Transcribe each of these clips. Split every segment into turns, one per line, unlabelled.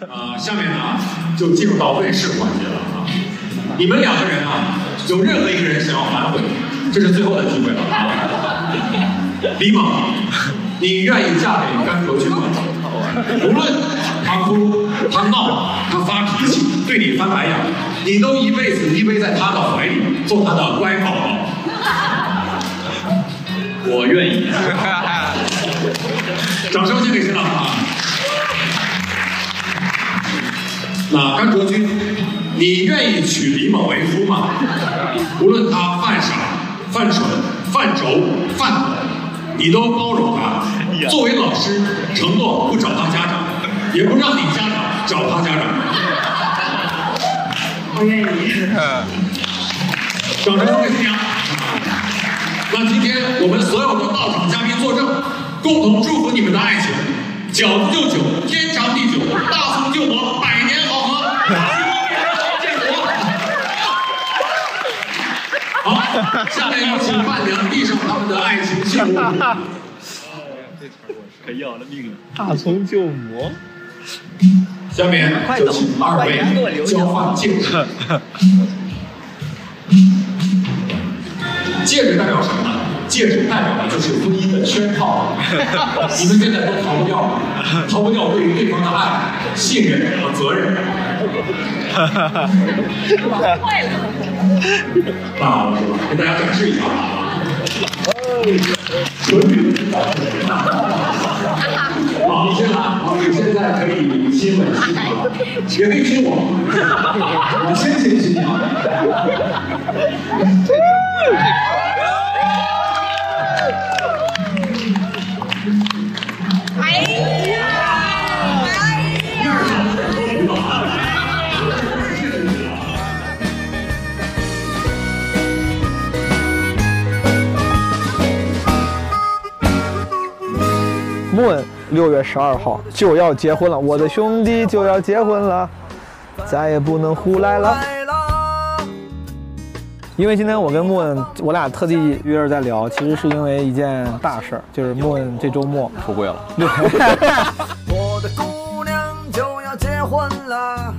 呃，下面呢就进入到问世环节了啊！你们两个人啊，有任何一个人想要反悔，这是最后的机会了啊！李猛，你愿意嫁给甘卓君吗？无论他哭、他闹、他发脾气、对你翻白眼，你都一辈子依偎在他的怀里，做他的乖宝宝。我愿意。掌声献给新郎啊！那啊甘卓君，你愿意娶李某为夫吗？无论他犯傻、犯蠢、犯轴、犯狠，你都包容他。作为老师，承诺不找他家长，也不让你家长找他家长。
我愿意。
掌声送给新娘。那今天我们所有的到场嘉宾作证，共同祝福你们的爱情，饺子就酒，天长地久，大宋救国，百年好合，建国。好，下面有请伴娘递上他们的爱情信物。
可要了命了！
大葱救母，
下面就请二位交换戒指。 戒指代表什么呢？戒指代表的就是婚姻的圈套，你们现在都逃不掉，逃不掉对于对方的爱、信任和责任。那好了是吧？给大家展示一下啊。纯女的好，你先来，好你现在可以亲吻新娘了，也可以亲我，我先亲新娘。
哎呀，哎呀！
Moon 六月十二号就要结婚了，我的兄弟就要结婚了，再也不能胡来了。因为今天我跟 Moon，我俩特地约着在聊，其实是因为一件大事儿，就是 Moon 这周末
出柜了，
六
我的姑娘就要结婚了。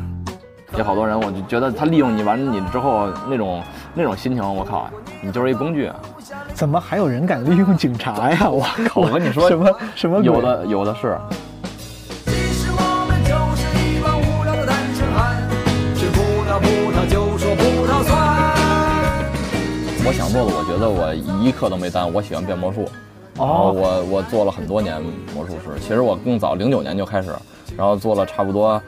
有好多人，我就觉得他利用你完你之后那种那种心情，我靠，你就是一工具。啊
怎么还有人敢利用警察呀？我靠！
我跟你说
什么什么鬼
有的有的是，
其实我们就是一帮无聊的单身汉，吃葡萄葡萄就说葡萄酸。
我想做的，我觉得我一刻都没耽误。我喜欢变魔术，然后
哦，
我我做了很多年魔术师。其实我更早，零九年就开始，然后做了差不多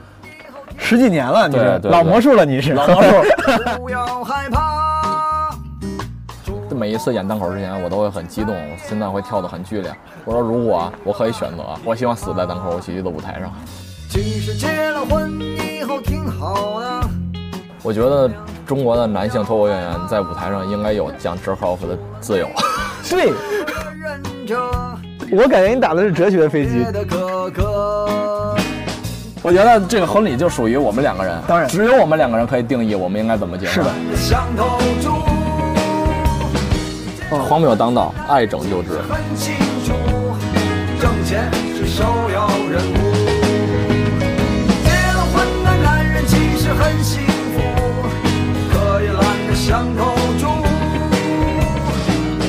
十几年了，你
对
是
对对
老魔术了，你是
老魔术。
不要害怕，
每一次演单口之前，我都会很激动，我心脏会跳得很剧烈。我说，如果我可以选择，我希望死在单口喜剧的舞台上。
其实结了婚以后挺好的。
我觉得中国的男性脱口秀演员在舞台上应该有讲 jerk off 的自 由。
对，
忍着，
我感觉你打的是哲学飞机
别。的可可。
我觉得这个婚礼就属于我们两个人，
当然
只有我们两个人可以定义我们应该怎么结婚。
是的，
想投注，
荒谬当道，爱拯救之。
很清楚，挣钱是首要任务。结了婚的男人其实很幸福，可以懒得想投注。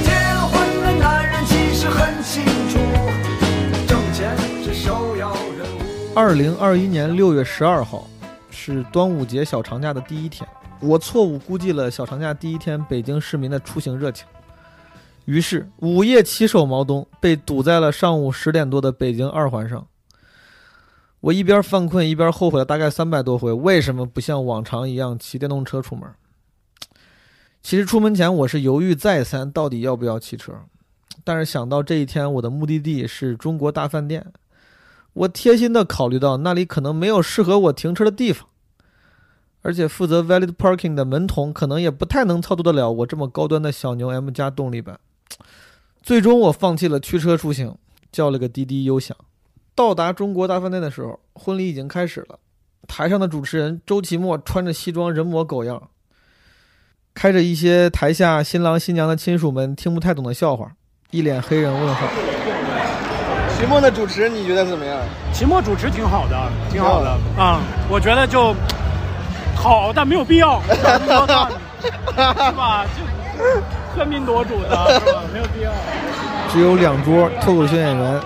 结了婚的男人其实很清楚，挣钱是首要任务。
二零二一年六月十二号是端午节小长假的第一天，我错误估计了小长假第一天北京市民的出行热情，于是午夜骑手毛东被堵在了上午十点多的北京二环上。我一边犯困一边后悔了大概三百多回，为什么不像往常一样骑电动车出门？其实出门前我是犹豫再三，到底要不要骑车，但是想到这一天我的目的地是中国大饭店，我贴心的考虑到那里可能没有适合我停车的地方，而且负责 valid parking 的门童可能也不太能操作得了我这么高端的小牛 M 加动力版。最终，我放弃了驱车出行，叫了个滴滴优享。到达中国大饭店的时候，婚礼已经开始了。台上的主持人周奇墨穿着西装，人模狗样，开着一些台下新郎新娘的亲属们听不太懂的笑话，一脸黑人问号。
期末的主持你觉得怎么样？
期末主持挺好的，挺好的啊、我觉得就好，但没有必 要，是吧？就喧宾夺主的，是吧？没有必要。
只有两桌脱口秀演员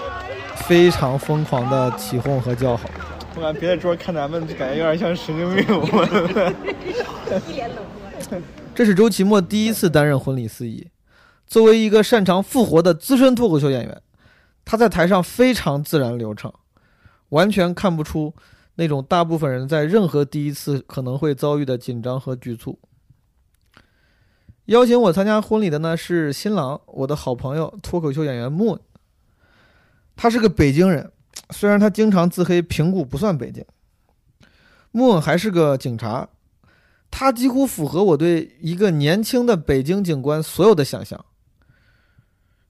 非常疯狂的起哄和叫好。
我感觉别的桌看咱们，感觉有点像神经病。
一脸冷 漠。
这是周奇墨第一次担任婚礼司仪。作为一个擅长复活的资深脱口秀演员，他在台上非常自然流畅，完全看不出那种大部分人在任何第一次可能会遭遇的紧张和局促。邀请我参加婚礼的呢是新郎，我的好朋友脱口秀演员 Moon。他是个北京人，虽然他经常自黑平谷不算北京。Moon 还是个警察，他几乎符合我对一个年轻的北京警官所有的想象。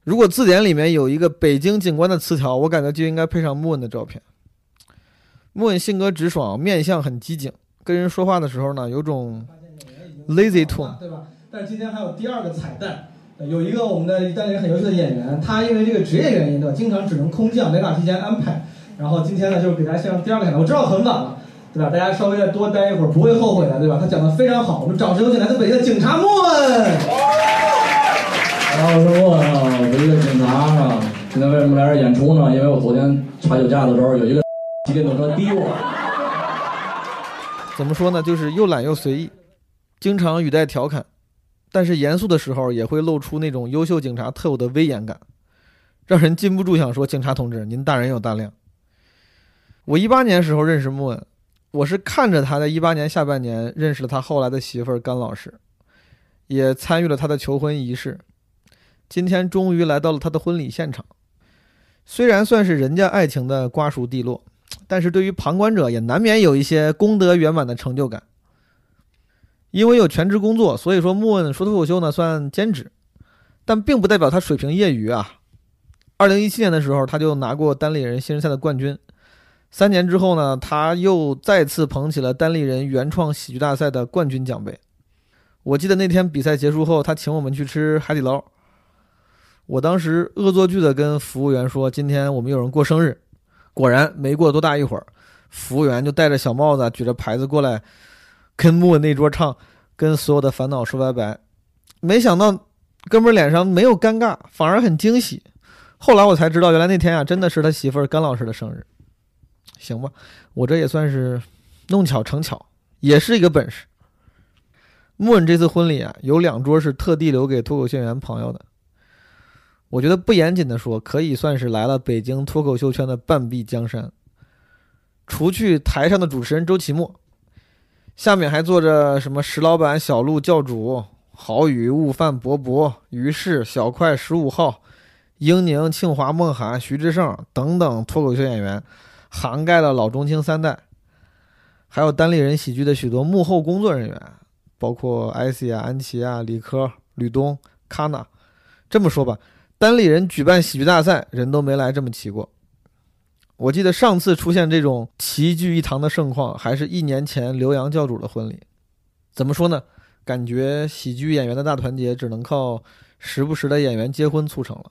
如果字典里面有一个北京警官的词条，我感觉就应该配上 Moon 的照片。Moon 性格直爽，面相很机警，跟人说话的时候呢，有种 lazy tone。
对吧？但今天还有第二个彩蛋，呃有一个我们的意大利人很优秀的演员，他因为这个职业原因，对吧，经常只能空降，没办法提前安排。然后今天呢，就是给大家献上第二个彩蛋。我知道很晚了，对吧？大家稍微再多待一会儿，不会后悔的，对吧？他讲的非常好，我们掌声有请来自北京的警察莫恩。
然后是我啊，我是一个警察啊。今天为什么来这儿演出呢？因为我昨天查酒驾的时候， 有一个骑电动车逼我。
怎么说呢，就是又懒又随意，经常语带调侃，但是严肃的时候也会露出那种优秀警察特有的威严感，让人禁不住想说：“警察同志，您大人有大量。”我一八年时候认识莫恩，我是看着他在一八年下半年认识了他后来的媳妇儿甘老师，也参与了他的求婚仪式。今天终于来到了他的婚礼现场，虽然算是人家爱情的瓜熟蒂落，但是对于旁观者也难免有一些功德圆满的成就感。因为有全职工作，所以说莫问说脱口秀呢算兼职，但并不代表他水平业余啊。二零一七年的时候，他就拿过单立人新人赛的冠军。三年之后呢，他又再次捧起了单立人原创喜剧大赛的冠军奖杯。我记得那天比赛结束后，他请我们去吃海底捞，我当时恶作剧的跟服务员说：“今天我们有人过生日。”果然，没过多大一会儿，服务员就戴着小帽子，举着牌子过来，跟莫文那桌唱《跟所有的烦恼说拜拜》。没想到，哥们儿脸上没有尴尬，反而很惊喜。后来我才知道，原来那天啊，真的是他媳妇儿甘老师的生日。行吧，我这也算是弄巧成巧，也是一个本事。莫文这次婚礼啊，有两桌是特地留给脱口秀演员朋友的。我觉得不严谨的说，可以算是来了北京脱口秀圈的半壁江山。除去台上的主持人周奇墨，下面还坐着什么石老板、小鹿教主、郝宇、悟饭、博博、于适、小快、十五号、英宁、庆华、梦涵、徐志胜等等脱口秀演员，涵盖了老中青三代，还有单立人喜剧的许多幕后工作人员，包括艾希啊、安琪啊、李科、吕东、卡纳。这么说吧，单立人举办喜剧大赛，人都没来这么齐过。我记得上次出现这种齐聚一堂的盛况，还是一年前刘洋教主的婚礼。怎么说呢？感觉喜剧演员的大团结，只能靠时不时的演员结婚促成了。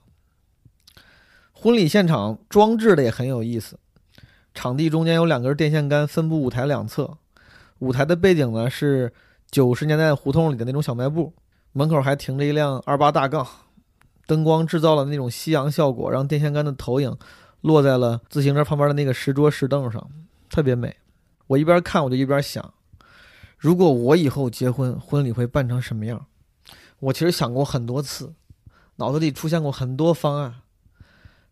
婚礼现场装置的也很有意思，场地中间有两根电线杆分布舞台两侧，舞台的背景呢是九十年代胡同里的那种小卖部，门口还停着一辆二八大杠，灯光制造了那种夕阳效果，让电线杆的投影落在了自行车旁边的那个石桌石凳上，特别美。我一边看我就一边想，如果我以后结婚，婚礼会办成什么样？我其实想过很多次，脑子里出现过很多方案，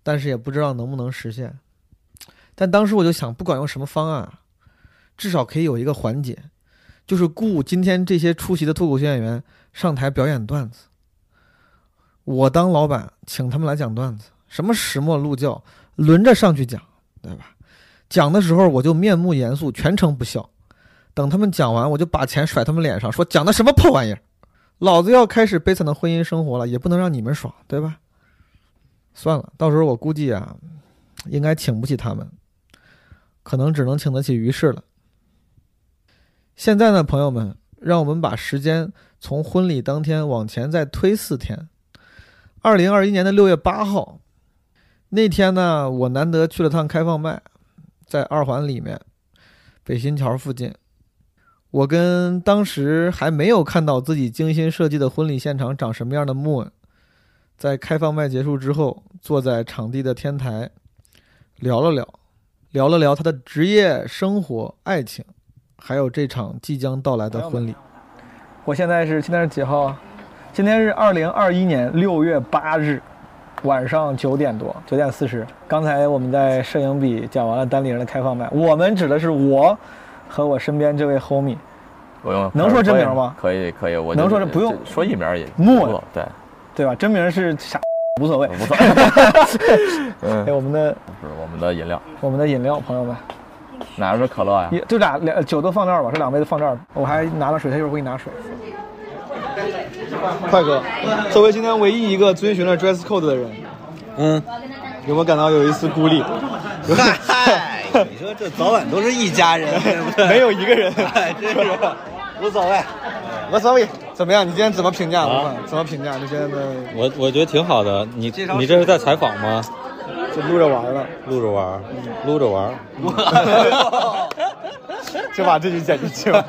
但是也不知道能不能实现。但当时我就想，不管用什么方案，啊至少可以有一个环节，就是雇今天这些出席的脱口秀演员上台表演段子。我当老板，请他们来讲段子，什么石墨鹿教，轮着上去讲，对吧？讲的时候我就面目严肃，全程不笑。等他们讲完，我就把钱甩他们脸上，说讲的什么破玩意儿！老子要开始悲惨的婚姻生活了，也不能让你们爽，对吧？算了，到时候我估计啊，应该请不起他们，可能只能请得起于适了。现在呢，朋友们，让我们把时间从婚礼当天往前再推四天。二零二一年的六月八号，
那天呢，我难得去了趟开放麦，在二环里面，北新桥附近。我跟当时还没有看到自己精心设计的婚礼现场长什么样的 Moon，在开放麦结束之后，坐在场地的天台，聊了聊，聊了聊他的职业、生活、爱情，还有这场即将到来的婚礼。
我现在是现在是几号啊？今天是二零二一年六月八日晚上九点多，九点四十。刚才我们在摄影笔讲完了单立人的开放麦，我们指的是我和我身边这位 homie
我用
能说真名吗
可以可以，我
能
就
说这不用
就说艺名也
木
了，对，
对吧？真名是啥无所谓。
无所谓。嗯，
哎，我嗯们的
是我们的饮料，
我们的饮料，朋友们，
哪是可乐呀
也？就俩俩酒都放这儿吧，这两杯都放这儿吧。我还拿了水，他一会儿给你拿水。
快哥，
哎
作为今天唯一一个遵循了 dress code 的人，
嗯，
有没有感到有一丝孤立？
嗨， 你说这早晚都是一家人，对不对？
没有一个人
哎 真是无所谓。
无所谓。怎么样？你今天怎么评
啊
价？怎么评价？你现在
我我觉得挺好的。你你这是在采访吗？
就录着玩了，
录着玩儿，撸着玩儿。
就 把这句剪进去吧。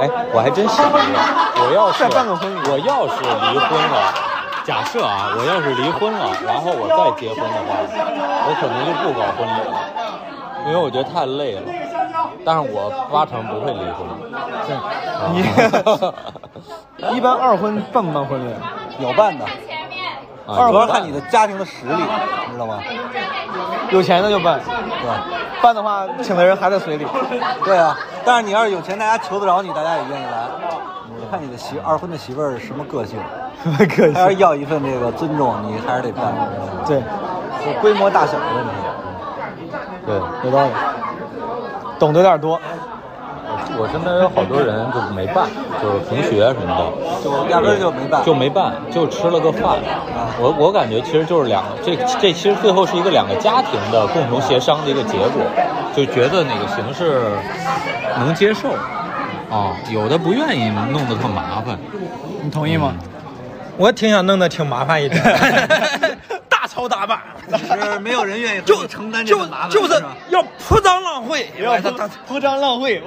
哎，我还 真想过，我要是
再办个婚礼
我要是离婚了，假设啊，我要是离婚了，然后我再结婚的话，我可能就不搞婚礼了，因为我觉得太累了。但是我八成不会离婚。
你一般二婚办不办婚礼？啊
有办的，
啊
主要看你的家庭的实力，知道吗？
有钱的就办，
对，
办的话请的人还在水里。
对啊。但是你要是有钱，大家求得着你，大家也愿意来。你看你的媳二婚的媳妇儿是什么个性？
可
还是要一份这个尊重，你还是得办。
对，
就规模大小的问题。
对，
有道理，懂得有点多。
我身边有好多人就没办，就是同学什么的，
就压根儿就没办，啊
就没办，就吃了个饭。我我感觉其实就是两个，这这其实最后是一个两个家庭的共同协商的一个结果，就觉得哪个形式能接受。啊、有的不愿意弄得特麻烦，嗯
你同意吗？
我挺想弄得挺麻烦 一点，大操大办，
是没有人愿意和你承担这个麻烦，
就是是
吧
要铺张浪费，哎
要铺铺张浪 费，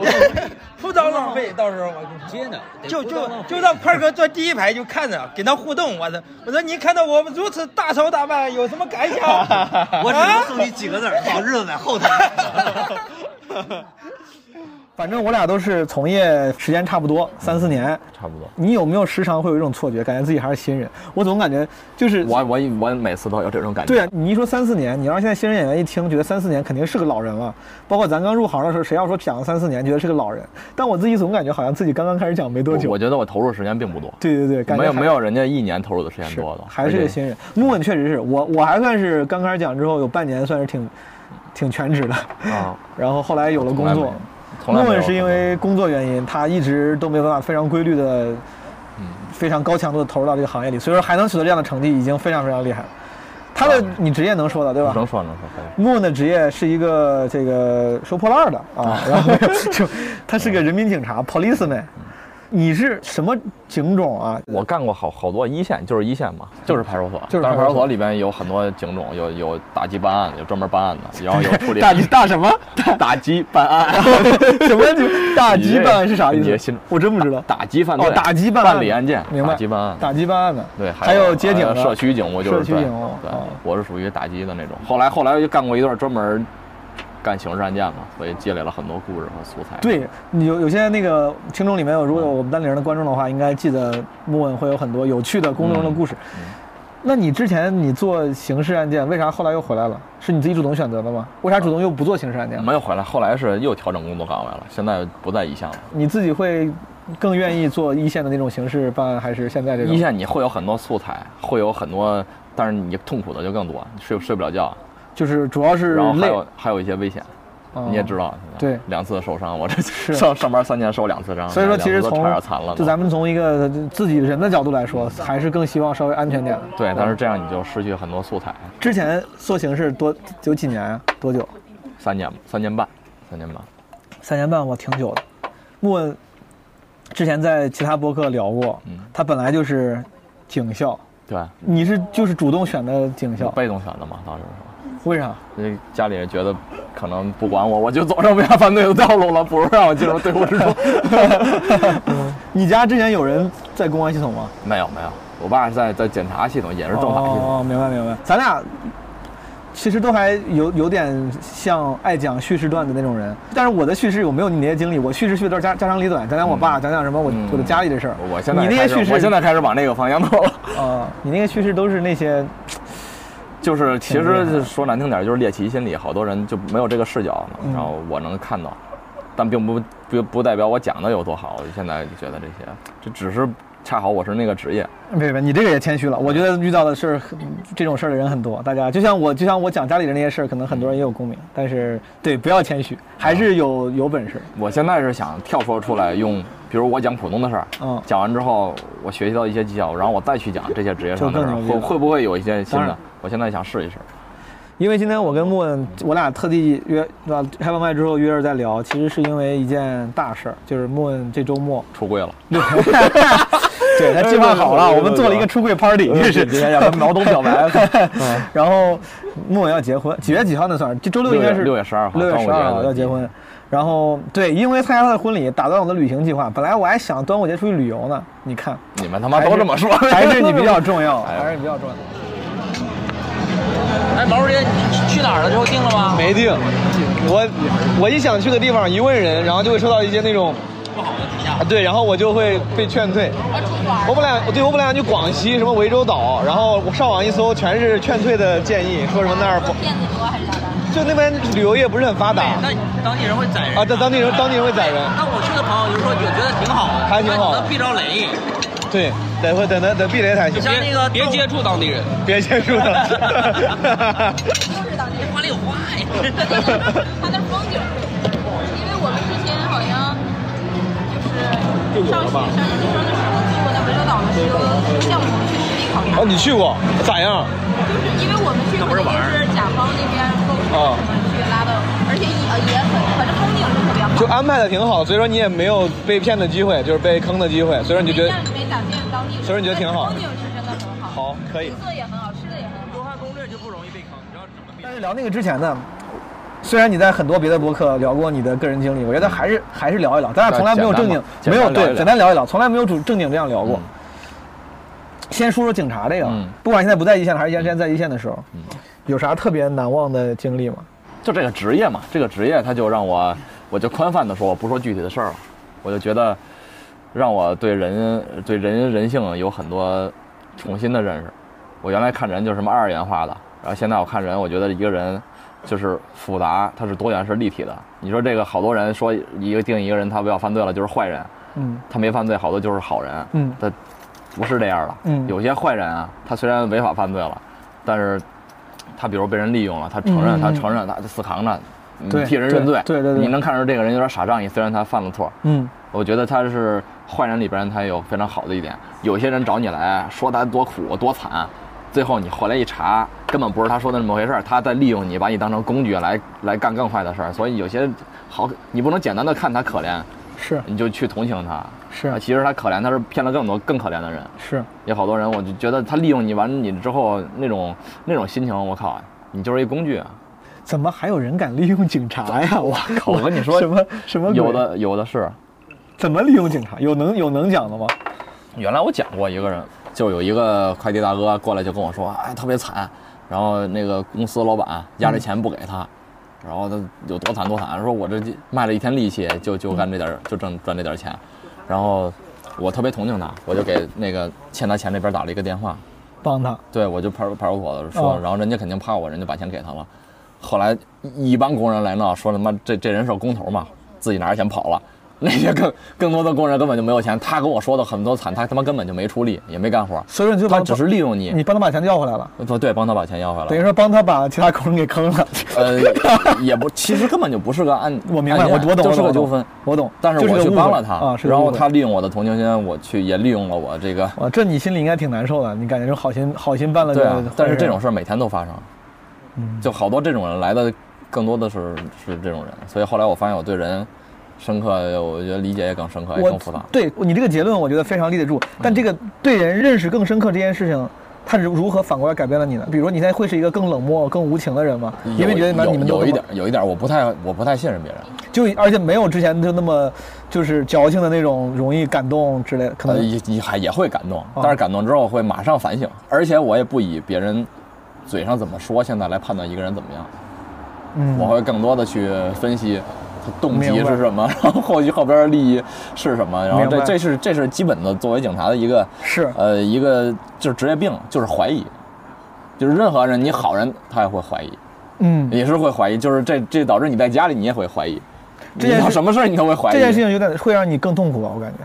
铺张浪费，到时候我就接呢，就就就让快哥坐第一排就看着，跟他互动。我说我说你看到我们如此大操大办，有什么感想？
我只
啊
能送你几个字儿：好日子在后头。
反正我俩都是从业时间差不多，三四年。
差不多。
你有没有时常会有一种错觉，感觉自己还是新人？我总感觉就是
我我我每次都有这种感觉。
对啊，你一说三四年，你让现在新人演员一听，觉得三四年肯定是个老人了。包括咱刚入行的时候，谁要说讲了三四年，觉得是个老人。但我自己总感觉好像自己刚刚开始讲没多
我
久。
我觉得我投入时间并不多，
对对对，感觉
没有
还
没有人家一年投入的时间多的，
还是
而
个
且
新人。木稳确实是我，我还算是刚开始讲之后有半年，算是挺挺全职的。
啊，
然后后来有了工作，
从来
木
没 有
稳是因为工作原因，他一直都没有办法非常规律的、
嗯
非常高强度的投入到这个行业里，所以说还能取得这样的成绩，已经非常非常厉害了。他的你职业能说的对吧？
啊能说能说可以。
木恩的职业是一个这个收破烂儿的啊，然后就他是个人民警 察 policeman。你是什么警种啊？嗯
我干过好好多一线，就是一线嘛，就是派出所，
就是
但
派
是派
出
出
所
所里边有很多警种，有有打击办案的，有专门办案的， 然后有处理
大大什么？
打击办案，
什么大击办案是啥意
你
思
这新？
我真不知道。
打击犯罪，
哦，打击办案，
办理案件，
明白？
打击办案，
打击办案的，
对，
还有街警
呃
的、
社区警务，就是
社区
对
警务
对
哦，
我是属于打击的那种。后来后来又干过一段专门干刑事案件嘛，所以积累了很多故事和素材。
对你有有些那个听众里面有，如果有我们单立人的观众的话，应该记得木问会有很多有趣的工作中的故事。
嗯
那你之前你做刑事案件，为啥后来又回来了？是你自己主动选择的吗？为啥主动又不做刑事案件了？
没有回来，后来是又调整工作岗位了，现在不在一线了。
你自己会更愿意做一线的那种刑事办案，还是现在这种？
一线你会有很多素材，会有很多，但是你痛苦的就更多，你睡睡不了觉，
就是主要是
然后还
累，
有还有一些危险，
哦
你也知道，
对
两次受伤，我这上上班三年受两次伤，
所以说其实
两次都
从
差点残了
就
都。
咱们从一个自己人的角度来说，还是更希望稍微安全点。
对，但是这样你就失去很多素材，
之前做刑事多有几年啊？多久？
三年三年半，三年半。
三年半我挺久的。木问之前在其他播客聊过，他本来就是警校，
对，
你是就是主动选的警校，
被动选的嘛，当时是。
为啥？
因为家里人觉得可能不管我，我 就走上违法犯罪的道路了，不如让我进入队 伍之中。
你家之前有人在公安系统吗？
没有没有，我爸是在在检察系统，也是政法系统。
哦，明白明白。咱俩其实都还有有点像爱讲叙事段的那种人，但是我的叙事有没有你那些经历？我叙事叙的都是家家长里短，讲讲我爸，讲讲什么我我的家里的事儿。
嗯我现在
你那
开
些
始
叙事，
我现在开始往那个方向走了。
啊，你那个叙事都是那些。
就是其
挺厉害的
实说难听点儿，就是猎奇心理，好多人就没有这个视角嘛
嗯
然后我能看到，但并不不不代表我讲的有多好。我现在就觉得这些，这只是恰好我是那个职业。
别别，你这个也谦虚了。我觉得遇到的事儿很，这种事儿的人很多。大家就像我，就像我讲家里人那些事儿，可能很多人也有共鸣。但是对，不要谦虚，还是有有本事。
我现在是想跳脱出来，用比如我讲普通的事儿，
嗯
讲完之后我学习到一些技巧，然后我再去讲这些职业上的事
就
儿，
更牛逼
会
了
会不会有一些新
当然
的？我现在想试一试。
因为今天我跟莫问，我俩特地约对吧？开完麦之后约着在聊，其实是因为一件大事儿，就是莫问这周末
出柜了。
对，他计划好了，
哎呦
我们做了一个出柜 party，
哎呦
这是
哎呦哎呦跟毛东表白
然后莫文要结婚，几月几号那算是？这周六应该是
六月12号
六月十
端午节
二号
的
要结婚。然后对，因为参加他的婚礼，打断我的旅行计划。本来我还想端午节出去旅游呢，你看，
你们他妈
还是
都这么说，
还是你比较重要，
哎
还是你比较重要。
哎，毛主席，你去哪儿了？之后定了吗？
没定，我我一想去的地方一问人，然后就会收到一些那种
不好的评价。
啊，对，然后我就会被劝退。我本来对我本来想去广西什么涠洲岛，然后我上网一搜全是劝退的建议，说什么那儿不，
骗子多还是咋的？
就那边旅游业不是很发达。
那当地人会宰人
啊，对，当地人当地人会宰人，
那我去的朋友就说，我觉得挺好的，哎
还挺好的
但能避着雷。
对，得会得得得避雷才行。
你像那个别接触当地人，
别接触 了。
就是当地人，花里有花呀。
他那风景，因为我们之前好像
就有了吧？
我在涠洲岛的时候，像我们去实地考察，
哦，你去过，咋样？
就是因为我们去可能就是甲方那边说
啊，
去拉的，而且也也很，反正风景是特别好。
就啊安排的挺好，所以说你也没有被骗的机会，就是被坑的机会，所以说你就觉得，
没咋见当地人，
所以说你觉得挺好
风景是真的很好，
好，可以。
景色也很好，吃的也很好。
多看攻略就不容易被坑，你知道怎么避？
但是聊那个之前呢，虽然你在很多别的博客聊过你的个人经历，我觉得还是还是聊一聊，咱俩从来没有正经，
嗯简
没
单嘛
有对，
简单聊一聊嗯
简单聊一聊，从来没有主正经这样聊过。先说说警察这个，不管现在不在一线了，还是原先在一线的时候，
嗯
有啥特别难忘的经历吗？
就这个职业嘛，这个职业它就让我，我就宽泛的说，我不说具体的事儿了，我就觉得让我对人对人人性有很多重新的认识。我原来看人就是什么二元化的，然后现在我看人，我觉得一个人就是复杂，它是多元是立体的。你说这个好多人说一个定一个人他不要犯罪了就是坏人，
嗯
他没犯罪，好多就是好人。
嗯
他不是这样的。
嗯
有些坏人啊，他虽然违法犯罪了，但是他比如被人利用了，他承认，
嗯
他承认，他死扛着，你
对
替人认罪。
对对对对
你能看出这个人有点傻仗义，虽然他犯了错。
嗯
我觉得他是坏人里边，他有非常好的一点。有些人找你来说他多苦多惨，最后你后来一查，根本不是他说的那么回事儿，他在利用你，把你当成工具来来干更坏的事儿。所以有些好，你不能简单的看他可怜，
是
你就去同情他。
是
啊其实他可怜，他是骗了更多更可怜的人。
是，
有好多人，我就觉得他利用你完你之后那种那种心情，我靠，你就是一工具啊！
怎么还有人敢利用警察呀？我靠！
我跟你说
什么什么鬼
有的有的是，
怎么利用警察？有能有能讲的吗？
原来我讲过一个人，就有一个快递大哥过来就跟我说，哎，特别惨，然后那个公司老板压
嗯
着钱不给他，然后他有多惨多惨，说我这卖了一天力气就就干这点儿就挣赚这点儿钱，然后我特别同情他，我就给那个欠他钱那边打了一个电话，
帮他
对，我就派出派出所的说，
哦
然后人家肯定怕我，人家把钱给他了。后来一一帮工人来闹，说他妈这这人是工头嘛，自己拿着钱跑了。那些更更多的工人根本就没有钱，他跟我说的很多惨，他他妈根本就没出力，也没干活，
所以你就帮
他只是利用你。
你帮他把钱要回来了，
不对，帮他把钱要回来了。
等于说帮他把其他工人给坑了。
呃，也不，其实根本就不是个案，我
明白我我懂
就是
我懂
个纠纷，
我懂
但是
就是
我
个
去
误
帮
会
了他，
啊是个
然
误
后
会哦
他利用我的同情心，我去也利用了我这个，
哇，这你心里应该挺难受的，你感觉就好心好心办了
对
个
啊
坏事。，
但是这种事儿每天都发生，
嗯
就好多这种人来的更多的是是这种人，所以后来我发现我对人深刻，我觉得理解也更深刻，也
我
更复杂。
对你这个结论，我觉得非常立得住。但这个对人认识更深刻这件事情，他如如何反过来改变了你呢？比如你现在会是一个更冷漠、更无情的人吗？因为
有
觉得你们
有
你们都
有
这
一
么
点，有一点，我不太我不太信任别人。
就而且没有之前就那么就是矫情的那种容易感动之类的，可
呃，
能啊
也也还也会感动，但是感动之后会马上反省，而且我也不以别人嘴上怎么说现在来判断一个人怎么样，
嗯
我会更多的去分析他动机
明白
是什么， 然后后续后边利益是什么，然后
明
这
白
这是这是基本的作为警察的一个
是
呃一个就是职业病，就是怀疑，就是任何人你好人他也会怀疑，
嗯，
也是会怀疑，就是这这导致你在家里你也会怀疑，
这件
你遇到
事
什么事儿你都会怀疑，
这件事情有点会让你更痛苦吧，我感觉。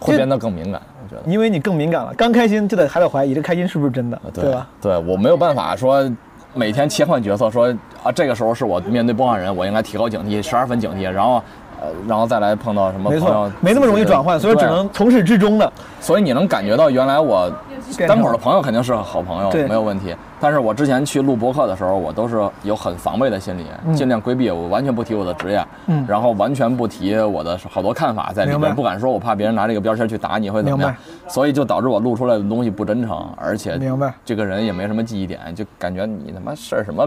会变得更敏感，我觉得。
因为你更敏感了，刚开心就得还得怀疑这开心是不是真的，对吧？？
呃对我没有办法说每天切换角色，说啊这个时候是我面对波案人，我应该提高警惕，十二分警惕，然后呃然后再来碰到什么
没
朋友
错，，没那么容易转换，所以只
对啊
能从始 至终的。
所以你能感觉到原来我
变成
单口的朋友肯定是好朋友
对，
没有问题。但是我之前去录播客的时候，我都是有很防备的心理，
嗯
尽量规避，我完全不提我的职业，
嗯
然后完全不提我的好多看法在里
明白
面，不敢说，我怕别人拿这个标签去打你会怎么
明
样
白，
所以就导致我录出来的东西不真诚，而且
明白
这个人也没什么记忆点，就感觉你他妈事儿什么。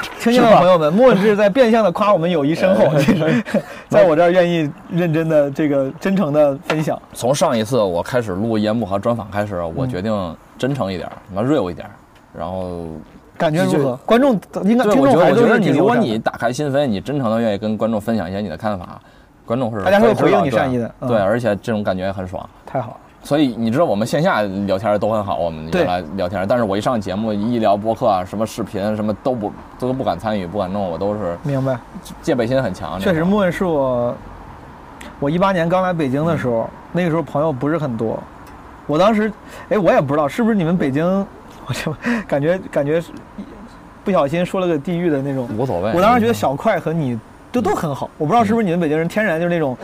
听见了，朋友们，莫志在变相的夸我们友谊深
哎
厚， 在我这儿愿意认真的这个真诚的分享。
从上一次我开始录夜幕和专访开始，我
嗯
决定真诚一点儿，他妈 real 一点儿，然后
感觉
就
如何？观众应该
对，
听
我
众
觉得
还
我
都
觉
是
得你，
挺
如
友
果
善的
你打开心扉，你真诚的愿意跟观众分享一些你的看法，观众是
大家会
会知道
回应你
对
善意的嗯
对，而且这种感觉也很爽。
太好了，
所以你知道我们线下聊天都很好，我们
对
原来聊天，但是我一上节目一聊播客啊，什么视频什么都不都不敢参与，不敢弄，我都是
明白。
戒备心很强。
确实，，莫问是我，我一八年刚来北京的时
嗯
候，那个时候朋友不是很多。我当时，哎，我也不知道是不是你们北京，我就 感觉感觉是不小心说了个地域的那种，
无所谓。嗯
我当时觉得小快和你都都很好，我不知道是不是你们北京人天然就是那种，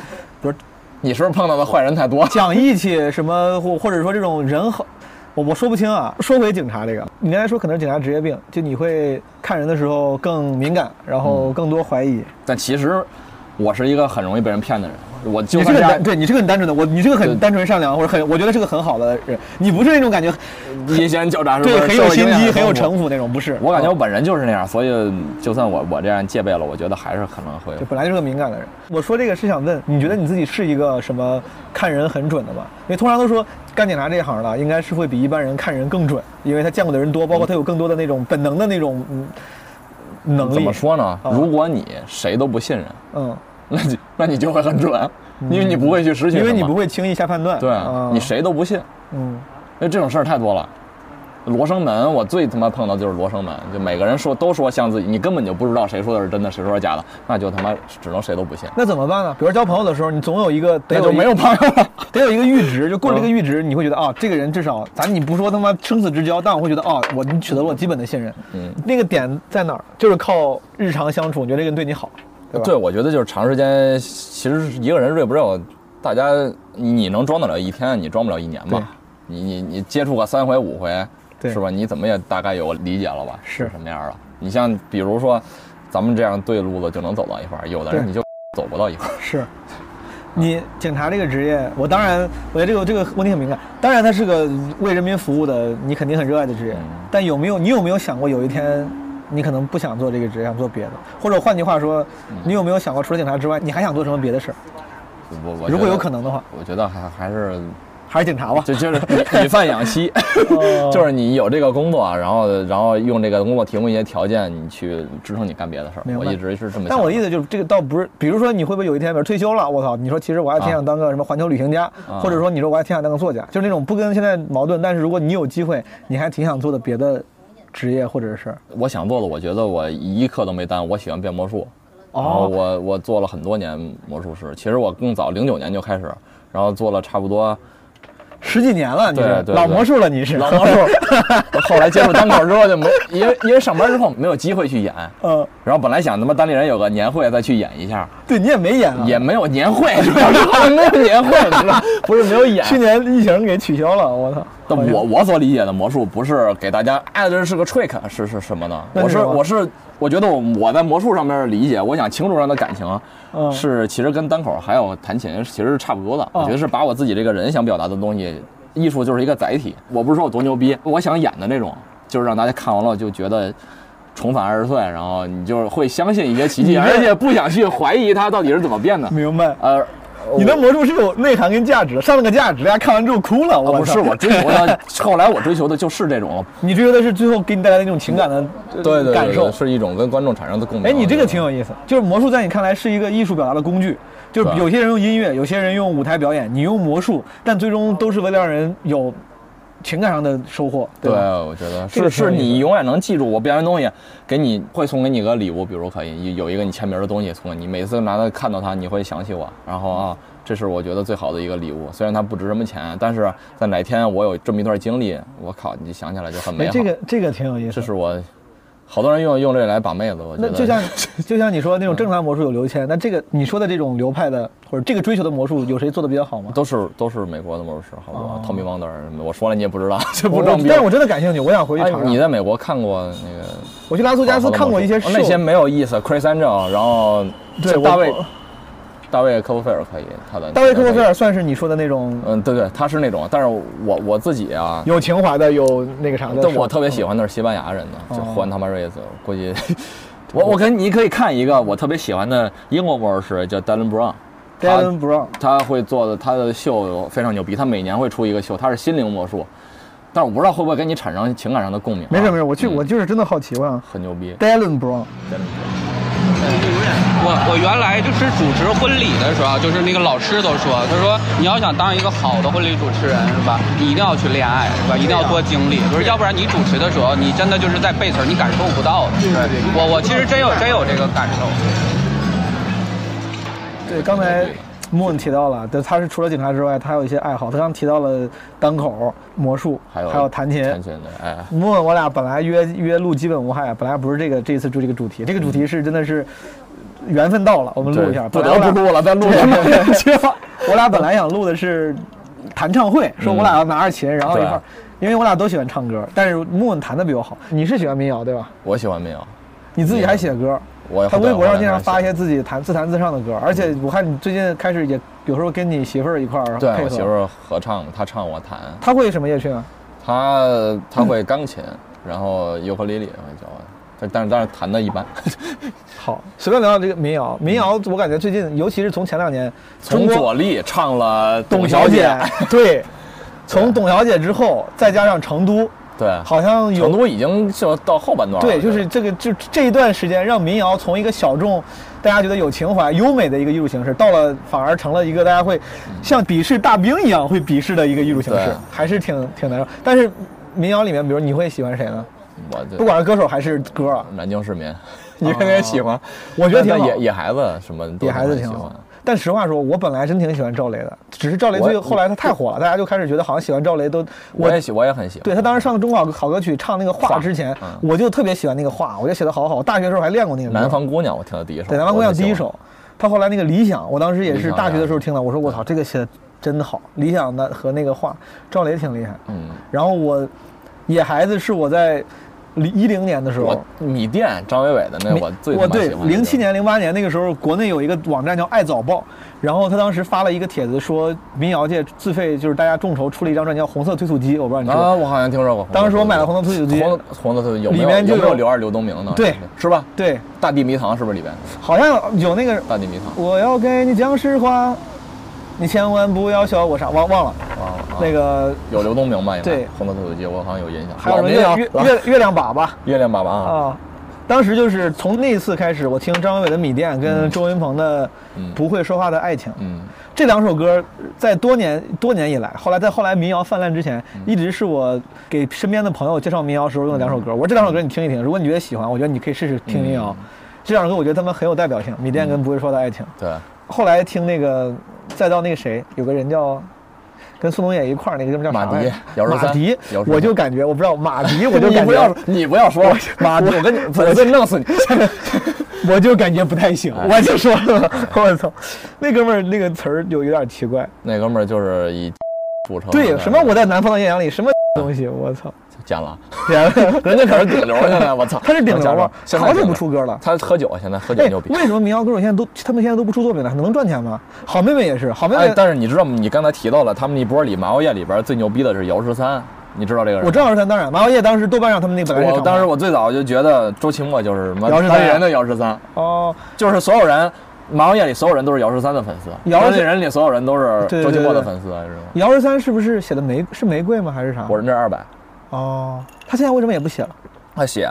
比如
你是不是碰到的坏人太多，
讲义气什么，或或者说这种人好，我我说不清啊。说回警察这个，你刚才说可能是警察职业病，就你会看人的时候更敏感，然
嗯
后更多怀疑。
但其实我是一个很容易被人骗的人，我就
你是
算
个
这样
单，对你是个很单纯的，我你是个很单纯善良或者很，我觉得是个很好的人，你不是那种感觉
一些呃人狡诈是不
对
是
很
受
有
影
心
响
机、
很
很有
痛苦
城府那种，不是。嗯
我感觉我本人就是那样，所以就算我我这样戒备了，我觉得还是可能会
就本来就是个敏感的人。我说这个是想问，你觉得你自己是一个什么看人很准的吗？因为通常都说干警察这一行的，应该是会比一般人看人更准，因为他见过的人多，包括他有更多的那种本能的那种嗯能力。啊
怎么说呢？如果你谁都不信任，
嗯，
那就那你就会很准，因为你不会去失去什
因
么，
为你不会轻易下判断。
对
啊，
你谁都不信，
嗯，
因为这种事儿太多了。罗生门，我最他妈碰到就是罗生门，就每个人说都说像自己，你根本就不知道谁说的是真的，谁说是假的，那就他妈只能谁都不信。
那怎么办呢？比如交朋友的时候，你总有一个得
那
有
就
一
没有朋友了，
得有一个阈值，就过了这个
嗯
阈值，你会觉得啊，这个人至少咱你不说他妈生死之交，但我会觉得啊，我你取得了我基本的信任。
嗯，
那个点在哪儿？就是靠日常相处，你觉得这个人对你好，对吧？
对，我觉得就是长时间，其实一个人锐不锐，大家你你能装得了一天，你装不了一年
对
吧？你你你接触个三回五回，
对
是吧？你怎么也大概有个理解了吧？
是
什么样了？你像比如说，咱们这样对路子就能走到一块儿，有的人
对
你就走不到一块儿。
是，你警察这个职业，我当然，我觉得这个这个问题很敏感。当然，它是个为人民服务的，你肯定很热爱的职业。
嗯
但有没有你有没有想过有一天，你可能不想做这个职业，想做别的？或者换句话说，
嗯
你有没有想过除了警察之外，你还想做什么别的事儿？
我我
如果有可
能，
能的话，
我觉得还还是
还是警察吧。哦
就就是以以贩养吸， 就是你有这个工作，然后然后用这个工作提供一些条件，你去支撑你干别的事儿。
明白
我一直是这么想的。
但我的意思就是，这个倒不是，比如说你会不会有一天，比如退休了，我操，你说其实我还挺想当个什么环球旅行家，
啊
或者说你说我还挺想当个作家，就是那种不跟现在矛盾，但是如果你有机会，你还挺想做的别的职业或者是事儿。
我想做的，我觉得我一刻都没耽误。我喜欢变魔术，
哦
然后我我做了很多年魔术师。其实我更早，零九年就开始，然后做了差不多
十几年了，你
对
是
对
老魔术了，你是
老 魔术。我后来接触单口之后就没，因为因为上班之后没有机会去演，
嗯，
然后本来想他妈单立人有个年会再去演一下，
对你也没演啊，
也没有年会，主要是没有年会，你知道，不是没有演。
去年疫情给取消了，我操！
但我我所理解的魔术不是给大家，哎，这是个 trick，是是什么呢？
那
我
是
是
什么
我是我觉得我我在魔术上面的理解，我想情书上的感情
嗯
是其实跟单口还有弹琴其实是差不多的。我觉得是把我自己这个人想表达的东西艺术就是一个载体。我不是说我多牛逼，我想演的那种，就是让大家看完了就觉得重返二十岁，然后你就是会相信一些奇
你
迹，
这
而且不想去怀疑它到底是怎么变的。
明白？
呃，
你的魔术是有内涵跟价值的，上了个价值，大家看完之后哭了。 我
啊不是
操
我追求的，后来我追求的就是这种，
你追求的是最后给你带来那种情感的
对对对，
感受。
是一种跟观众产生的共鸣。
哎，你这个挺有意思，就是魔术在你看来是一个艺术表达的工具，就是
对
有些人用音乐，有些人用舞台表演，你用魔术，但最终都是为了让人有情感上的收获，
对，
吧？
我觉得
这
是
个挺有
是
意思
你永远能记住我表演东西，给你会送给你个礼物，比如可以有一个你签名的东西送给你，每次拿到看到它，你会想起我，然后啊，这是我觉得最好的一个礼物，虽然它不值什么钱，但是在哪天我有这么一段经历，我靠，你想起来就很美
哎，
好。
这个这个挺有意思。
这是我，好多人用用这个来把妹子，我觉
那
得
就 像就像你说那种正常魔术有刘谦，那这个你说的这种流派的或者这个追求的魔术，有谁做的比较好吗？
都是都是美国的魔术师，好多
哦
汤米邦德尔什么的，我说了你也不知道，这不
我
装逼。
但是我真的感兴趣，我想回去
哎
查查。
你在美国看过那个？
我去拉斯维加斯看过一些
哦那些
show
没有意思，Chris Angel，然后
对
这
我
大卫，大卫科波菲尔可以，他的
大卫科波菲
尔，
尔算是你说的那种
嗯，对对，他是那种，但是我我自己啊，
有情怀的、有那个啥的。嗯
但我特别喜欢的是西班牙人的，就
哦
欢他妈瑞斯，估计我我跟你可以看一个我特别喜欢的英国魔术师叫 Dylan Brown。
Dylan Brown，
他会做的他的秀非常牛逼，他每年会出一个秀，他是心灵魔术，但是我不知道会不会跟你产生情感上的共鸣、
没事没事，我去，我就是真的好奇，我想
嗯很牛逼。
Dylan Brown，
我我原来就是主持婚礼的时候，就是那个老师都说，他说你要想当一个好的婚礼主持人是吧，你一定要去恋爱是吧，一定要多经历，就是要不然你主持的时候，你真的就是在背词儿，你感受不到的。对对我我其实真有真有这个感受。
对，刚才 Moon 提到了，但他是除了警察之外，他还有一些爱好。他刚提到了单口、魔术，
还有
还有弹琴。
弹琴的，哎，
莫问我俩本来约约录基本无害，本来不是这个这次就这个主题，这个主题是真的是缘分到了，我们录一下，
对
本来我俩
不得不录了再录一 下
对我俩本来想录的是弹唱会，说
嗯
我俩要拿着琴，然后一块儿，因为我俩都喜欢唱歌，但是莫问弹的比我好。你是喜欢民谣对吧？
我喜欢民谣，
你自己还写歌，
嗯我
他微博上经常
对
发一些自己弹自弹自唱的歌，而且我看你最近开始也有时候跟你媳妇儿一块儿
嗯对
配合，
我媳妇儿合唱，她唱我弹，
她会什么乐啊器呢？
她她会钢琴，然后尤克里里会教我，但但是但是弹的一般。
好，随便聊聊这个民谣。民谣，我感觉最近，尤其是从前两年，中
从
国
左立唱了
董
小
小姐， 对，从董小姐之后，再加上成都，
对，
好像有
成都已经就到后半段了。
对，就是这个，就这一段时间，让民谣从一个小众，大家觉得有情怀、优美的一个艺术形式，到了反而成了一个大家会像鄙视大兵一样会鄙视的一个艺术形式
嗯对，
还是挺挺难受。但是民谣里面，比如你会喜欢谁呢？
我就
不管是歌手还是歌啊，
南京 市民，哦你肯定喜欢。
我觉得挺
但
好
野野孩子什么都
野孩子
很
挺
喜
好
欢。。
但实话说，我本来真挺喜欢赵雷的，只是赵雷最
我
后来他太火了，大家就开始觉得好像喜欢赵雷都
我也喜我也很喜欢。嗯
对他当时上中考考歌曲唱那个画之前，我就特别喜欢那个画，我觉得写的好好。我大学的时候还练过那个歌。
南方姑娘，我听的第一首。
对南方姑娘第一
我
首，他后来那个理想，我当时也
理
是
想嗯
大学的时候听的，我说我操，这个写的真好。理想的和那个画，赵雷挺厉害。
就喜欢。嗯，
然后我野孩子是我在零一零年的时候，
我米店张伟伟的那
没
我最他
我
妈
对
喜欢的
零七年零八年那个时候，国内有一个网站叫爱早报，然后他当时发了一个帖子说，民谣界自费就是大家众筹出了一张专辑叫《红色推土机》，我不知道你知道。
啊，我好像听说过。
当时我买了红色推土机
红红色推土有没有
里面就
有没有
有
刘二刘东明呢？
对，
是吧？
对，
大地迷藏是不是里边？
好像有那个
大地迷藏。
我要给你讲实话，你千万不要笑我傻，忘忘了。
啊，啊
那个
有刘东明吧？应该
对
红色推土机我好像有印象。
还有什么
老民谣
月
老
月月亮粑粑
月亮粑粑啊，
啊。当时就是从那一次开始，我听张伟伟的《米店》跟周云鹏的《不会说话的爱情》，
嗯，
这两首歌在多年多年以来，后来在后来民谣泛滥之前，
嗯
一直是我给身边的朋友介绍民谣时候用的两首
嗯
歌。我说这两首歌你听一听，如果你觉得喜欢，我觉得你可以试试听民谣。这两首歌我觉得他们很有代表性，《米店》跟《不会说话的爱情》。
嗯对，
后来听那个，再到那个谁，有个人叫。跟宋冬野一块儿那个哥们叫啥
马
来
迪
着
姚十三
马迪
姚，十三
我就感觉我不知道马迪，我就
你
感
不要
觉
你不要说了，
马迪，
我跟你我真弄死你！ 哎
我就感觉不太行，我就说 了，我操，那哥们儿那个词儿有有点奇怪，
那哥们儿就是以 著称的。
对，什么我在南方的艳阳里，什么东西，我操，
剪啊了，人家可是顶流儿现在，我操，
他是顶流啊
啊，现在
好久不
顶流
出歌了。
他喝酒现在喝酒
哎
牛，逼。
为什么民谣歌手现在都他们现在都不出作品了？能赚钱吗？好妹妹也是，好妹
哎
妹，，
但是你知道吗？你刚才提到了他们那波里麻药业里边最牛逼的是姚十三，你知道这个人吗？
我知道是他，当然，麻药叶当时豆瓣上他们那本来是
我
涨
当
的
时我最早就觉得周奇墨就是什么
姚十三啊
单人的姚十三，
哦，
就是所有人麻药夜里所有人都是姚十三的粉丝，
姚
十人里所有人都是
对对
周奇墨的
对对
粉丝，啊是吗？
姚十三是不是写的玫是玫瑰吗？还是啥？
我人这二百，
哦，他现在为什么也不写了？
他写，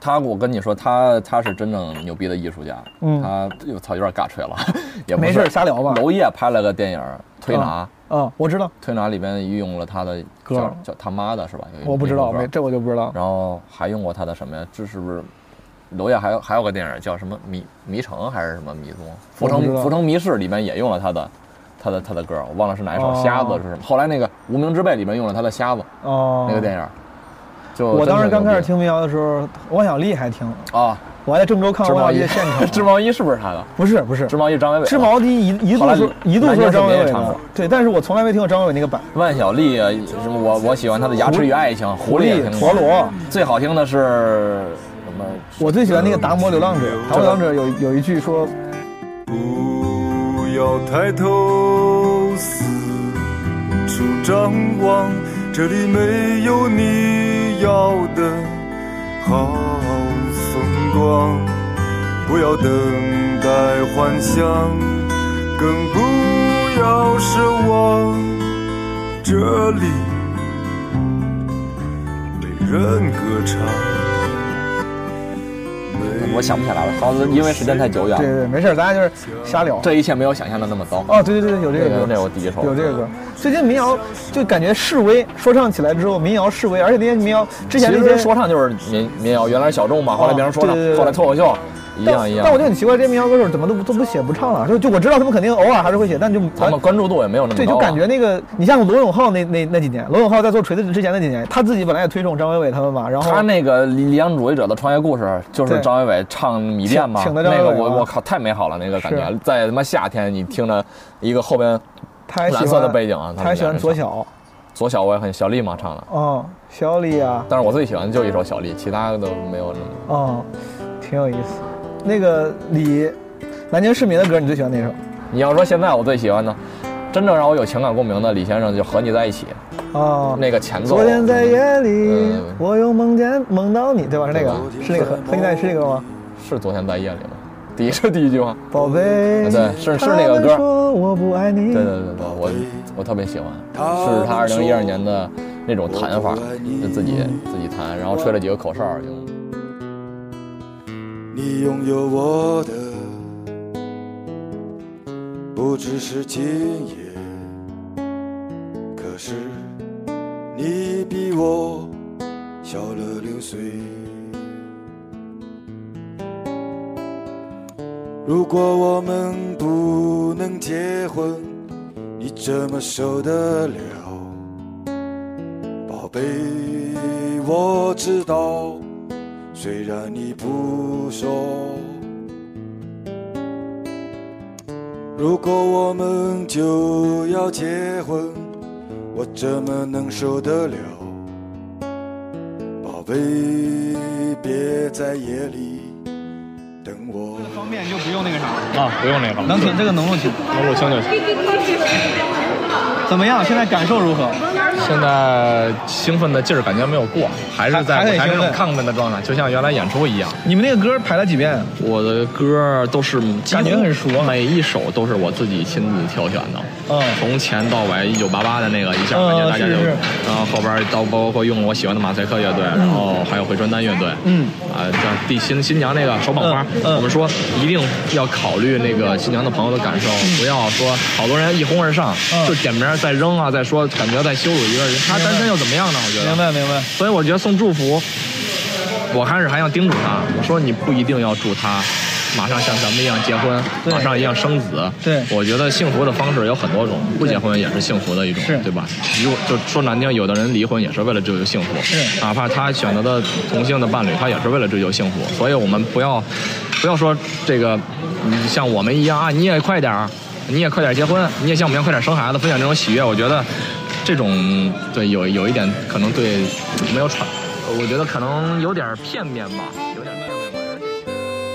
他我跟你说，他他是真正牛逼的艺术家。
嗯
他我操，有点尬吹了， 也不
没
是
事瞎聊吧
娄烨拍了个电影《推拿》
啊嗯，我知道，
推拿》里边用了他的
歌
叫叫他妈的是吧？有一
我不知道，没
有一首歌
这我就不知道。
然后还用过他的什么呀？这是不是？娄烨还有还有个电影叫什么迷迷城还是什么迷踪？浮
我不知
城
道
浮城迷事里面也用了他的他的他的歌，我忘了是哪一首
哦
《瞎子》是什么。后来那个《无名之辈》里面用了他的《瞎子》
哦，
那个电影，就
我当时刚开始
听。
听民谣的时候，王小利还听，
啊，
我还在郑州看
织
过王
毛
小利的
衣。
现场
织毛衣是不是他的？
不是不是，
织毛衣张伟伟的。
织毛衣一一度
后来
说一度
南
说
京
张
市民
伟
也
伟
唱
的
过，
对，但是我从来没听过张伟伟那个版。
万晓利啊，什么我我喜欢他的《牙齿与爱情》，
狐
狐
狸
狸也听过
陀螺
最好听的是什么？
我最喜欢那个
嗯
《达摩流浪者》，《达摩流浪者有》有一句说，
不要抬头四处张望，这里没有你要的好风光。不要等待幻想，更不要奢望，这里没人歌唱。
嗯我想不起来了，好像因为时间太久远
对对对，
了。
没事儿，咱俩就是瞎聊。
这一切没有想象的那么糟。
哦，对对对，有这个
那
歌，
那我第一首
有这个歌。最近民谣就感觉示威，说唱起来之后，民谣示威，而且那些民谣之前那
其
些
实说唱就是民民谣，原来是小众嘛，后来变成说
哦对对对
唱，
对
后来脱口秀，一样一样。
但我就很奇怪，这些民谣歌手怎么都不都不写不唱了？就就我知道他们肯定偶尔还是会写，但就
他们关注度也没有那么高啊。
对，就感觉那个，你像罗永浩那那那几年，罗永浩在做锤子之前那几年，他自己本来也推崇张伟伟他们嘛，然后
他那个理理想主义者的创业故事，就是
对
张伟伟唱米店嘛，
请请的张
那
伟伟
个
啊
我我靠太美好了，那个感觉
是，
在他妈夏天你听着一个后边
他还喜欢
蓝色的背景啊，
他还喜欢左小，
左小我也很小丽嘛唱的，
哦，小李啊，
但是我最喜欢的就一首小丽，其他的都没有那么。
哦，挺有意思。那个李，南京市民的歌你最喜欢哪首？
你要说现在我最喜欢的，真正让我有情感共鸣的李先生就和你在一起，
哦，
那个前奏嗯
昨，天在夜里，我又梦见梦到你，对吧？是那个，是那个和和你在一起是那个吗？
是昨天在夜里吗？第一是第一句话，
宝贝，
对，是是那个
他们
歌。
说我不爱你，
对对对对，我我特别喜欢，是他二零一二年的那种弹法，就自己自己弹，然后吹了几个口哨儿，用
你拥有我的，不只是今夜。可是你比我小了六岁。如果我们不能结婚，你怎么受得了？宝贝，我知道。虽然你不说。如果我们就要结婚，我怎么能受得了？宝贝，别在夜里等我。方便就不用那个啥
啊，不用那个，
能听这个能录清，
能录清就行。
怎么样？现在感受如何？
现在兴奋的劲儿感觉没有过，还是在
还还得
舞台
兴奋
上亢奋的状态，就像原来演出一样。
你们那个歌排了几遍？
我的歌都是
感觉很熟啊
每一首都是我自己亲自挑选的。
嗯
从前到尾，一九八八的那个一下，感觉
嗯
大家就是
是，
然后后边到包括用了我喜欢的马赛克乐队，然后还有回川丹乐队，
嗯，
啊，像地新新娘那个手捧花
嗯，嗯
我们说一定要考虑那个新娘的朋友的感受，
嗯
不要说好多人一哄而上，就点名儿再扔啊，再说感觉在羞辱一个人，他单身又怎么样呢？我觉得
明白明白。
所以我觉得送祝福，我开始还想叮嘱他，我说你不一定要祝他马上像咱们一样结婚，
对
马上一样生子。
对
我觉得幸福的方式有很多种，不结婚也是幸福的一种，对吧？如果就说难听，有的人离婚也是为了追求幸福，
是
哪怕他选择的同性的伴侣，他也是为了追求幸福。所以我们不要不要说这个，你像我们一样啊，你也快点儿。你也快点儿结婚，你也像我们一样快点儿生孩子，分享这种喜悦。我觉得这种对有有一点可能对没有传
我觉得可能有点片面吧，有点片面。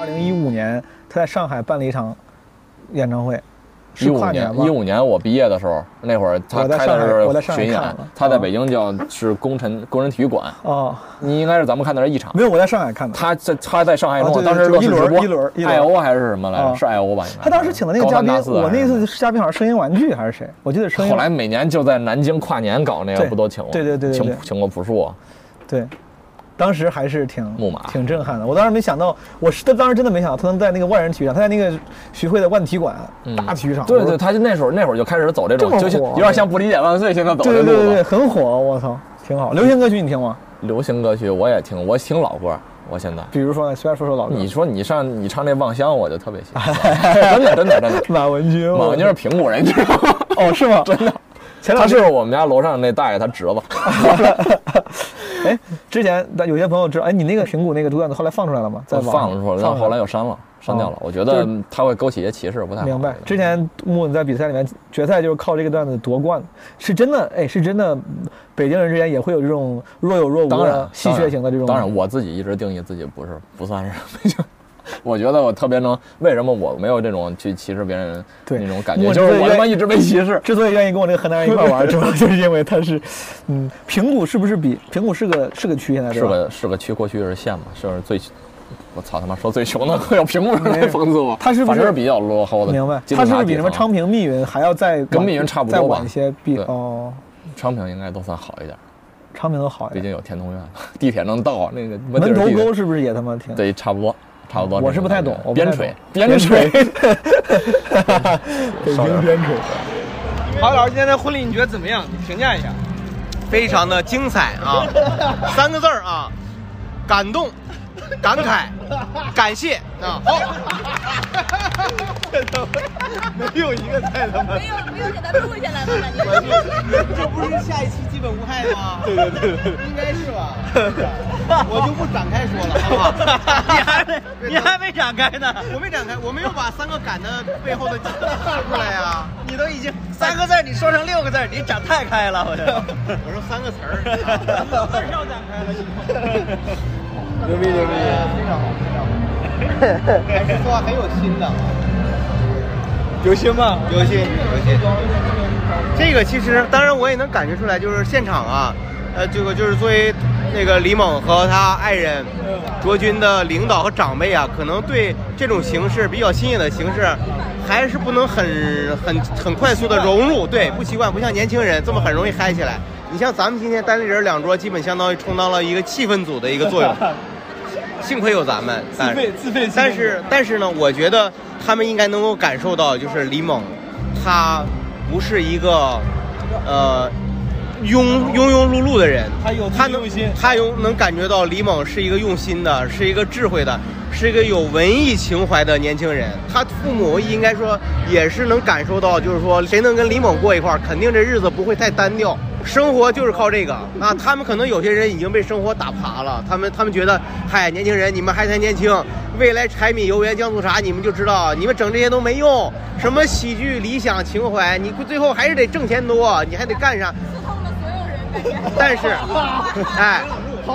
二零一五年，他在上海办了一场演唱会，
一
是
五
跨
年，
吧
一？五年我毕业的时候，那会儿他
我在
开
上海我在
的是
上海
巡演
看了，嗯
他在北京叫是工程工人体育馆，
哦，
你应该是咱们看的是一场，
没有，我在上海看的。
他在他在上海演
啊
唱会，
对
哎当时
就
乐
一
视直
轮
播，
一轮一轮
I O 还是什么来着？
啊
是 I O 吧？应该
他当时请的那个嘉
高
宾
三大四，啊还是
我那次嘉宾好像是声音玩具还是谁？我记得声音。
后来每年就在南京跨年搞那个，
对
不都请我？
对对对对对
请请过朴树，啊
对，当时还是挺
木马
挺震撼的。我当时没想到，我是当时真的没想到他能在那个万人体育场，他在那个徐汇的万体馆、
嗯
大体育场。
对
我
对，
说
他就那时候那会儿就开始走这种
这，么
就像
火啊
有点像不理解万岁现在走
对对
这路
对对
子
对，。很火，我操，挺好。流行歌曲你听吗？
流行歌曲我也听，我听老歌，我现在。
比如说呢，随便说说老歌。
你说你上你唱那《望乡》，我就特别喜欢， 真的真的真的。
马文军，
马文军是平谷人，你知道吗？
哦，是吗？
真的。
前
他
两天
是我们家楼上那大爷他侄子，
哎，之前但有些朋友知道，哎，你那个平谷那个独段子后来放出来了吗？在
我
网上
放出来，但后来又删了，删掉了
哦。
我觉
就
得
是
他会勾起一些歧视，不太好
明。白。之前木子在比赛里面决赛就是靠这个段子夺冠，是真的，哎，是真的。北京人之间也会有这种若有若无
当然
的，戏谑型的这种。
当然，当然我自己一直定义自己不是 不算是。我觉得我特别能，为什么我没有这种去歧视别人那种感觉？
木子
就是我他妈
愿
一直被歧视。
之所以愿意跟我这个河南人一块 玩，主要就是因为他是，嗯，平谷是不是比平谷是个是个区现在对
是
吧？
个是个区，过去是县嘛，是最，我操他妈说最穷的，会有评论
没
来
有
讽刺我。
他是不
反
是
正比较落后的？
明白，
金
他
字
是不
塔
是比
底
什么
层
昌平、密云还要再晚
跟密云差不
再
多吧
晚一些？比
对
哦，
昌平应该都算好一点，
昌平都好一
毕
点。
竟有天通苑，地铁能到那个
门头沟是
不
不是也他妈挺？
对，差不多，差不多。
我是不太懂，我不太
边
懂
陲，
边
陲，
北
稍
京
微
边陲。
郝宇老师今天的婚礼你觉得怎么样？你评价一下。非常的精彩 啊，三个字儿啊，感 动、感慨、感谢啊。好，没有一个太他妈。
没有没有给他录下来吗？感觉。
这不是下一期基本无害吗？对对对对，应该是吧。 我就不展开说了，好不好？你还没你还没展开呢，我没展开，我没有把三个感的背后的解放出来啊呀。你都已经三个字儿，你说成六个字儿，你展太开了， 我就。我说三个词儿，字儿要展开了。
牛逼牛逼，
非常好，非常好，还是说话很有心的。有心吗？有心，有心。这个其实，当然我也能感觉出来，就是现场啊，呃，这个就是作为那个李猛和他爱人卓君的领导和长辈啊，可能对这种形式比较新颖的形式，还是不能很很很快速的融入，对，不习惯，不像年轻人这么很容易嗨起来。你像咱们今天单立人两桌，基本相当于充当了一个气氛组的一个作用。幸亏有咱们，但是自费，但是但是呢，我觉得他们应该能够感受到，就是李猛，他不是一个呃庸庸庸碌碌的人，他有他能他有能感觉到李猛是一个用心的，是一个智慧的，是一个有文艺情怀的年轻人。他父母应该说也是能感受到，就是说谁能跟李猛过一块儿，肯定这日子不会太单调。生活就是靠这个。那他们可能有些人已经被生活打趴了，他们他们觉得，嗨，年轻人，你们还太年轻，未来柴米油盐酱醋茶，你们就知道，你们整这些都没用。什么喜剧、理想、情怀，你最后还是得挣钱多，你还得干啥？ 但 是，哎，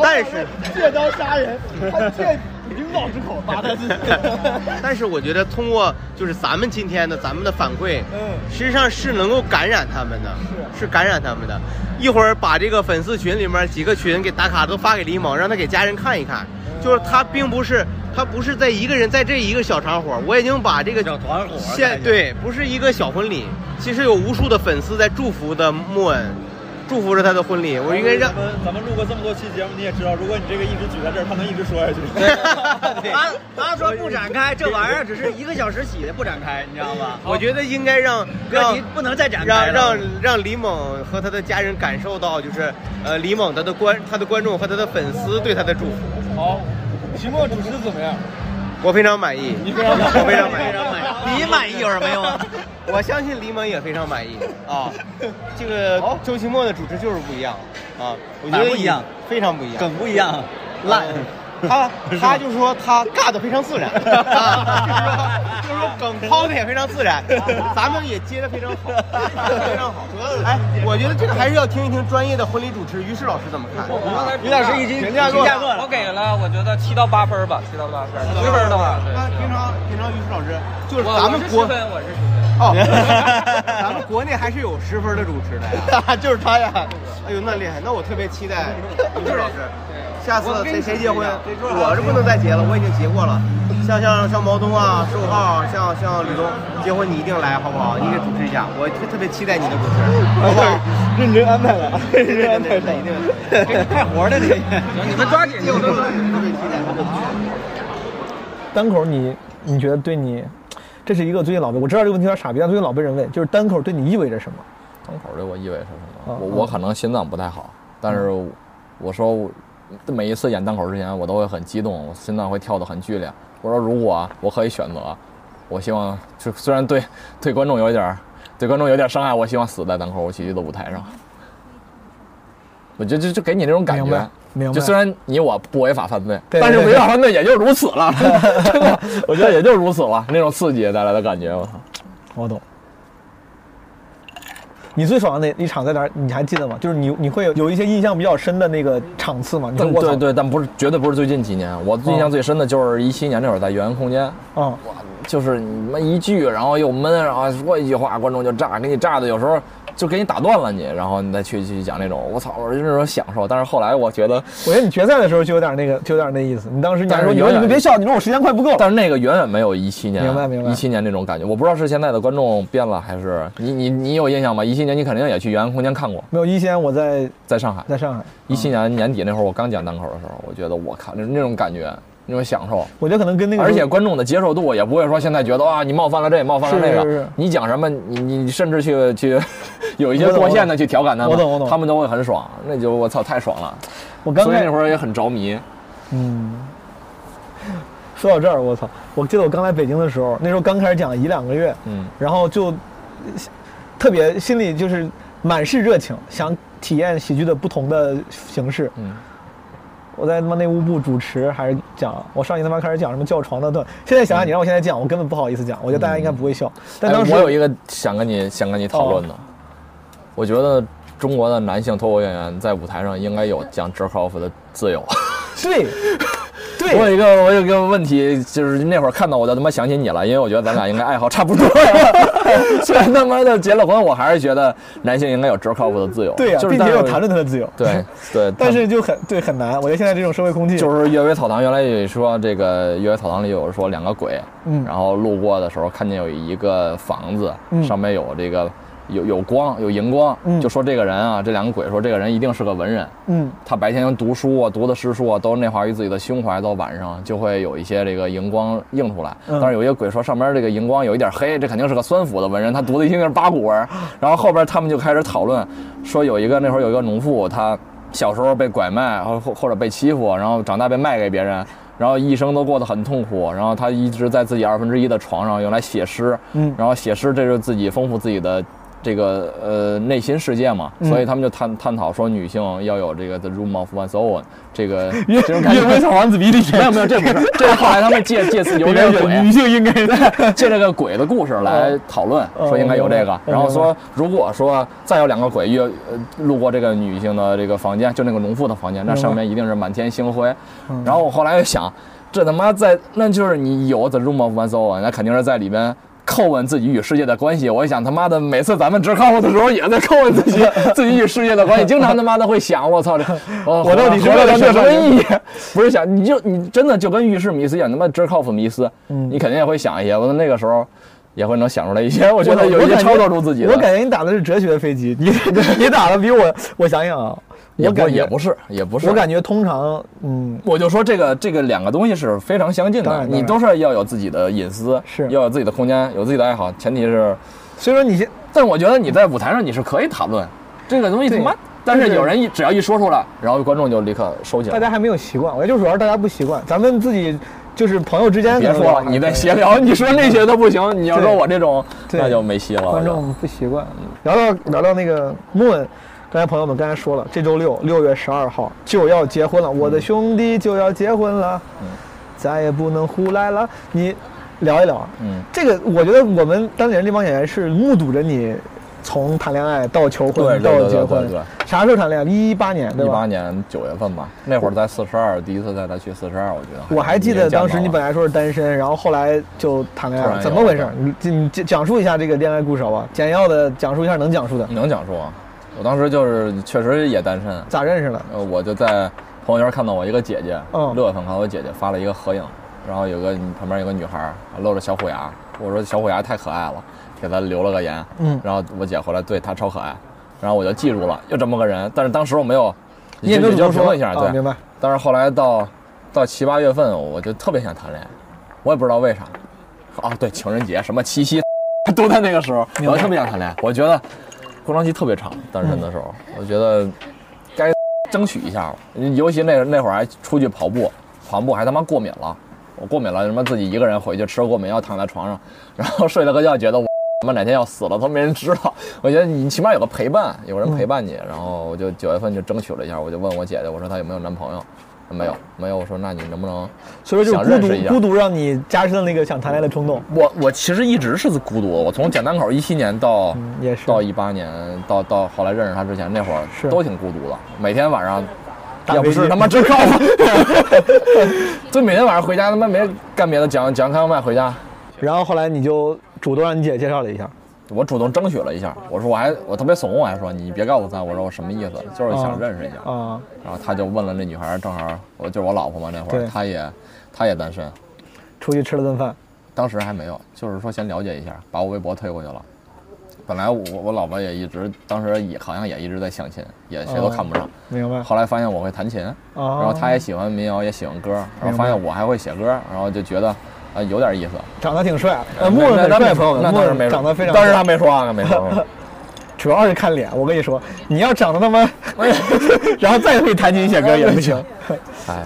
但是，
借刀杀人，还借 领导之口拔他自己。
但是我觉得通过就是咱们今天的咱们的反馈，
嗯
实际上是能够感染他们的，是感染他们的。一会儿把这个粉丝群里面几个群给打卡都发给李猛，让他给家人看一看。就是他并不是他不是在一个人在这一个小团伙，我已经把这个小团伙现对不是一个小婚礼，其实有无数的粉丝在祝福的莫恩，祝福着他的婚礼。我应该让
咱们咱们录过这么多期节目，你也知道，如果你这个一直举在这儿，他能一直说下去。
他他说不展开，这玩意儿只是一个小时起的，不展开，你知道吗？
我觉得应该让
哥
让
你不能再展
让
开了
让让李猛和他的家人感受到，就是呃李猛他的观他的观众和他的粉丝对他的祝福。
好，期末主持怎么样？
我非常满意，你非
常满意
我非常满意。
你满意有什么用啊？
我相信李猛也非常满意啊。这个周奇墨的主持就是不一样啊，我觉
哪
得
不一样，
非常不一样，
梗不一样烂
呃。他他就说他尬的非常自然，啊就是说就是说梗抛的也非常自 然，咱们也接的非常好，非常好。哎，我觉得这个还是要听一听专业的婚礼主持于适老师怎么看。于老师已经
评
评价过了，
我给了，我觉得七到八分吧，七到八分，十分的话，对。
那平常平常于适老师就是
我
咱们
我是
国
十分我是
哦，咱们国内还是有十分的主持的 呀，就是他呀。哎呦，那厉害！那我特别期待于适老师，下次谁谁结婚，我是不能再结了，我已经结过了。像像像毛东啊、寿浩啊、像像吕东结婚，你一定来好不好？你给主持一下，我特特别期待你的主持，好不 好？认真安排了，认真安排了，一定给你派活儿的这。你们抓紧，我都特别期待。
单口你你觉得对你，这是一个最近老被我知道这个问题有点傻逼，但最近老被人问，就是单口对你意味着什么？
单口对我意味着什
啊
么？我
嗯
我可能心脏不太好，但是我说我每一次演单口之前，我都会很激动，我心脏会跳得很剧烈。我说如果我可以选择，我希望就虽然对 对观众有一点儿对观众有点伤害，我希望死在单口喜剧的舞台上。我觉得就就给你那种感
明白
觉，
明白
就虽然你我不违法犯罪，
对
但是
对
违
对
法犯罪也就如此了， 真的，我觉得也就如此了，那种刺激带来的感觉，我操。
我懂。你最爽的那一场在哪儿？你还记得吗？就是你你会有有一些印象比较深的那个场次吗？你说哦
但
我
对
操，
对，但不是绝对不是最近几年，我印象最深的就是一七年那会儿在圆空间，
嗯，
就是你们一句，然后又闷，然后说一句话，观众就炸，给你炸的，有时候就给你打断了你，然后你再去去讲那种，我操，我就是那种享受。但是后来我觉得，
我觉得你决赛的时候就有点那个，就有点那意思。你当时你还
但
说
是
你
远
说你
远
们别笑，你说我时间快不够。
但是那个远远没有一七年，啊
明白明白
一七年那种感觉，我不知道是现在的观众变了，还是你你你有印象吗？一七年你肯定也去圆空间看过，
没有一仙我在
在上海，
在上海，嗯
一七年年底那会儿我刚讲单口的时候，我觉得我靠，那那种感觉，那种享受。
我觉得可能跟那个
而且观众的接受度也不会说现在觉得啊，你冒犯了这，冒犯了那
是
个，
是是
你讲什么，你你你甚至去去有一些
我懂
过线的去调侃他们，
我懂我懂
他们都会很爽，那就我操太爽了。
我刚
所以
开
那会儿也很着迷，
嗯，说到这儿，我操！我记得我刚来北京的时候，那时候刚开始讲一两个月，
嗯，
然后就特别心里就是满是热情，想体验喜剧的不同的形式。
嗯，
我在他妈内务部主持还是讲，我上一他妈开始讲什么叫床的段，现在想想你让我现在讲，我根本不好意思讲，我觉得大家应该不会笑。但
哎
当时、哦
我有一个想跟你想跟你讨论的，我觉得中国的男性脱口演员在舞台上应该有讲 jerk off 的自由。
对，对
我有一个我有一个问题，就是那会儿看到我就他妈想起你了，因为我觉得咱俩应该爱好差不多。 虽然他妈的结了婚，我还是觉得男性应该有 jerk off 的自由。
对呀、
就是
并且
但
有谈论他的自由。
对 对，
但是就很对很难，我觉得现在这种社会空气
就是《阅微草堂》，原来也说这个《阅微草堂》里有说两个鬼，
嗯
然后路过的时候看见有一个房子，
嗯
上面有这个有有光有荧光，
嗯
就说这个人啊，这两个鬼说这个人一定是个文人，
嗯
他白天读书啊，读的诗书啊，都内化于自己的胸怀，到晚上就会有一些这个荧光映出来。
嗯
但是有一个鬼说上边这个荧光有一点黑，这肯定是个酸腐的文人，他读的一定是八股文。然后后边他们就开始讨论，说有一个那会儿有一个农妇，她小时候被拐卖，或或或者被欺负，然后长大被卖给别人。然后一生都过得很痛苦，然后她一直在自己二分之一的床上用来写诗，
嗯
然后写诗这是自己丰富自己的这个呃内心世界嘛，
嗯
所以他们就探探讨说女性要有这个 the room of one's own 这个
阅
这种感觉。
阅微草堂子 比里
没有没有，这不是，这是后来他们借借此有点
里面
鬼，
有女性应该
借这个鬼的故事来讨论，
哦
说应该有这个
哦，
然后说如果说再有两个鬼越呃路过这个女性的这个房间，就那个农妇的房间，那
明白
上面一定是满天星辉
嗯。
然后我后来又想，这他妈在那就是你有 the room of one's own，那肯定是在里边。叩问自己与世界的关系，我一想他妈的，每次咱们只靠我的时候，也在叩问自 己自己与世界的关系，经常他妈的会想，我操这，哦
我到底是
活
为了
着有
什
什
么
么意义？不是想你就你真的就跟浴室迷思一样，他妈 jerk off 迷思，
嗯
你肯定也会想一些。我说那个时候也会能想出来一些，我觉得有一些
感
超脱出自己的。
我感觉你打的是哲学飞机，你 你打的比我，我想想啊，
也
我
不
感
是
觉
也不是也不是，
我感觉通常，嗯，
我就说这个这个两个东西是非常相近
当
的，
然当然
你都是要有自己的隐私，
是
要有自己的空间，有自己的爱好，前提是。
所以说你现，
但我觉得你在舞台上你是可以讨论这个东西，他
对
妈。但是
就是
有人一只要一说出来，然后观众就立刻收起来
大。家还没有习惯，我觉得就是主要是大家不习惯，咱们自己就是朋友之间
别
可能
说了，你在闲聊， 你说那些都不行。你要说我这种，
啊对
那就没戏了。
观众不习惯。聊聊聊聊那个 Moon，刚才朋友们刚才说了，这周六六月十二号就要结婚了，
嗯
我的兄弟就要结婚了，再也不能胡来了。你聊一聊，
嗯，
这个我觉得我们当年这帮演员是目睹着你从谈恋爱到求
对
婚
对
到
对
结
对
婚
对对，
啥时候谈恋爱？一八年对
一
吧
八？年九月份吧，那会儿在四十二，第一次带他去四十二，我觉得
我还记
你也
得
见
当时
到
你
了
本来说是单身，然后后来就谈恋爱
突
了，
然
怎
有
么
了
回事？你你讲讲述一下这个恋爱故事好吧？简要的讲述一下能讲述的。
能讲述啊。我当时就是确实也单身，
咋认识的？
呃，我就在朋友圈看到我一个姐姐，
嗯
六月份看到我姐姐发了一个合影，然后有个旁边有个女孩儿露着小虎牙，我说小虎牙太可爱了，给她留了个言，
嗯
然后我姐回来对她超可爱，然后我就记住了，就这么个人，但是当时我没有，
你也没有
就
主动
就评
说
论一下，
啊
对，
明白。
但是后来到到七八月份，我就特别想谈恋爱，我也不知道为啥，啊，对，情人节什么七夕，都在那个时候，
明白
我特别想谈恋爱，我觉得空窗期特别长，单身的时候，
嗯
我觉得该争取一下了，尤其那那会儿还出去跑步，跑步还他妈过敏了，我过敏了，什么自己一个人回去吃过敏药，躺在床上，然后睡了个觉，觉得我。他妈哪天要死了都没人知道，我觉得你起码有个陪伴，有人陪伴
嗯
你。然后我就九月份就争取了一下，我就问我姐姐，我说她有没有男朋友？没有，没有。我说那你能不能
所以说
想
就是
认
孤
识一
独，
下
孤独让你加深了那个想谈恋爱的冲动。
我我其实一直是孤独，我从简单口一七年到、
嗯也是
到一八年，到到后来认识他之前那会儿都挺孤独的，每天晚上。
打
要不
飞机
是他妈真高吗？ 就每天晚上回家他妈没干别的，讲讲开麦回家。
然后后来你就主动让你姐介绍了一下，
我主动争取了一下，我说我还我特别怂，我还说你别告诉他，我说我什么意思，就是想认识一下。
啊，
然后他就问了那女孩儿，正好我就是我老婆嘛，那会
对
儿她也她也单身，
出去吃了顿饭，
当时还没有，就是说先了解一下，把我微博推过去了。本来我我老婆也一直，当时也好像也一直在相亲，也谁都看不上。
哦明白
后来发现我会弹琴，
哦
然后她也喜欢民谣，也喜欢歌，然后发现我还会写歌，然后就觉得啊、呃有点意思。
长得挺帅，呃，
那
木
那
很
那
帅，朋友们，
那当然没
木
说
长得非常，
当时他没说啊没说。
主要是看脸，我跟你说，你要长得他妈， 然后再会弹琴写歌也 不行。
哎，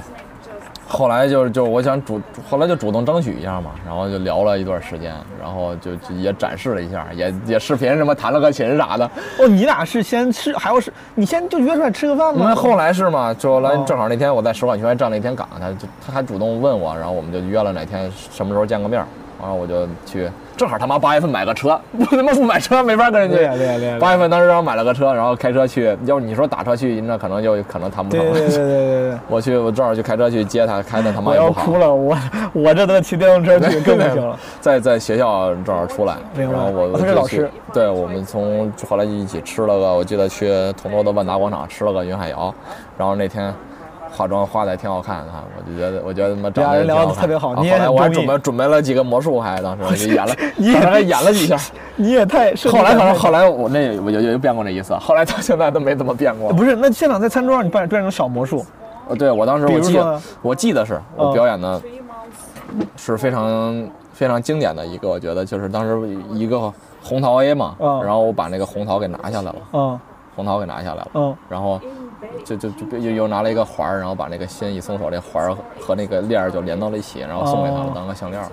后来就是就是我想主，后来就主动争取一下嘛，然后就聊了一段时间，然后就就也展示了一下，也也视频什么弹了个琴啥的。
哦，你俩是先吃，还要是你先就约出来吃个饭
因
吗？
为后来哦是嘛，就来
哦
正好那天我在使馆学院站了一天岗，他就他还主动问我，然后我们就约了哪天什么时候见个面儿，然后我就去，正好他妈八月份买个车， 我他妈不买车没法跟人家。
对啊呀对呀对呀
八月份当时让我买了个车，然后开车去，要是你说打车去，那可能就可能谈不
对
成
对
了。
对对对对，
我去，我正好去开车去接他，开的他妈
我
也
要
不好。
哭了，我我这都骑电动车去更不行了。
在在学校正好出来，
明白
然后我
啊他是
就
老
去
师，
对我们从后来一起吃了个，我记得去同州的万达广场吃了个云海肴，然后那天化妆化的也挺好看的，我就觉得我觉得他妈长
俩
得
人
也挺
聊得
看
特别好
啊
你也
后来
很
我还
中
准
意，
备准备了几个魔术，还当时我就演了
你也
当时还演了几下。
你也太
后来反正后来我那我就有变过那一次，后来到现在都没怎么变过。
不是，那现场在餐桌上你扮变成小魔 术，
呃，对我当时
比
我
如
记
说
得
呢
我记得是
嗯
我表演的是非常非常经典的一个，我觉得就是当时一个红桃 A 嘛，
嗯
然后我把那个红桃给拿下来了，
嗯
红桃给拿下来了，
嗯
然后就就就又又拿了一个环儿，然后把那个心一松手，这环儿和那个链儿就连到了一起，然后送给他
哦
了当个项链儿。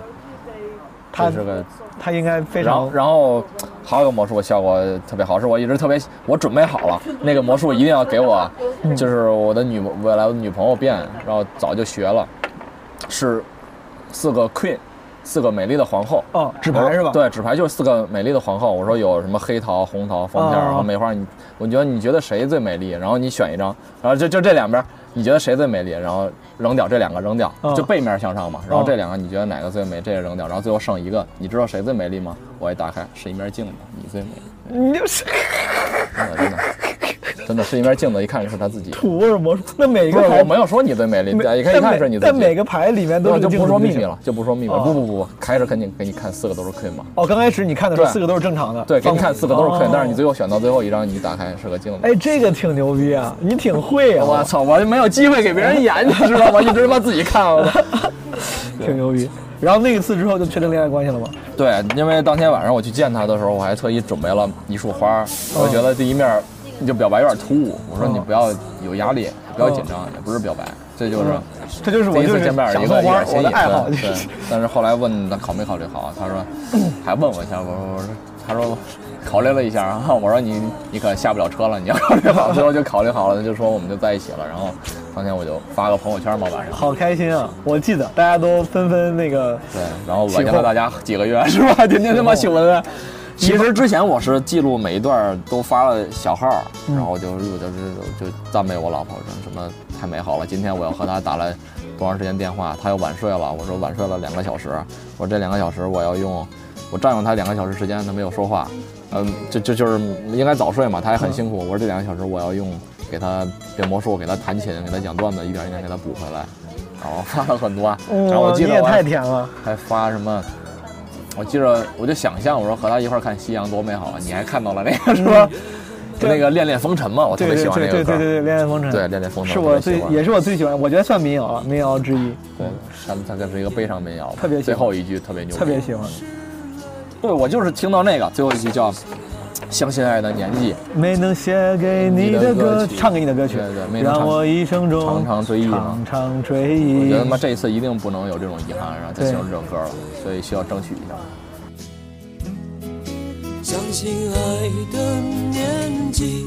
他
这是个
他应该非
然后
常
然后还有个魔术效果特别好，是我一直特别我准备好了，那个魔术一定要给我，
嗯
就是我的女未来的女朋友变，然后早就学了，是四个 queen，四个美丽的皇后。
哦，纸牌
我说
是吧？
对，纸牌就是四个美丽的皇后。我说有什么黑桃、红桃、枫片
哦
儿和梅花，你我觉得你觉得谁最美丽？然后你选一张，然后就就这两边儿，你觉得谁最美丽？然后扔掉这两个，扔掉，
哦
就背面向上嘛。然后
哦
这两个你觉得哪个最美？这个扔掉，然后最后剩一个，你知道谁最美丽吗？我一打开是一面镜子，你最美丽，
你就是
真的真的真的是一面镜子，一看就是他自己。
土味魔术。那 每
不
个
是，
牌
我没有说你最美丽，
每
一看一
但
看
每
是你自己。
但每个牌里面都
那
是
就
镜
不
子
说
自
秘
己
密了，就不说秘密了。
哦
不不不不，开始肯定给你看四个都是 queen 嘛。
哦，刚开始你看的时候
对
四个都是正常的，
对，给你看四个都是 queen，
哦
但是你最后选到最后一张，你打开是个镜子。
哎，这个挺牛逼啊！你挺会啊！
我操，我就没有机会给别人演，你知道吗？一直他妈自己看。我
挺牛逼。然后那一次之后就确定恋爱关系了吗？
对，因为当天晚上我去见他的时候，我还特意准备了一束花儿，我觉嗯得第一面儿就表白有点突兀，我说你不要有压力，不要紧张，也不是表白，嗯这就是
嗯，这就是我
第一
就
次
是
见面儿
想
一
送
个一
花
个
我
先
的
引
爱好
申
就是
对，但是后来问他考没考虑好，他说 还问我一下，我说我说他说考虑了一下，然 后我说你你可下不了车了，你要考虑好，最后就考虑好了，就说我们就在一起了，然后当天我就发个朋友圈嘛晚上，
好开心啊！我记得大家都纷纷那个
对，然后
起
完了
哄
大家几个月 是吧？天天他妈
起
写文案。其实之前我是记录每一段都发了小号儿，
嗯
然后就是我就是就赞美我老婆什么什么太美好了。今天我又和她打了多长时间电话，她又晚睡了，我说晚睡了两个小时，我说这两个小时我要用我占用她两个小时时间，她没有说话，嗯，这这就是应该早睡嘛，她也很辛苦。我说这两个小时我要用给她变魔术，给她弹琴，给她讲段子，一点一点给她补回来，然后发了很多。然后我
哇
记
哦你
得
也
我还
太甜了。
还发什么？我记着，我就想象，我说和他一块儿看夕阳多美好啊！你还看到了那个是吧？就那个《恋恋风尘》嘛，哦我特
对
别
嗯对
喜欢
对
那
对
个
对
歌
对
儿。
对，恋爱风尘，
对恋恋风尘
是
我
我
特别
最
喜欢
也是我最喜欢，我觉得算民谣了，民谣之一。
对，他他这是一个悲伤民谣嘛，
特别喜欢
最后一句特别牛，
特别喜欢。
对，我就是听到那个最后一句叫“相信爱的年纪
没能写给你的歌，唱给你的歌曲，
对对没能
让
唱
我一生”，中
常常追忆嘛。
常常追
我
忆
觉得。他妈这一次一定不能有这种遗憾，然后再
对
形容这首歌了，所以需要争取一下。
相信爱的年纪，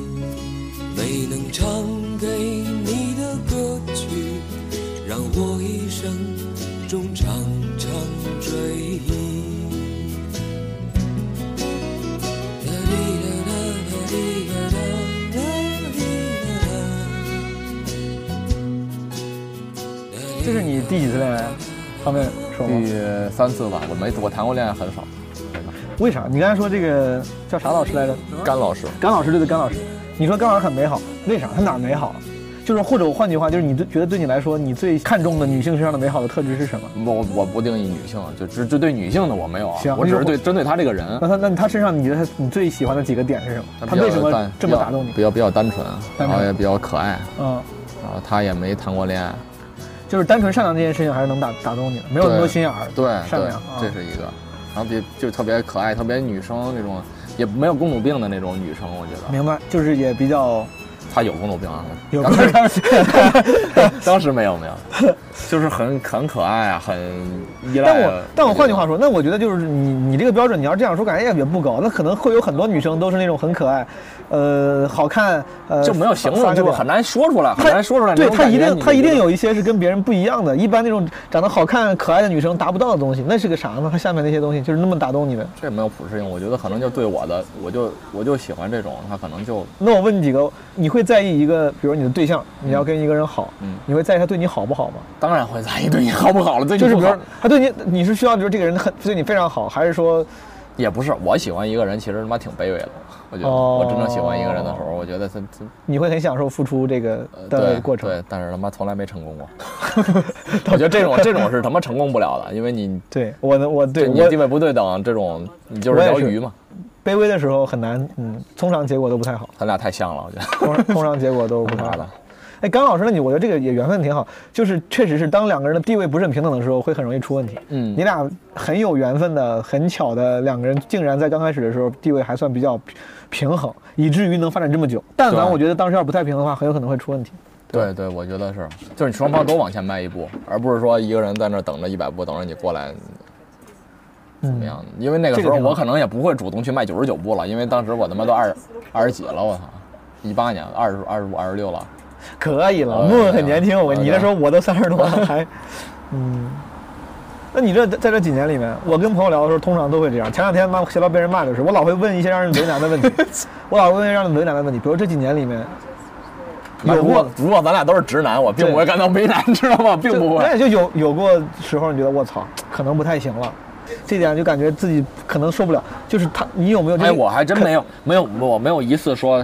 没能唱给你的歌曲，让我一生中常常追忆。
这是你第几次恋爱？方便说吗？
第三次吧，我没我谈过恋爱很少。
为啥？你刚才说这个叫啥老师来着？
甘老师，
甘老师对对，甘老师，你说甘老师很美好，为啥？他哪儿美好？就是或者我换句话，就是你对觉得对你来说，你最看重的女性身上的美好的特质是什么？
我我不定义女性，啊就只就对女性的我没有啊
行，哎
我只
那
是
就
对针对她这个人
那。他那他身上你觉得他你最喜欢的几个点是什么？他
比较
呃为什么
单
这么打动你？
比较比较单纯，
单纯
然后也比较可爱，
嗯，
然后她也没谈过恋爱，
就是单纯善良这件事情还是能打打动你的，没有那么多
对
心眼儿，
对，
善
对
良。啊
这是一个。然后比就特别可爱，特别女生那种，也没有公主病的那种女生，我觉得
明白，就是也比较
她有公主病啊，
有
当
公
时
主
当时没有没有，就是很很可爱啊，很依赖啊。
但我但我换句话说，那我觉得就是你你这个标准，你要这样说，感觉也不高。那可能会有很多女生都是那种很可爱，呃，好看，呃，
就没有形容，
撒个
就是
点
很难说出来，很
她
难说出来那
对
种
她
感
一
觉。
定
你
她一
觉
定
得
有一些是跟别人不一样的。一般那种长得好看可爱的女生达不到的东西，那是个啥呢？她下面那些东西就是那么打动你的。
这没有普适性，我觉得可能就对我的，我就我就喜欢这种，他可能就
那我问你几个，你会在意一个，比如你的对象，你要跟一个人好，
嗯
你会在意他对你好不好吗？
当然会在意对你好不好了，对你
就是
不
比
好
如他对你，你是需要就是这个人很对你非常好，还是说
也不是我喜欢一个人，其实他妈挺卑微的。我觉得、
哦
我真正喜欢一个人的时候，我觉得他他
你会很享受付出这个的
呃对
过程？
对，但是他妈从来没成 功过。我觉得这种这种是他妈成功不了的，因为你
对我的我对
你
我
地位不对等，这种你就是
我也
条
是
鱼嘛。
卑微的时候很难，嗯，通常结果都不 太好，
咱俩太像了，我 觉得。
通常通常结果都不太
妈的
好。哎，甘老师，那你我觉得这个也缘分挺好，就是确实是当两个人的地位不是很平等的时候，会很容易出问题。
嗯
你俩很有缘分的，很巧的两个人，竟然在刚开始的时候地位还算比较平平衡，以至于能发展这么久。但凡
对
我觉得当时要不太平衡的话，很有可能会出问题。
对对，我觉得是，就是你双方都往前迈一步，而不是说一个人在那儿等着一百步，等着你过来
怎
么样？因为那个
这
时
个
候
挺好
我可能也不会主动去迈九十九步了，因为当时我他妈都二二十几了，我操，一八年二十二十五二十六了，
可以了，
哎
木很年轻，我跟
好
你
的
那时候我都三十多 了，还，嗯，那你这在这几年里面，我跟朋友聊的时候，通常都会这样。前两天妈闲聊被人骂就是，我老会问一些让人为难的问 题，我老会问一些让人为难的问题，比如这几年里面，有
如果
过
如果咱俩都是直男，我并不会
对
感到为难，知道吗？并不
那也
会。
就有有过时候，你觉得我操，可能不太行了，这点就感觉自己可能受不了。就是他，你有没有这个？
哎，我还真没有，没有，我没有一次说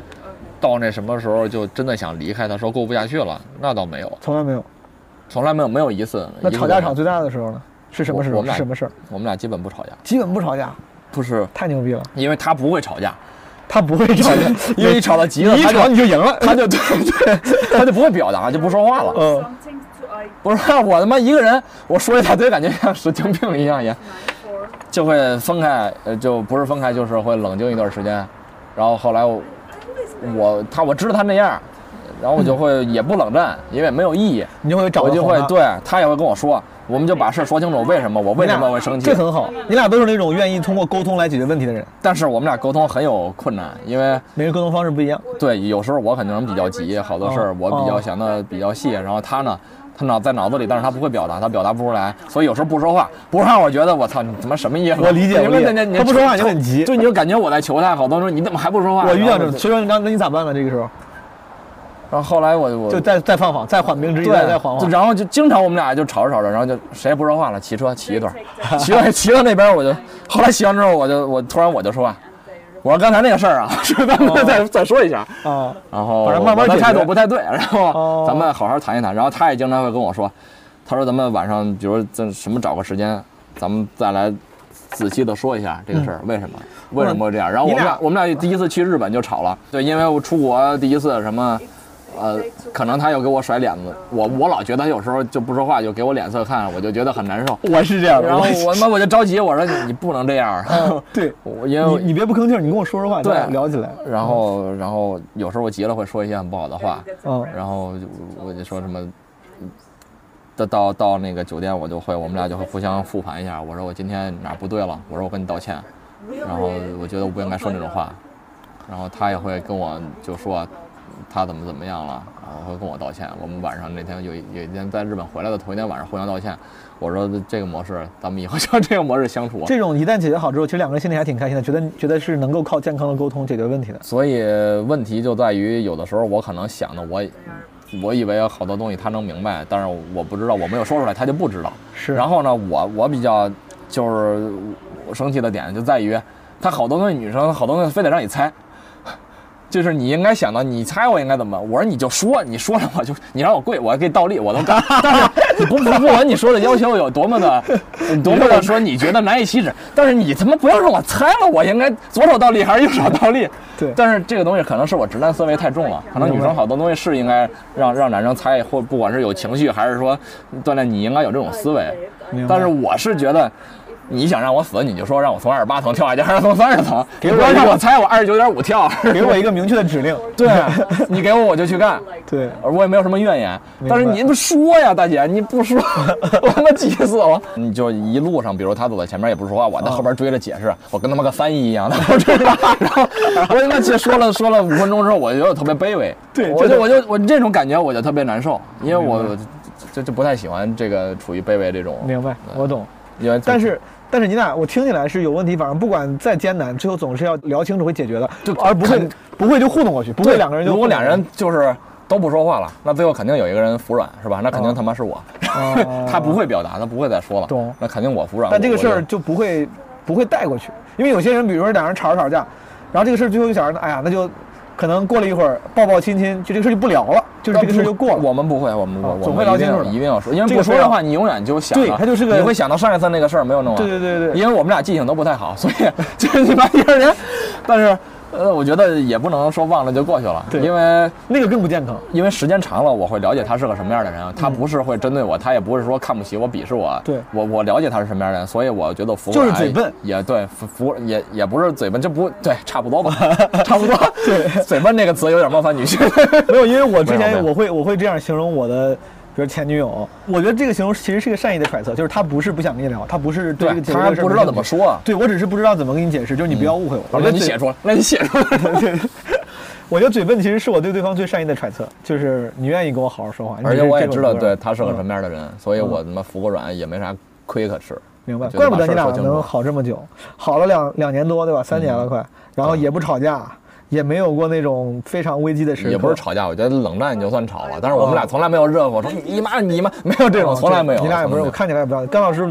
到那什么时候就真的想离开他，说过不下去了，那倒没有，
从来没有。
从来没有，没有一次。
那
一次
吵
都
架
没有
吵最大的时候呢？是什么时
我
候？
我
是
们俩
什么事儿？
我们俩基本不吵架，
基本不吵架，
不是
太牛逼了。
因为他不会吵架，，
他不会吵架
因为你吵到急了，
你一
他就
吵你就赢了，
他就对对，他就不会表达，就不说话了。
嗯，
不是我他妈一个人，我说一大堆，感觉像神经病一样也，就会分开，呃，就不是分开，就是会冷静一段时间。然后后来我，我他我知道他那样，然后我就会也不冷战，因为没有意义，
你就会找
我
个
就
哄
会
他
对他也会跟我说，我们就把事说清楚，为什么我为什么会生气，
这很好。你俩都是那种愿意通过沟通来解决问题的人。
但是我们俩沟通很有困难，因为
每人沟通方式不一样。
对，有时候我可能比较急，好多事儿
哦
我比较
哦
想的比较细，然后他呢，他脑在脑子里，但是他不会表达，他表达不出来，所以有时候不说话，不说话，我觉得我操，你他妈什么意思？
我理解
你
我理解
你你
他不说话你很急
对，你就感觉我在求他，好多时候你怎么还不说话？
我遇到这种，
然后
所以说那那你咋办呢？这个时候，
然后后来我我
就再再放放，再缓兵之计，
对，
再再缓
就
缓。
然后就经常我们俩就吵着吵着，然后就谁也不说话了，骑车骑一段， 骑到骑到那边我就，后来骑完之后我就我突然我就说话，我说刚才那个事儿啊， 是咱们再再说一下，
啊，
然
哦
后
反正慢慢
我的
解
态度
决
不太对，然后咱们好好谈一谈。然后他也经常会跟我说，他说咱们晚上，比如咱什么找个时间，咱们再来仔细的说一下这个
嗯
事儿，为什么为什么会这样。然后我们俩我们俩第一次去日本就吵了，对，因为我出国第一次什么。呃，可能他又给我甩脸子，我我老觉得他有时候就不说话，就给我脸色看，我就觉得很难受。
我是这样的
然后
我
我他妈我就着急，我说你你不能 这样。啊
对，
我因为
你你别不吭气儿，你跟我说说话，咱
对
俩，聊起来。
然后，然后有时候我急了会说一些很不好的话，
嗯
然后就我就说什么，嗯到到到那个酒店我就会，我们俩就会互相复盘一下。我说我今天哪儿不对了，我说我跟你道歉，然后我觉得我不应该说那种话，然后他也会跟我就说他怎么怎么样了，然后会跟我道歉。我们晚上那天有一有一天在日本回来的头一天晚上互相道歉，我说这个模式咱们以后就这个模式相处。
这种一旦解决好之后，其实两个人心里还挺开心的，觉得觉得是能够靠健康的沟通解决问题的。
所以问题就在于，有的时候我可能想的我，我以为好多东西他能明白，但是我不知道，我没有说出来，他就不知道。
是
然后呢，我我比较就是我生气的点就在于，他好多东西女生好多东西非得让你猜。就是你应该想到，你猜我应该怎么办？我说你就说，你说了我就你让我跪，我还给你倒立，我都干。 但是你不不不管你说的要求有多 么的，多么的说你觉得难以启齿，但是你他妈不要让我猜了，我应该左手倒立还是右手倒立？
对
但是这个东西可能是我直男思维太重了，可能女生好多东西是应该让让男生猜，或不管是有情绪还是说锻炼，你应该有这种思维
明白。
但是我是觉得。你想让我死，你就说让我从二十八层跳下去，还是从三十层？
给我
你不要
一个
让我猜，我二十九点五 跳。
给我一个明确的指令。
对，你给我我就去干，呃
对，
我也没有什么怨言。
明白
但是你不说呀，大姐，你不说，我他妈急死我！ 你就一路上，比如他走在前面也不说话，我在后边追着解释，我跟他妈个翻译一 样的，我追着他，然 后我他妈去说了说了五分钟之后，我就特别卑微，
对
我
真
就
的
我就我这种感觉我就特别难受，因为
明
我就就不太喜欢这个处于卑微这种，
明白，我懂。
因为
但是但是你俩我听起来是有问题，反正不管再艰难，最后总是要聊清楚会解决的，而不会
肯
不会就糊弄过去，不会
对
两个人就
如
糊
果
弄
俩人就是都不说话了，那最后肯定有一个人服软，是吧？那肯定他妈是我， 他不会表达，他不会再说
嗯
了，
啊懂
那肯定我服软。
但这个事
我
儿就
就
不会不会带过去，因为有些人，比如说两人吵着吵着架，然后这个事儿最后就想着，哎呀，那就可能过了一会儿抱抱亲亲，就这个事儿就不聊了，就是这个事儿就过了。
我们不会，我们我
哦总
们
会聊
一定
清楚
要
的
一定要说，因
这个
为不说
非
的
常
话，你永远就想
对
了
它就是个
你会想到上一次那个事儿没有弄完。啊
对对对对
因为我们俩记性都不太好，所以就是你把一个人，但是呃，我觉得也不能说忘了就过去了，
对
因为
那个更不健康。嗯
因为时间长了，我会了解他是个什么样的人，他不是会针对我，他也不是说看不起我、鄙视我，
对
我我了解他是什么样的人，所以我觉得服
就是
软
嘴笨，
也对服服也也不是嘴笨，这不对，差不多 吧，差不多，对，嘴笨这个词有点冒犯女性，
没有，因为我之
没有
前
没有
我会我会这样形容我的，比如前女友，我觉得这个形容其实是一个善意的揣测，就是她不是不想跟你聊，她不是对这
对
个解决
她
这个事儿
不知道怎么说啊
对我只是不知道怎么跟你解释，就是你不要误会我。
嗯
我觉得
那你
嘴
写出来那你写出来
对。我觉得嘴笨其实是我对对方最善意的揣测，就是你愿意跟我好好说话，
而
啊你
且
是
我也
这种
知道，
人
对他是个什么样的人，所以
嗯
我他妈服过软也没啥亏可吃。
明白，
就
怪
是
不
把
得你
事儿
俩
说清
能
楚
好这么久，好了两两年多，对
嗯
吧？三年了快，然后也不吵架，也没有过那种非常危机的时嗯刻，
也不是吵架，我觉得冷战就算吵了，但是我们俩从来没有热过，我说你妈你妈没有这种，
哦
从来没有。
你俩也
从
不是，
来没
我
有
看起来也不知道。甘老师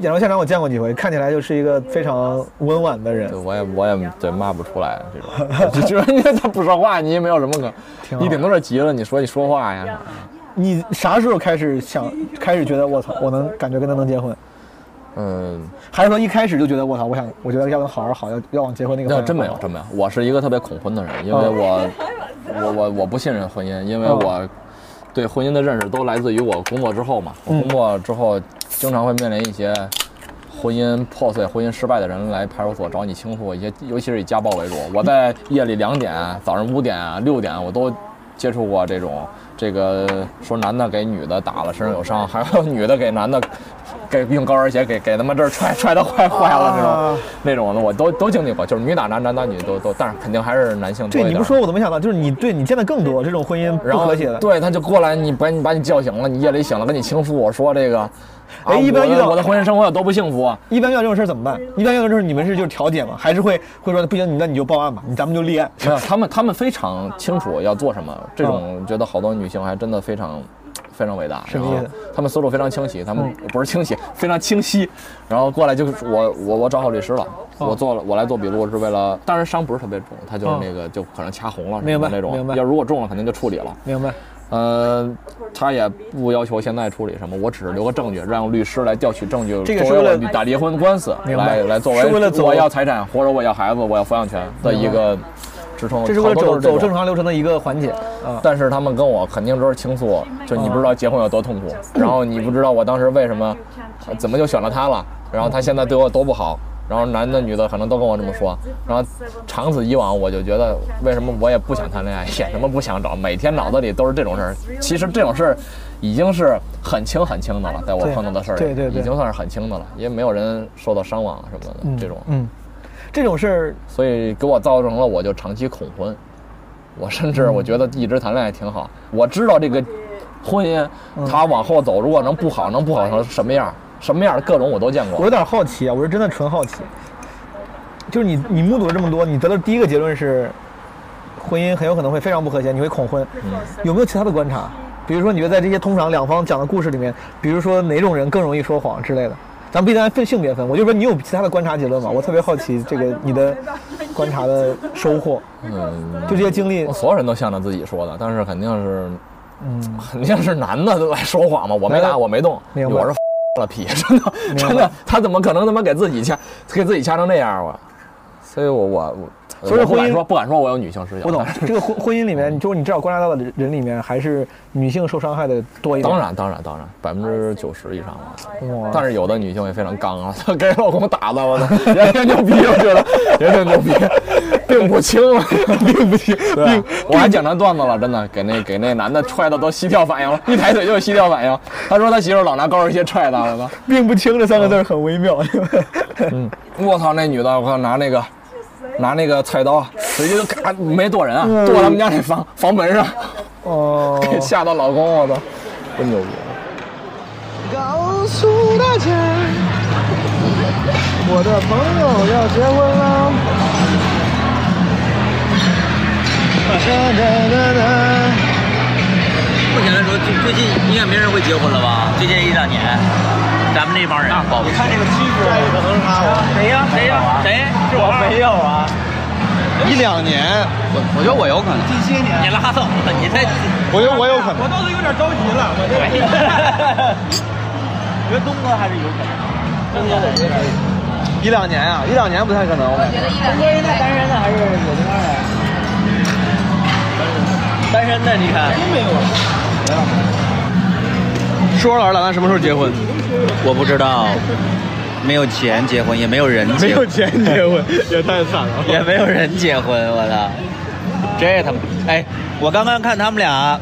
演出现场我见过几回，看起来就是一个非常温婉的人
对，。我也我也对骂不出来这 种，就觉得你他不说话，你也没有什么可，
挺好
你顶多是急了，你说你说话呀。
你啥时候开始想，开始觉得我操，我能感觉跟他能结婚？
嗯，
还是说一开始就觉得我操，我想，我觉得要跟好好好，要要往结婚那个方
那
向
真没有
走
真没有，我是一个特别恐婚的人，因为我 我我我不信任婚姻，因为
哦
我对婚姻的认识都来自于我工作之后嘛，我
嗯
工作之后经常会面临一些婚姻破碎、婚姻失败的人来派出所找你倾诉一些，尤其是以家暴为主。我在夜里两点、早上五点、六点我都接触过这种这个说男的给女的打了身上有伤，还有女的给男的给用高跟鞋给给他们这儿踹踹的坏坏了那种、那种的，我都都经历过，就是女打男，男打女都都，但是肯定还是男性多
对
一
你
点
不
儿。
说我都没想到，就是你对你见的更多这种婚姻不
然后
和谐的。
对，他就过来，你把你把你叫醒了，你夜里醒了，跟你倾诉，我说这个，
哎
啊
一般
我的
遇到
我的婚姻生活有多不幸福啊，
一般遇到这种事儿怎么办？一般遇到这种事儿，你们是就是调解吗？还是会会说不行，你那你就报案吧，你咱们就立案。
没有，他们他们非常清楚要做什么。这种觉得好多女性还真的非常非常伟大，
嗯什么意思嗯
然后他们思路非常清晰，他们不是清晰，非常清晰。然后过来就是我我我找好律师了，
哦
我做了我来做笔录是为了，当然伤不是特别重，他就是那个就可能掐红了
嗯
什么的
明白
那种，
明白
要如果重了肯定就处理了。
明白。
呃，他也不要求现在处理什么，我只是留个证据，让律师来调取证据，
这个是
作为
为
我
了
打离婚官司
明白
来来作
是为了走
我要财产或者我要孩子我要抚养权的一个支撑。
这是为了
好
走
多都这种
走正常流程的一个环节。啊，
但是他们跟我肯定都是倾诉，就你不知道结婚有多痛苦，然后你不知道我当时为什么，呃怎么就选了他了，然后他现在对我多不好，然后男的女的可能都跟我这么说，然后长此以往，我就觉得为什么我也不想谈恋爱，也什么不想找，每天脑子里都是这种事儿。其实这种事儿已经是很轻很轻的了，在我
对
碰到的事儿里，
对对对
已经算是很轻的了，也没有人受到伤亡啊什么的、
嗯
这种。
嗯，这种事儿
所以给我造成了我就长期恐婚。我甚
嗯
至我觉得一直谈恋爱挺好，我知道这个婚姻
嗯
它往后走，如果能不好，能不好成什么样？什么样的各种我都见
我
过
有。点好奇啊，我是真的纯好奇，就是你你目睹了这么多，你得到第一个结论是，婚姻很有可能会非常不和谐，你会恐婚。有没有其他的观察？比如说，你觉得在这些通常两方讲的故事里面，比如说哪种人更容易说谎之类的？咱不一定按分性别分，我就说你有其他的观察结论吗？我特别好奇这个你的观察的收获。
嗯，
就这些经历，
所有人都向着自己说的，但是肯定是，
嗯，
肯定是男的都来说谎嘛。我没
男
打，
的
我没动，
明白
我是了屁，真的
明白
真的，他怎么可能他妈给自己掐给自己掐成那样啊？所以我我我，
所以
我不
婚
敢
姻
说不敢说我有女性视角，
我懂
但是，
这个婚婚姻里
嗯
面，就是你至少观察到的人里面，还是女性受伤害的多一点。
当然，当然，当然，百分之九十以上吧。
哇
但是有的女性也非常刚啊，她给老公打的，我操，也挺牛逼，我觉得也挺牛逼，并不轻，啊并不轻，并啊我还讲成段子了，真的，给那给那男的踹的都膝跳反应了，一抬腿就有膝跳反应。他说他媳妇儿老拿高跟鞋踹他了，
并不清这三个字儿很微妙。
嗯，我操，那女的，我靠，拿那个。拿那个菜刀直接就咔，没剁人啊，
嗯
剁他们家那房房门上，
哦
给吓到老公，我操，真牛逼！
告诉大 家，我的朋友要结婚了。
目前来说，最最近应该没人会结婚了吧？最近一两年，咱们那帮人，啊你看这个趋势，可能是他啊谁呀？谁呀？谁？是我没有啊。
一两年，
我我觉得我有可能。近些年，你拉倒吧，你这，
我觉得我有可能。
我倒是有点着急了，我 这。我觉得东哥还是有可能，东哥我觉得
一两年啊，一两年不太可能。我感觉
东哥现在单身呢还是有对象的？单身的，你看，真没有。
说老师打算什么时候结婚？
我不知道，没有钱结婚，也没有人结，
没有钱结婚，也太惨了。
也没有人结婚，我操！这他妈，哎，我刚刚看他们俩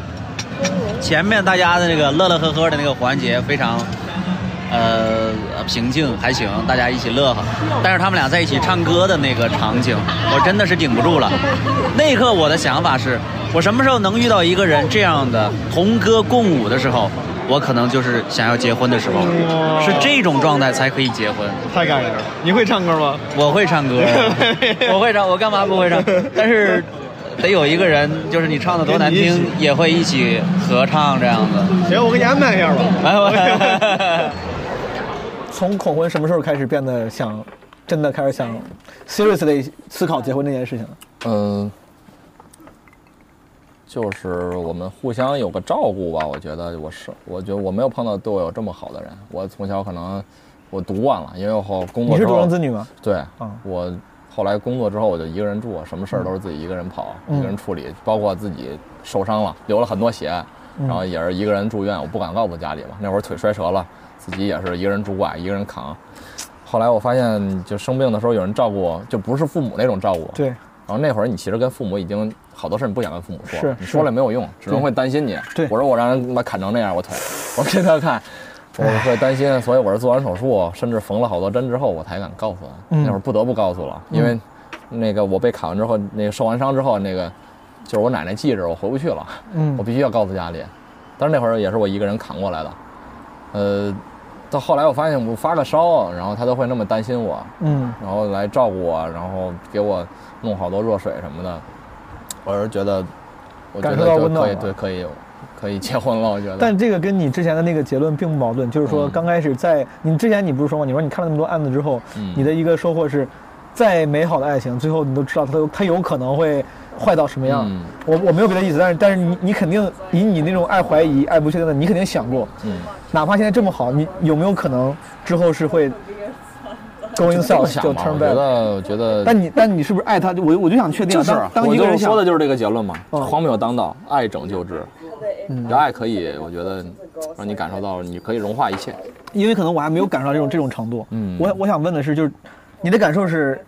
前面大家的那个乐乐呵呵的那个环节非常。呃，平静还行，大家一起乐呵。但是他们俩在一起唱歌的那个场景，我真的是顶不住了。那一刻，我的想法是，我什么时候能遇到一个人这样的同歌共舞的时候，我可能就是想要结婚的时候，是这种状态才可以结婚。
太感人了！你会唱歌吗？
我会 唱歌，我会唱，我干嘛不会唱？但是得有一个人，就是你唱的多难
跟
听
你，
也会一起合唱这样哎子。
行，我给你安排一下吧。
哎我。
从恐婚什么时候开始变得想，真的开始想 seriously 思考结婚这件事情了？
嗯，就是我们互相有个照顾吧。我觉得我是，我觉得我没有碰到对我有这么好的人。我从小可能我读惯了，因为我后工
你
作
是
之后
独生子女吗？
对，
嗯
我后来工作之后我就一个人住，什么事儿都是自己一个人跑，
嗯
一个人处理，包括自己受伤了，流了很多血，
嗯
然后也是一个人住院，我不敢告诉家里嘛。那会儿腿摔折了，自己也是一个人拄拐，一个人扛。后来我发现，就生病的时候有人照顾我，就不是父母那种照顾，
对，
然后那会儿你其实跟父母已经好多事儿你不想跟父母说，
是
你说了也没有用，只能
对
会担心你。对，我说我让人他妈砍成那样，我腿， 我给他看，我会担心，所以我是做完手术，甚至缝了好多针之后，我才敢告诉他。
嗯
那会儿不得不告诉了，因为那个我被砍完之后，那个受完伤之后，那个就是我奶奶记着，我回不去了，
嗯
我必须要告诉家里。但是那会儿也是我一个人扛过来的，呃，到后来我发现我发个烧，然后他都会那么担心我，
嗯
然后来照顾我，然后给我弄好多热水什么的。我是觉得，我觉
感受
得
到
就
温暖
可以，
了
对，可以，可以结婚了。我觉得，
但这个跟你之前的那个结论并不矛盾，就是说刚开始在你之前你不是说吗？你说你看了那么多案子之后，
嗯
你的一个收获是，再美好的爱情，最后你都知道它有它有可能会坏到什么
嗯
样。我我没有别的意思，但是但是你你肯定以你那种爱怀疑、爱不确定的，你肯定想过，
嗯，
哪怕现在这么好，你有没有可能之后是会 going
这么
south
想
就
嘛
turn
我觉
back？
得，我觉得，
但你但你是不是爱他？我我就想确定，啊
就是
当当
啊我
一个
就
人
是
想
说的就是这个结论嘛，
嗯
荒谬当道，爱拯救之。
嗯
这爱可以，我觉得让你感受到，你可以融化一切。
因为可能我还没有感受到这种这种程度。
嗯
我我想问的是，就是你的感受是，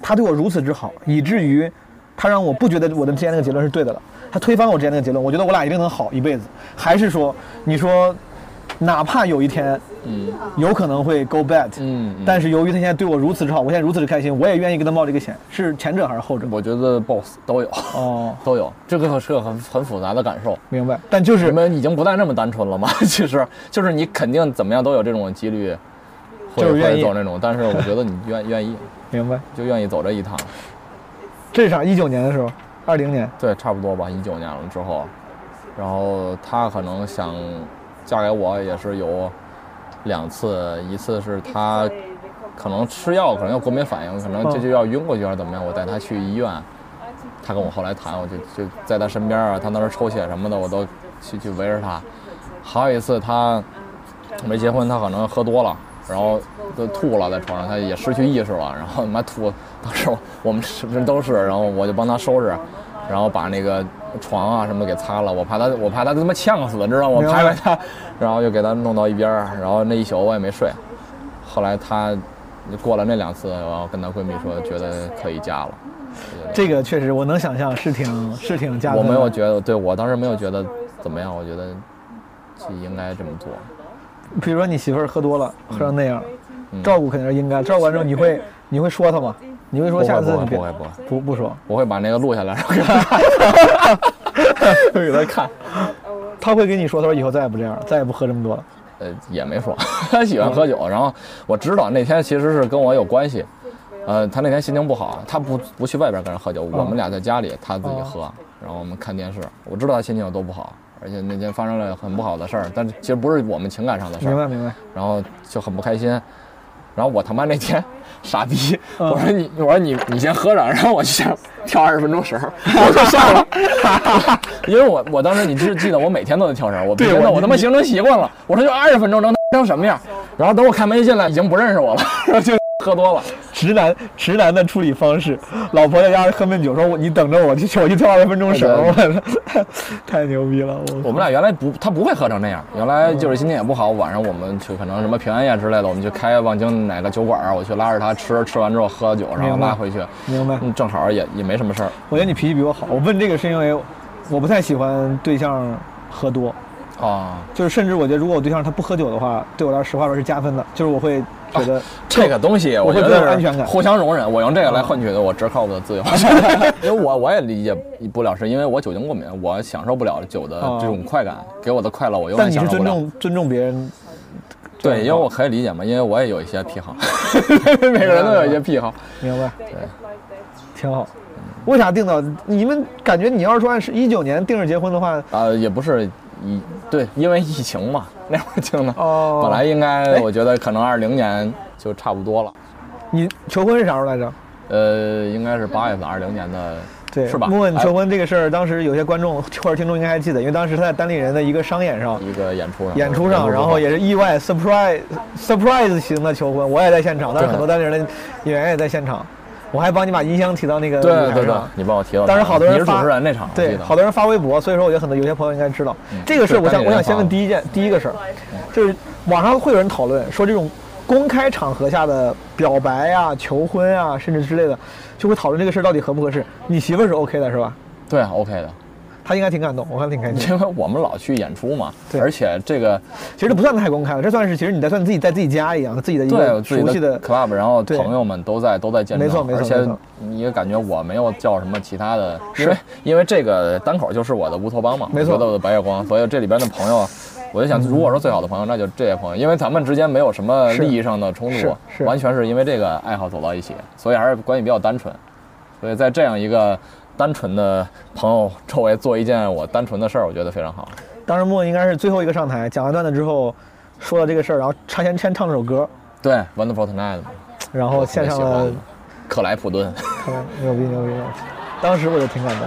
他对我如此之好，以至于他让我不觉得我的之前那个结论是对的了，他推翻我之前那个结论，我觉得我俩一定能好一辈子。还是说，你说哪怕有一天，
嗯，
有可能会 go bad，
嗯，
但是由于他现在对我如此之好，我现在如此之开心，我也愿意跟他冒这个险，是前者还是后者？
我觉得 both 都有
哦，
都有，这个是个很很复杂的感受。
明白，但就是
你们已经不再那么单纯了嘛？ 其实就是你肯定怎么样都有这种几率会，
就是愿
会
意
走那种，但是我觉得你愿愿 意，
明白，
就愿意走这一趟。
这是啥？一九年的时候，二零年，
对，差不多吧，一九年了之后，然后她可能想嫁给我也是有两次，一次是她可能吃药，可能有过敏反应，可能这
嗯
就要晕过去还是怎么样，我带她去医院，她跟我后来谈，我就就在她身边啊，她那时候抽血什么的，我都去去围着她。还有一次她没结婚，她可能喝多了。然后就吐了，在床上，她也失去意识了。然后他妈吐，当时我我们是人都是，然后我就帮她收拾，然后把那个床啊什么给擦了，我怕她，我怕她他妈呛死，知道吗？我
明白
拍拍她，然后就给她弄到一边儿，然后那一宿我也没睡。后来她过了那两次，然后跟她闺蜜说，觉得可以嫁了。
这个确实我能想象，是挺是挺加分
我
的。
没有觉得，对我当时没有觉得怎么样，我觉得就应该这么做。
比如说你媳妇儿喝多了，喝成那样，
嗯
照顾肯定是应该。照顾完之后，你会你会说她吗？你会说下次
不
你别
会不 会不会
不不说，
我会把那个录下来， 然后给她给她看。
她会跟你说，她说以后再也不这样，再也不喝这么多了。
呃，也没说， 他喜欢喝酒。然后我知道那天其实是跟我有关系，呃，他那天心情不好，他不不去外边跟人喝
嗯
酒，我们俩在家里，他自己喝，
哦
然后我们看电视。我知道他心情有多不好，而且那天发生了很不好的事儿，但是其实不是我们情感上的事
明白
儿，
明白。
然后就很不开心。然后我他妈那天 傻逼，
嗯
我说你，我说你，你先喝着，然后我去下跳二十分钟绳 儿，我就上了。 因为我我当时你记记得我每天都在跳绳儿，我
对
别的
我
我他妈形成习惯了。我说就二十分钟能成什么样？然后等我开门一进来，已经不认识我了， 然后就喝多了。
直男直男的处理方式，老婆在家喝闷酒，说我你等着我去，我去跳二十分钟绳儿，我 太牛逼了，我
我们俩原来不，他不会喝成那样。原来就是心情也不好，晚上我们去可能什么平安夜之类的，我们去开望京哪个酒馆儿，我去拉着他吃，吃完之后喝酒，然后
明白
拉回去，
明白。
嗯正好也也没什么事儿。
我觉得你脾气比我好。我问这个是因为我不太喜欢对象喝多，
啊，
就是甚至我觉得如果我对象他不喝酒的话，对我来说实话说是加分的，就是我会觉
啊
得、
这个东西，
我
觉
会
得
比较有安全
是
感。嗯
互相容忍。我用这个来换取我折扣的 自由，因为我我也理解不了，是因为我酒精过敏，我享受不了酒的这种快感，给我的快乐我永
哦但
远
你是
享受
尊
不了。
重尊重别人，
对，因为我可以理解嘛，因为我也有一些癖好， 每个人都有一些癖好。
明白？对，挺好。为啥定到你们？感觉你要是说按是一九年定制结婚的话，
啊、也不是一对，因为疫情嘛，那会儿定的。
哦
本来应该
哎
我觉得可能二零年就差不多了。
你求婚是啥时候来着？
呃，应该是八月份，二零年的，
对，
是吧？
莫问
哎
求婚这个事儿，当时有些观众或者听众应该还记得，因为当时他在单立人的一个商演上，
一个演出上，
演出上，然后也是意外 surprise surprise 型的求婚，我也在现场，当时
对
很多单立人的演员也在现场，我还帮你把音箱提到呃那个
对
舞
对
台
对对
上，。
你帮我提到，
当时好多人
你是主
发
持人那场，我记
对，
得
好多人发微博，所以说我觉得很多有些朋友应该知道
嗯
这个事儿。
对
我想
单立
我
人
想先
发
问
了
第一件第一个事儿，就是网上会有人讨论说这种公开场合下的表白啊、求婚啊，甚至之类的，就会讨论这个事儿到底合不合适。你媳妇儿是 OK 的是吧？
对啊，OK 的。
她应该挺感动，我看挺开心。
因为我们老去演出嘛，而且这个
其实这不算太公开了，这算是其实你在算自己在自己家一样，自己的一
对
个
自己
熟悉的
club，然后
对
朋友们都在都在见证，
没错没错
而且
没错
你也感觉我没有叫什么其他的，因
是
为因为这个单口就是我的乌托邦嘛，
没错嗯
我觉得我的白月光，所以这里边的朋友，我就想，如果说最好的朋友，那就这些朋友，因为咱们之间没有什么
是
利益上的冲
是
突，啊
是
完全是因为这个爱好走到一起，所以还是关系比较单纯，所以在这样一个。单纯的朋友周围做一件我单纯的事儿，我觉得非常好。
当时莫应该是最后一个上台，讲完段子之后，说了这个事儿，然后他先先唱了首歌，
对，Wonderful Tonight，
然后献上了，
克莱普顿。
看来牛逼牛逼牛逼！当时我就挺感动。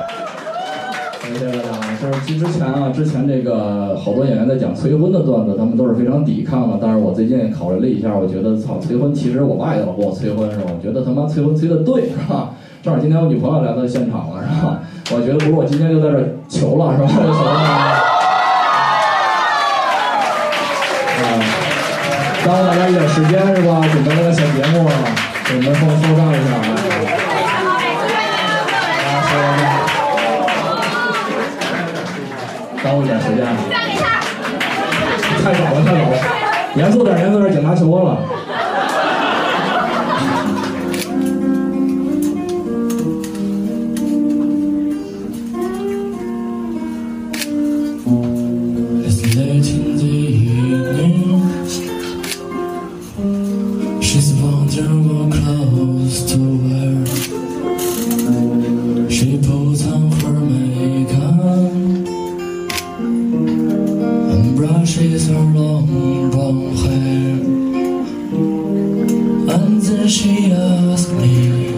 谢谢大家。就是其实之前啊，之前这个好多演员在讲催婚的段子，他们都是非常抵抗的。但是我最近考虑了一下，我觉得操，催婚其实我爸也老跟我催婚是吧？我觉得他妈催婚催的对是吧？ 正好今天我女朋友来到现场了是吧？我觉得不如我今天就在这儿求了是吧？求了。啊，耽误大家一点时间是吧？准备了个小节目，啊给你们放放上一下啊。耽误点时间了。太早了，太早了，严肃点，严肃点，警察求婚了。
She's vulnerable clothes to wear. She puts on her makeup and brushes her long brown hair. And then she asks me,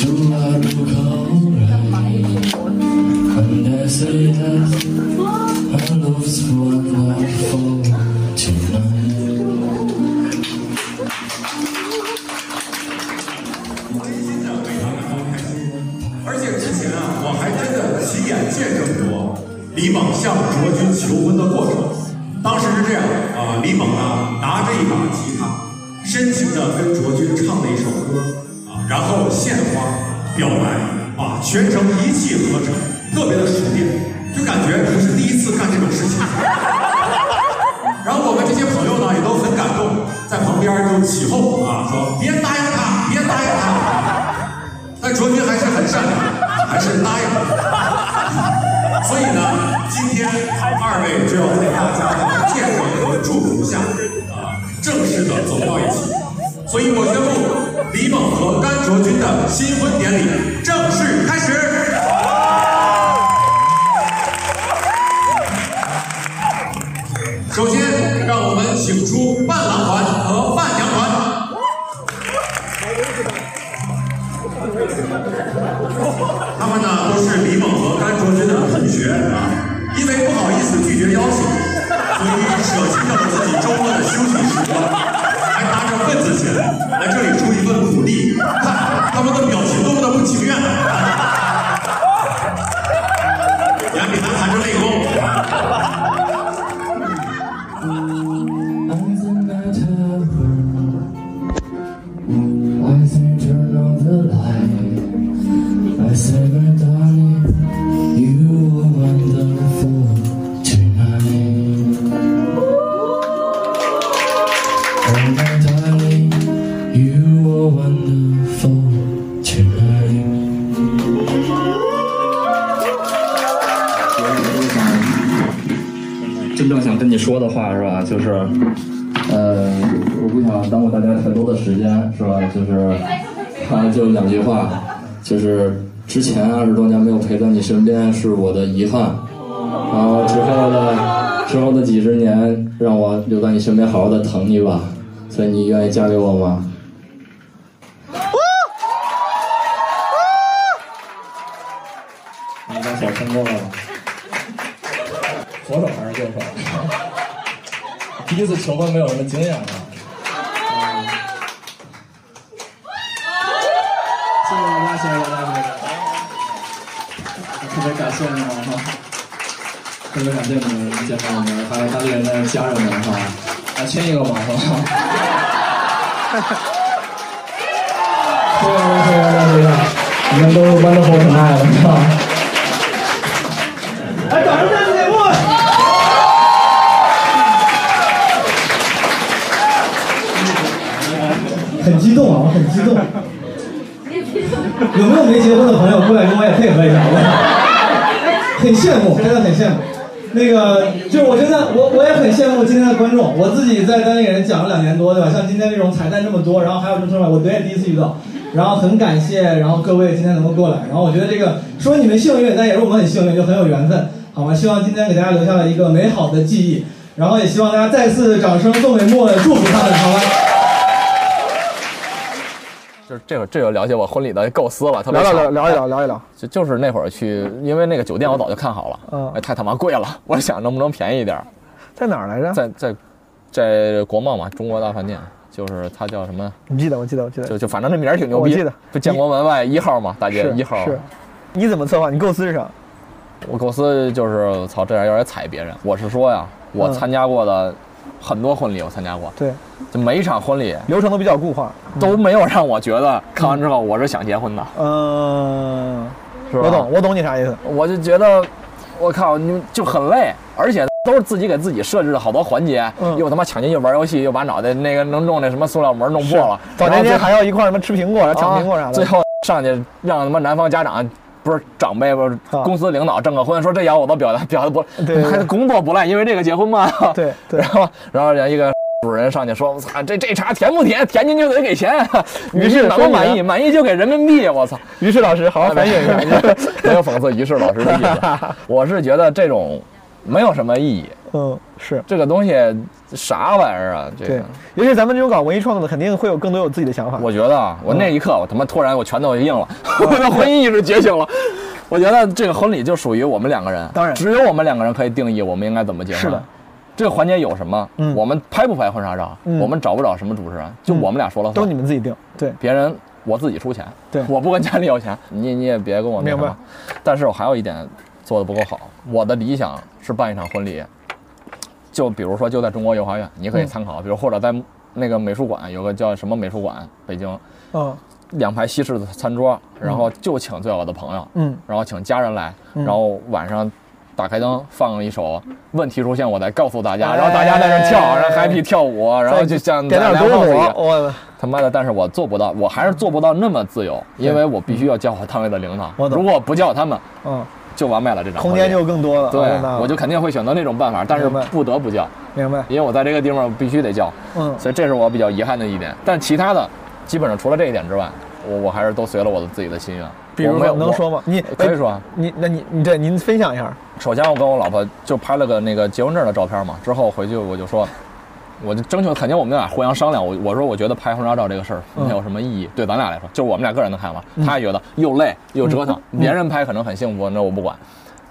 Do I look alright? And I say that I lose what I for tonight.
啊啊啊
I said turn on the light. I said, my darling, you were wonderful tonight. Oh, my darling, you were wonderful tonight.
真正想跟你说的话是吧？就是，呃，我不想耽误大家太多的时间是吧？就是，他就两句话，就是之前二十多年没有陪在你身边是我的遗憾，然后之后的之后的几十年让我留在你身边好好的疼你吧，所以你愿意嫁给我吗？你把小成功了。左手还是右手？第一次求婚没有什么经验啊。
谢谢大家，谢谢大家，谢谢大家。特别感谢你们哈，特别感谢你们，谢谢我们，还有当地人的家人们哈，
啊，签一个吧，好不好？
谢谢大家，你们都玩的好可爱，我操！来，掌声再次给过来。很激动啊，我很激动。有没有没结婚的朋友过来跟我也配合一下？我很羡慕，真的很羡慕。那个就是我真的，我我也很羡慕今天的观众。我自己在单立人讲了两年多，对吧？像今天这种彩蛋这么多，然后还有这么多人，我我也第一次遇到。然后很感谢，然后各位今天能够过来，然后我觉得这个说你们幸运，但也是我们很幸运，就很有缘分，好吗？希望今天给大家留下了一个美好的记忆，然后也希望大家再次掌声送给莫，祝福他们，好吗？
就是这会儿这就了解我婚礼的构思了，特别
聊聊聊
长
聊一聊，聊一聊。
就就是那会儿去，因为那个酒店我早就看好了，
嗯
哎，太他妈贵了，我想能不能便宜一点儿。
在哪儿来着？
在在在国贸嘛，中国大饭店，就是它叫什么？
你记得，我记得，我记得。
就就反正那名儿挺牛
我
逼，
记得
就建国门外一号嘛，大街
是
一号。
是，你怎么策划？你构思是啥？
我构思就是操，这样有点踩别人。我是说呀，我参加过的很多婚礼，我参加过，
嗯对，
就每一场婚礼
流程都比较固化，
都没有让我觉得看完之后我是想结婚的，
嗯，
是吧？
我懂，我懂你啥意思。
我就觉得，我靠，你们就很累，哎而且都是自己给自己设置的好多环节，
嗯
又他妈抢进去玩游戏，又把脑袋那个能弄那什么塑料膜弄破了，
早
然
年
后最
间还要一块儿什么吃苹果、然后抢苹果啥
啊
的。
最后上去让他妈男方家长。不是长辈，不是公司领导证个婚，说这要我都表达表达不，
啊对对对
还是工作不赖，因为这个结婚嘛。
对对。
然后然后人家一个主人上去说，我操，这这茶甜不甜？甜您就得给钱。
于是
满不
所
满
以
意？
呢
满意就给人民币。我操！
于是老师，好好反省一下。
没有讽刺于适老师的意 思，我是觉得这种没有什么意义。
嗯，是
这个东西啥玩意儿啊？这
对
个。，
尤其是咱们这种搞文艺创作的，肯定会有更多有自己的想法。
我觉得啊，我那
嗯
一刻我他妈突然我拳头硬了， 我的婚姻意识觉醒了。我觉得这个婚礼就属于我们两个人，当然只有我们两个人可以定义我们应该怎么结婚。
是的，
这个环节有什么？我们拍不拍婚纱照？
嗯
我们找不找什么主持人？就我们俩说了算，
都是你们自己定。对，
别人我自己出钱。
对
我不跟家里要钱，你你也别跟我那什
明白
么。但是我还有一点做的不够好，我的理想是办一场婚礼，就比如说就在中国油画院，你可以
嗯
参考，比如或者在那个美术馆有个叫什么美术馆，北京。
哦
嗯
两排西式的餐桌，
嗯
然后就请最好的朋友，
嗯
然后请家人来，
嗯
然后晚上打开灯放一首《问题出现》，我再告诉大家，
哎
然后大家在这跳，然后 happy 跳舞，然后就像
点点
咱俩
篝
帽子一
火，
样。
我
他妈的！但是我做不到，我还是做不到那么自由，因为我必须要叫我单位的领导。
我懂
如果不叫他们，
嗯，
就完美了这场
空
婚礼
间就更多了。
对
哦那，
我就肯定会选择那种办法，但是
明白
不得不叫，
明白。
因为我在这个地方必须得叫。
嗯
所以这是我比较遗憾的一点。但其他的，基本上除了这一点之外，我我还是都随了我的自己的心愿。
比如
我没有
说能
我
说吗？你哎
可以说啊。
你那你你对您分享一下。
首先，我跟我老婆就拍了个那个结婚证的照片嘛。之后回去我就说，我就征求，肯定我们俩互相商量。我我说，我觉得拍婚纱照这个事儿
嗯
没有什么意义，对咱俩来说，就是我们俩个人的看法。
嗯
她也觉得又累又折腾，
嗯
别人拍可能很幸福，那我不管。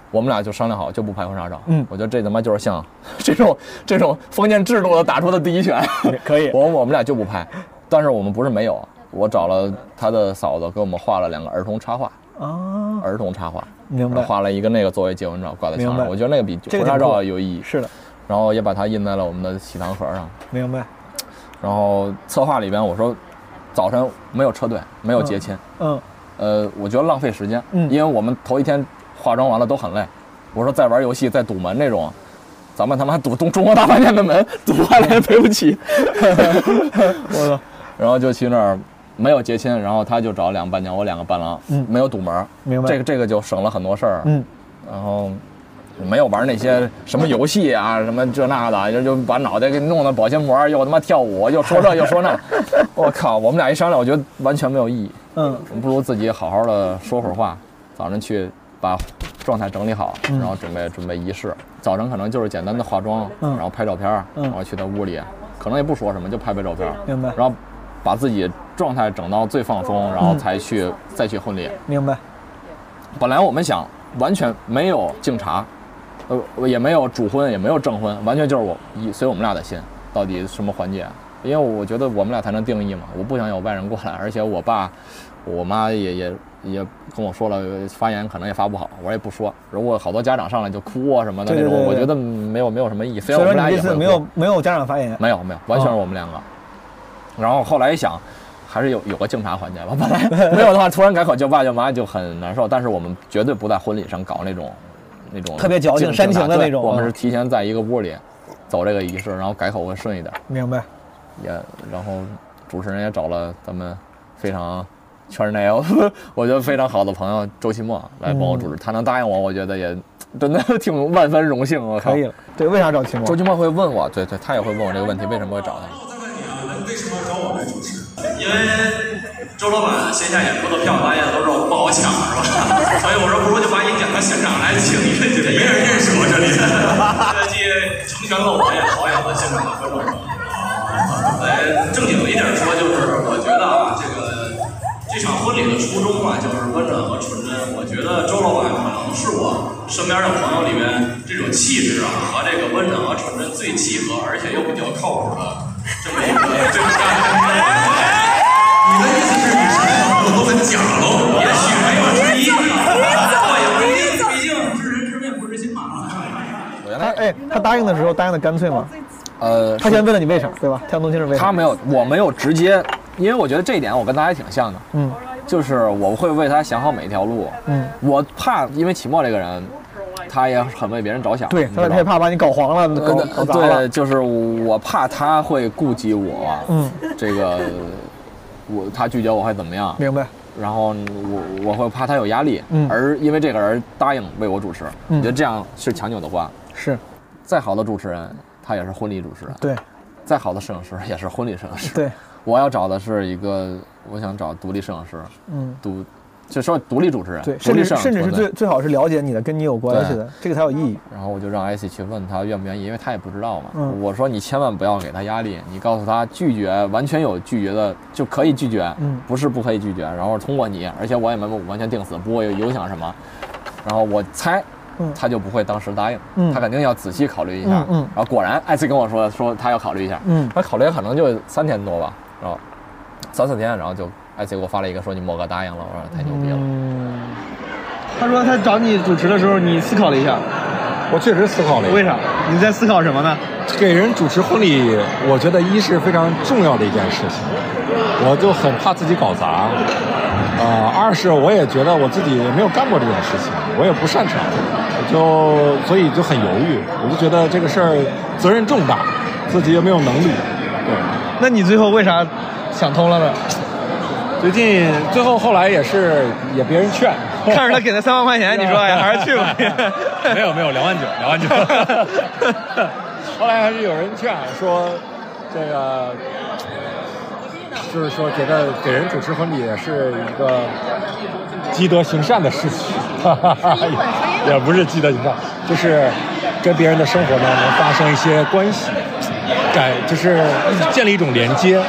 我们俩就商量好，就不拍婚纱照。
嗯
我觉得这他妈就是像 这种这种封建制度的打出的第一拳。
可以，
我我们俩就不拍，但是我们不是没有，我找了他的嫂子给我们画了两个儿童插画，
啊，
儿童插画。
明白。
画了一个那个作为结婚照挂在墙
明
上，
白
我觉得那个比
这个
婚纱
挺酷
照有意义。
是的，
然后也把它印在了我们的喜糖盒上。
明白。
然后策划里边我说，早晨没有车队，没有结亲，
嗯
呃，我觉得浪费时间，
嗯
因为我们头一天化妆完了都很累。我说再玩游戏再堵门那种，咱们他妈堵中中国大饭店的门， 堵坏了也赔不起。
我操！
然后就去那儿没有结亲，然后他就找两个伴娘，我两个伴郎，
嗯
没有堵门，
明白
这个这个就省了很多事儿，啊
嗯，
然后。没有玩那些什么游戏啊，什么这那的，就就把脑袋给弄得保鲜膜，又他妈跳舞，又说这又说那，我靠！我们俩一商量，我觉得完全没有意义。
嗯，
不如自己好好的说会儿话，早晨去把状态整理好，
嗯
然后准备准备仪式。早晨可能就是简单的化妆，
嗯
然后拍照片，
嗯
然后去他屋里，可能也不说什么，就拍拍照片，
明白
然后把自己状态整到最放松，然后才去、再去婚礼。
明白。
本来我们想完全没有敬茶，呃，也没有主婚，也没有证婚，完全就是我以随我们俩的心，到啊底什么环节？因为我觉得我们俩才能定义嘛，我不想有外人过来，而且我爸我妈也也也跟我说了，发言可能也发不好，我也不说。如果好多家长上来就哭啊什么的
对
那
对
种，
对
我
对
觉得没有没有什么意义。虽
所以
然我
说
们
你
俩也
这次
会
没
哭
有没有家长发言，
没有没有，完全是
哦
我们两个。然后后来一想，还是有有个敬茶环节吧。本来没有的话，突然改口叫爸叫妈就很难受。但是我们绝对不在婚礼上搞那种那种
特别矫情
敬
煽情的
对
那种
我们
啊
是提前在一个屋里走这个仪式，然后改口会顺一点。
明白。
也然后主持人也找了咱们非常圈内我觉得非常好的朋友周奇墨来帮我主持，
嗯
他能答应我，我觉得也真的 挺万分荣幸。我靠
可以了。对，为啥找秦
周
墨？
奇墨会问我，对对，他也会问我这个问题，为什么会找他？
为什么要找我来主持？因为周老板线下演出的票大家都知道我不好抢，是吧？所以我说不如就把你讲到现场来，请一问，没人认识我这里， 这既成全了我，也考验了现场的观众。呃，正经一点说，就是我觉得啊，这个这场婚礼的初衷啊，就是温暖和纯真。我觉得周老板可能是我身边的朋友里面这种气质啊和这个温暖和纯真最契合，而且又比较靠谱的这么一个对象。你的意思是你身上有都很假喽？也许没有之一，
哎
哎
我也不一定，毕竟知人知面不知心嘛。
他哎，他答应的时候答应的干脆吗？
呃，
他先问了你为啥，对吧？向东青是为啥？
他没有，我没有直接，因为我觉得这一点我跟大家挺像的，
嗯
就是我会为他想好每一条路。
嗯，
我怕，因为齐墨这个人，他也很为别人着想，
对，
你知
他
道
他也
吧
怕把你搞黄了，搞搞
呃
砸了
对，。就是我怕他会顾及我，
嗯，
这个我他拒绝我会怎么样？
明白。
然后我我会怕他有压力，
嗯
而因为这个人答应为我主持，
嗯
我觉得这样是强扭的瓜。
是，
再好的主持人，他也是婚礼主持人，
对，
再好的摄影师也是婚礼摄影师。
对，
我要找的是一个，我想找独立摄影师，
嗯
独就说独立主持人，
对，
独
甚
立
至
摄影
甚至是
团队
最最好是了解你的，跟你有关系的，这个才有意义。
然后我就让艾希去问他愿不愿意，因为他也不知道嘛。
嗯
我说你千万不要给他压力，你告诉他拒绝完全有拒绝的就可以拒绝，
嗯
不是不可以拒绝。然后通过你，而且我也没有完全定死，不会影响什么。然后我猜。
嗯
他就不会当时答应，
嗯
他肯定要仔细考虑一下。
嗯嗯
然后果然，艾希跟我说说他要考虑一下，
嗯
他考虑可能就三天多吧，然后三四天，然后就艾希给我发了一个说你莫哥答应了，我说太牛逼了。
嗯
他说他找你主持的时候，你思考了一下。
我确实思考了一下
为啥？你在思考什么呢？
给人主持婚礼，我觉得一是非常重要的一件事情，我就很怕自己搞砸。呃，二是我也觉得我自己没有干过这种事情，我也不擅长，我就所以就很犹豫。我就觉得这个事儿责任重大，自己也没有能力。对，
那你最后为啥想通了呢？
最近最后后来也是也别人劝，
看着他给他三万块钱，你说哎，还是去吧。
没有没有，两万九，两万九。 后来还是有人劝说，这个就是说觉得给人主持婚礼也是一个 积德行善的事情，也也不是积德行善，就是跟别人的生活呢能发生一些关系，改就是建立一种连接。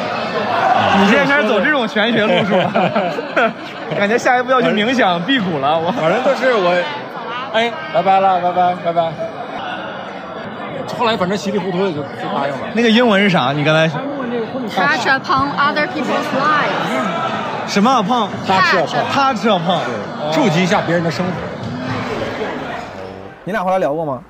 你现在开始走 这种玄学路数了，感觉下一步要去冥想辟谷了。我
反正就是我，哎，拜拜了，拜拜，拜拜。后来反正稀里糊涂的就就答应了。
那个英文是啥？你刚才
Touch upon other people's lives，
什么啊碰？
他吃啊碰
他吃啊碰，
触及一下别人的生活。
你俩后来聊过吗？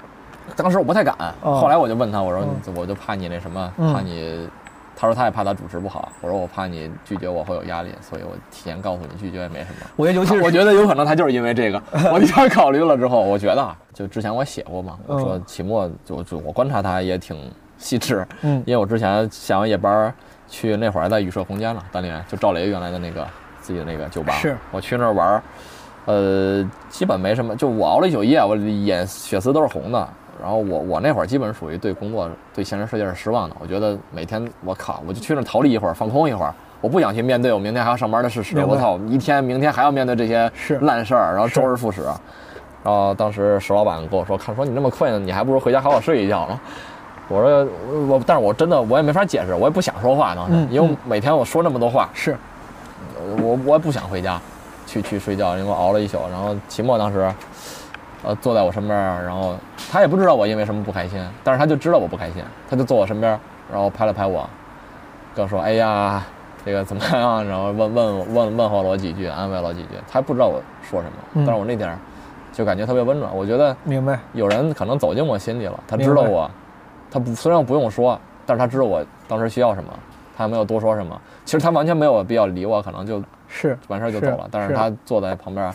当时我不太敢，
哦
后来我就问他，我说你我就怕你那什么，
嗯
怕你。他说他也怕他主持不好，我说我怕你拒绝我会有压力，所以我提前告诉你拒绝也没什么。
我觉得尤其是
我觉得有可能他就是因为 这个，我提前考虑了之后，我觉得啊，就之前我写过嘛，我说
嗯
期末就就我观察他也挺细致，
嗯
因为我之前下完夜班儿去那会儿在宇社空间了，单立人就赵雷原来的那个自己的那个酒吧，
是
我去那儿玩儿，呃，基本没什么，就我熬了一宿夜，我眼血丝都是红的。然后我我那会儿基本属于对工作、对现实世界是失望的。我觉得每天我靠，我就去那儿逃离一会儿，放空一会儿，我不想去面对我明天还要上班的事实。
明白
我操，一天明天还要面对这些烂事儿，然后周而复始。啊然后当时石老板跟我说，看说你那么困，你还不如回家好好睡一觉呢。我说我，我但是我真的我也没法解释，我也不想说话当时，
嗯
因为每天我说那么多话，呃
是，
我我也不想回家，去去睡觉，因为我熬了一宿。然后期末当时，呃，坐在我身边儿，然后他也不知道我因为什么不开心，但是他就知道我不开心，他就坐我身边儿，然后拍了拍我，跟我说：“哎呀，这个怎么样？然后问问我问问候了我几句，安慰了我几句，他还不知道我说什么，
嗯
但是我那点儿就感觉特别温暖。我觉得
明白，
有人可能走进我心里了，他知道
明
我，他不虽然不用说，但是他知道我当时需要什么，他也没有多说什么。其实他完全没有必要理我，可能就是完事儿就是走了。但是
是
他坐在旁边，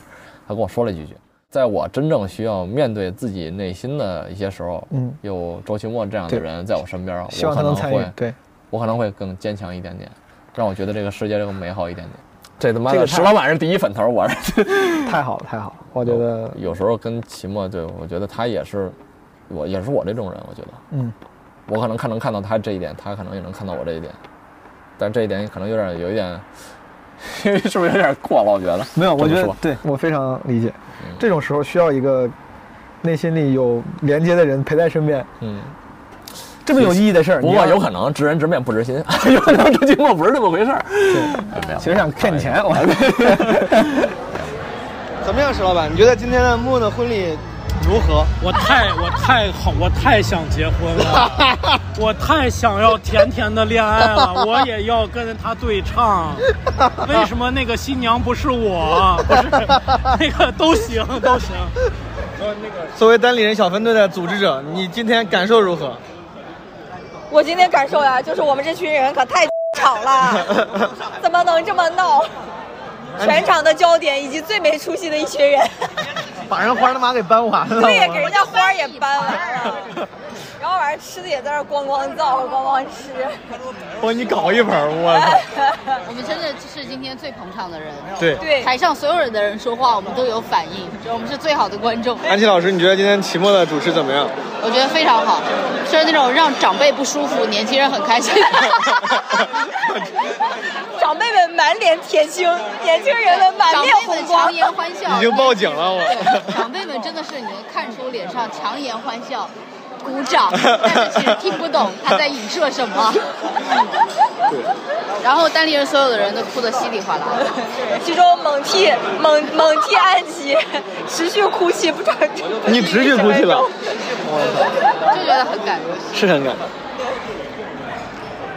他跟我说了几句。在我真正需要面对自己内心的一些时候，
嗯
有周奇墨这样的
对
人在我身边，哦我
希望他
可能
能参与
会，
对，
我可能会更坚强一点点，让我觉得这个世界更美好一点点。这他妈
这
的
个太
石老板是第一粉头，我是
太好了，太好了，我觉得，
有时候跟齐墨，对我觉得他也是，我也是我这种人，我觉得
嗯，
我可能看能看到他这一点，他可能也能看到我这一点，但这一点可能有点有一点， 是不是有点过了？我觉得
没有，我觉
这
得
么说
对我非常理解，这种时候需要一个内心里有连接的人陪在身边，
嗯，
这么有意义的事儿，
不
你
过
要
有可能知人知面 不知心，有可能 这节目不是这么回事儿。
其实想骗你钱，我
怎么样，石老板？你觉得今天的木的婚礼如何？
我太我太好，我太想结婚 了，我太想要甜甜的恋爱了，我也要跟他对唱。为什么那个新娘不是
啊
我？不是那个 都行都行。
作为单立人小分队的组织者，你今天感受如何？
我今天感受呀、就是我们这群人可太吵 了，怎么能这么闹？全场的焦点以及最没出息的一群 人，
把人花他妈给搬 完了。
对呀，给人家花儿也搬完了，然后晚上吃的也在那儿咣咣造，咣咣吃。
帮你搞一盆儿， 我操！
我们真的是今天最捧场的人，
对对
台上所有人的人说话，我们都有反应，觉得我们是最好的观众。
安琪老师，你觉得今天期末的主持怎么样？
我觉得非常好，就是那种让长辈不舒服，年轻人很开心。
长辈们满脸铁青，年轻人们满面红光，
长辈们强颜欢笑
已经报警了，我。
长辈们真的是你能看出脸上强颜欢笑、鼓掌，但是其实听不懂他在影射什么。然后单立人所有的人都哭得稀里哗啦。
其中猛替猛猛替安吉持续哭泣，不知道
你持续哭泣了，
就觉得很感动。
是很感动。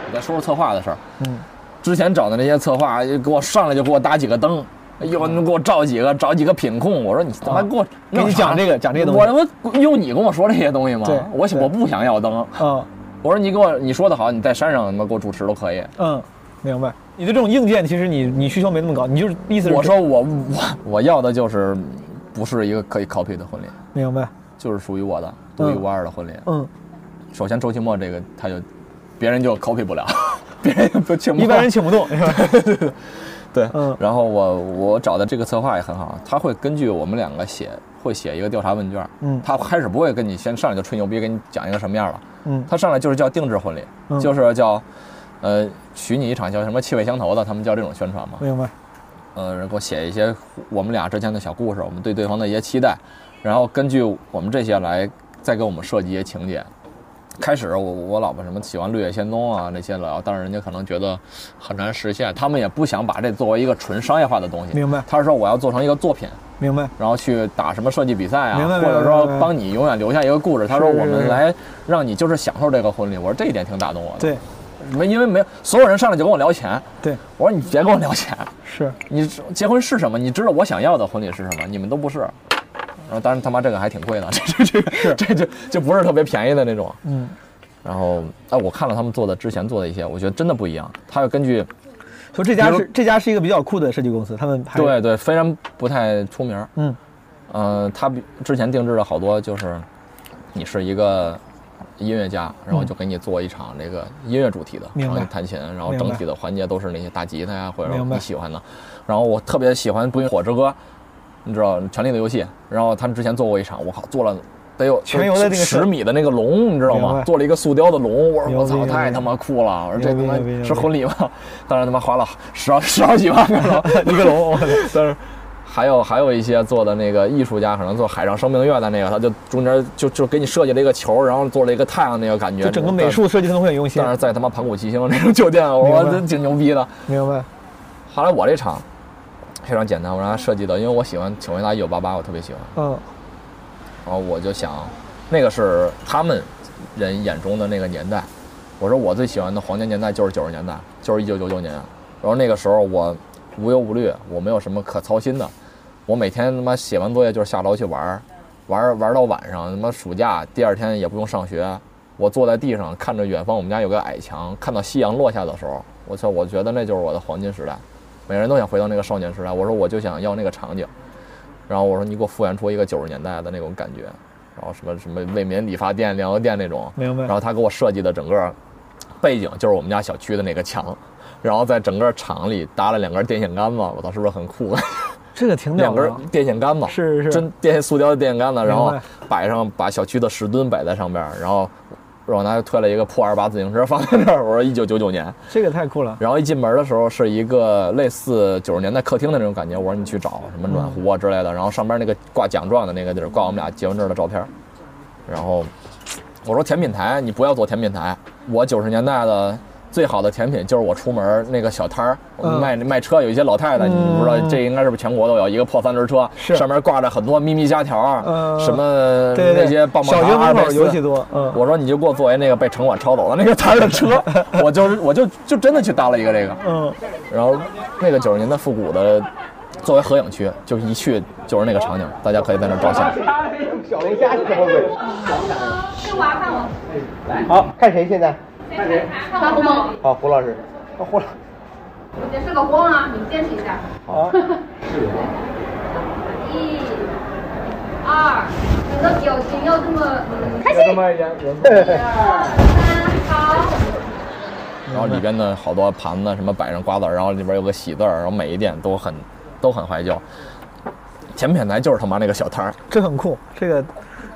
我再说说策划的事儿。嗯，之前找的那些策划，给我上来就给我搭几个灯，哎呦，你给我照几个，找几个品控。我说你他妈给我
嗯给你讲这个讲这个东西
我他妈用你跟我说这些东西吗？
对
我想我不想要灯。
嗯，
我说你给我你说的好，你在山上他妈给我主持都可以。
嗯，明白。你对这种硬件，其实你你需求没那么高，你就是意思是
我说我我我要的就是不是一个可以 copy 的婚礼，
明白，
就是属于我的独一无二的婚礼。
嗯，
首先周奇墨这个他就别人就 copy 不了，别人就请不
一
动
般人请不动，是吧？
对，嗯，然后我我找的这个策划也很好，他会根据我们两个写，会写一个调查问卷，
嗯
他开始不会跟你先上来就吹牛逼，给你讲一个什么样了，
嗯
他上来就是叫定制婚礼，
嗯
就是叫，呃，许你一场叫什么气味相投的，他们叫这种宣传嘛，
明白。
呃，然后给我写一些我们俩之间的小故事，我们对对方的一些期待，然后根据我们这些来再给我们设计一些情节。开始我我老婆什么喜欢《绿野仙踪》啊那些了，但是人家可能觉得很难实现，他们也不想把这作为一个纯商业化的东西。
明白
他是说我要做成一个作品，
明白。
然后去打什么设计比赛啊，
明白
或者
明白
说
明白
帮你永远留下一个故事。他说
是
我们
是
来让你就是享受这个婚礼，我说这一点挺打动我的。
对，
没因为没有所有人上来就跟我聊钱，
对
我说你别跟我聊钱，
是
你知结婚是什么？你知道我想要的婚礼是什么？你们都不是。然后当然他妈这个还挺贵的，这这这这这这不是特别便宜的那种。
嗯，
然后哎，我看了他们做的之前做的一些，我觉得真的不一样。他要根据
说这家
比如
是这家是一个比较酷的设计公司，他们还
对对，虽然不太出名，
嗯，
呃，他比之前定制了好多，就是你是一个音乐家，然后
嗯
就给你做一场这个音乐主题的，
明
然
白
后你弹琴，然后
明
整
白
体的环节都是那些大吉他呀，或者
明白
你喜欢的。然后我特别喜欢《不用火之歌》，你知道《权力的游戏》，然后他们之前做过一场，我靠，做了。得有
全游的那个
十
事儿
米的那个龙，你知道
明
吗
白？
做了一个塑雕的龙，我说
牛
我
逼
操，
牛
太
逼
他妈酷了！我说这
牛逼
他妈
牛逼牛
是
逼
婚礼吗？ 当然他妈花了十好十好几万个 龙，
一个龙我操
但是还有还有一些做的那个艺术家，可能做海上生命乐的那个，他就中间就就给你设计了一个球，然后做了一个太阳那个感觉，
就整个美术设计他们会很用心
但。是 在他妈盘古七星那种酒店，我
明白
这挺牛逼的。
明白。
后来我这场非常简单，我让他设计的，因为我喜欢《请回答一九八八》，我特别喜欢。
嗯，
然后我就想，那个是他们人眼中的那个年代。我说我最喜欢的黄金年代就是九十年代，就是一九九九年。然后那个时候我无忧无虑，我没有什么可操心的，我每天他妈写完作业就是下楼去玩儿，玩儿玩儿到晚上，他妈暑假第二天也不用上学，我坐在地上看着远方，我们家有个矮墙，看到夕阳落下的时候，我操，我觉得那就是我的黄金时代，每个人都想回到那个少年时代，我说我就想要那个场景，然后我说你给我复原出一个九十年代的那种感觉。然后什么什么为民理发店、粮油店那种，
明白
然后他给我设计的整个背景就是我们家小区的那个墙，然后在整个厂里搭了两根电线杆子，我操，是不是很酷？啊
这个挺屌
两
的
根
啊。
电线杆子，是是真电塑胶的电线杆子，然后
明白
摆上把小区的石墩摆在上边儿，然后然后他还推了一个破二八自行车放在那儿，我说一九九九年，
这个太酷了，
然后一进门的时候是一个类似九十年代客厅的那种感觉，我说你去找什么暖壶啊之类的，然后上边那个挂奖状的那个地儿挂我们俩结婚证的照片，然后我说甜品台你不要做甜品台，我九十年代的。最好的甜品就是我出门那个小摊儿，我们
嗯
卖卖车有一些
嗯
老太太，你不知道这应该是不是全国都有一个破三轮车，上面挂着很多咪咪虾条儿，
嗯
什么
对对
那些棒棒
小
糖啊
学门
二
啊
口
倍四
尤其多嗯
我说你就给我作为那个被城管抄走的那个摊儿的 车，我就是我就就真的去搭了一个这个，
嗯，
然后那个九十年代复古的，作为合影区，就是一去就是那个场景，大家可以在那儿照相。
嗯
小龙虾是什么鬼？
是我看我，
好看谁现在？
看谁？看我吗？
好，胡老师。啊胡老
你这是个光啊，你坚持一下。
好，
一、二，整啊个表情要这么嗯开
心。
然后里边的好多盘子什么摆上瓜子儿，然后里边有个喜字儿，然后每一店都很都很怀旧。甜品台就是他妈那个小摊儿，
这很酷，这个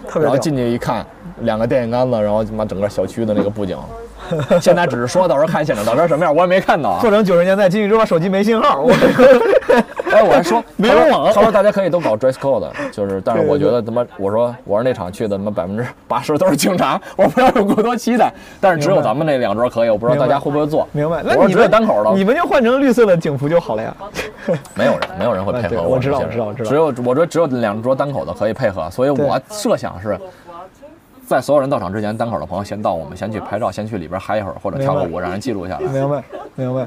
特别
然后
屌。
进去一看，两个电线杆子，然后他妈整个小区的那个布景。现在只是说到时候看现场照片什么样，我也没看到啊。
做成九十年代进去之后，手机没信号， 我
哎，我还说
没有啊网
他说大家可以都搞 dress code 的，就是，但是我觉得他妈，我说我说那场去的他妈百分之八十都是警察， 我不要有过多期待，但是只有
明白
咱们那两桌可以，我不知道大家会不会做。
明白？
我
那
说
你
只有
们
单口
你
的，
们就换成绿色的警服就好了呀。
没有人没有人会配
哎对
合
我知道
这些人
我知道
只有我觉得只有两桌单口的可以配合，所以我设想是。在所有人到场之前，单口的朋友先到，我们先去拍照，先去里边嗨一会儿，或者跳个
明
舞，
白
让人记录下来。
明白，明白。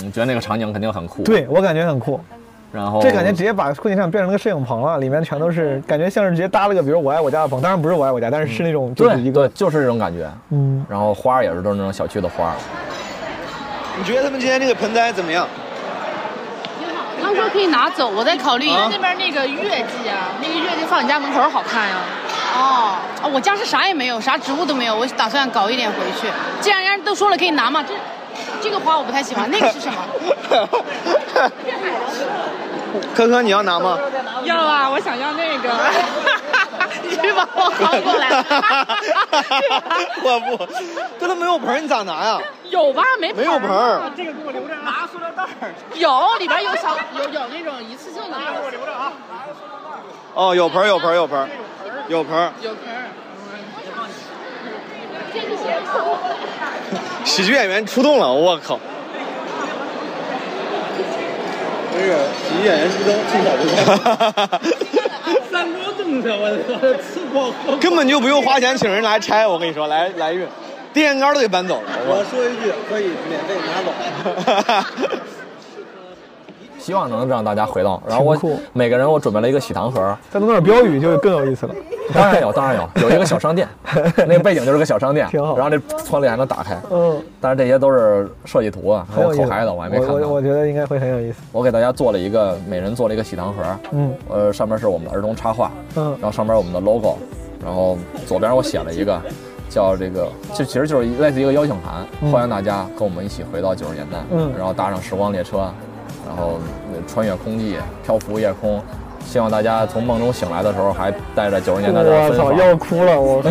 你觉得那个场景肯定很酷。
对，我感觉很酷，
然后
这感觉直接把婚庆场变成了个摄影棚了，里面全都是，感觉像是直接搭了个，比如我爱我家的棚，当然不是我爱我家，但是是那种就是
嗯对对，就是这种感觉。
嗯，
然后花儿也是都是那种小区的花儿。
你觉得他们今天这个盆栽怎么样？
他们说可以拿走，我在考虑。
啊
那边那个月季啊，那个月季放你家门口好看呀、哦，啊，我家是啥也没有，啥植物都没有，我打算搞一点回去。既然人家都说了可以拿嘛，这这个花我不太喜欢，那个是 什么？
科科，你要拿 吗？
要啊，我想要那个。你去把我薅过来。
我不，这都没有盆儿，你咋拿呀？
有吧？没啊
没有盆儿
这个给我留着，拿塑料袋儿。有，里边有小有有那种一次性的。拿给我留着啊。
哦，有盆儿，有盆儿，有盆儿，有盆儿。
有盆儿。
喜剧演员出动了，我靠！那个喜剧演员出动，趁早就三锅炖的，我吃过。根本就不用花钱请人来拆，我跟你说，来来运，电线杆都给搬走了。
我
说一句，可以免费拿走。
希望能让大家回到。然后我
挺酷
每个人我准备了一个喜糖盒，
再弄点标语就更有意思了。
当然有，当 然有，有一个小商店，那个背景就是个小商店，
挺好
然后那窗帘还能打开，
嗯，
但是这些都是设计图啊，还
很
有
有意
口
思。
嗨的，我还没看
我
到。
我觉得应该会很有意思。
我给大家做了一个，每人做了一个喜糖盒，
嗯
呃，上面是我们的儿童插画，
嗯
然后上面我们的 logo，然后左边我写了一个叫这个，就其实就是一类似一个邀请函，
嗯
欢迎大家跟我们一起回到九十年代，
嗯
然后搭上时光列车，然后呃穿越空际，漂浮夜空，希望大家从梦中醒来的时候还带着九十年代的
我
芬
哎操，
芳。
要哭了！ 我靠，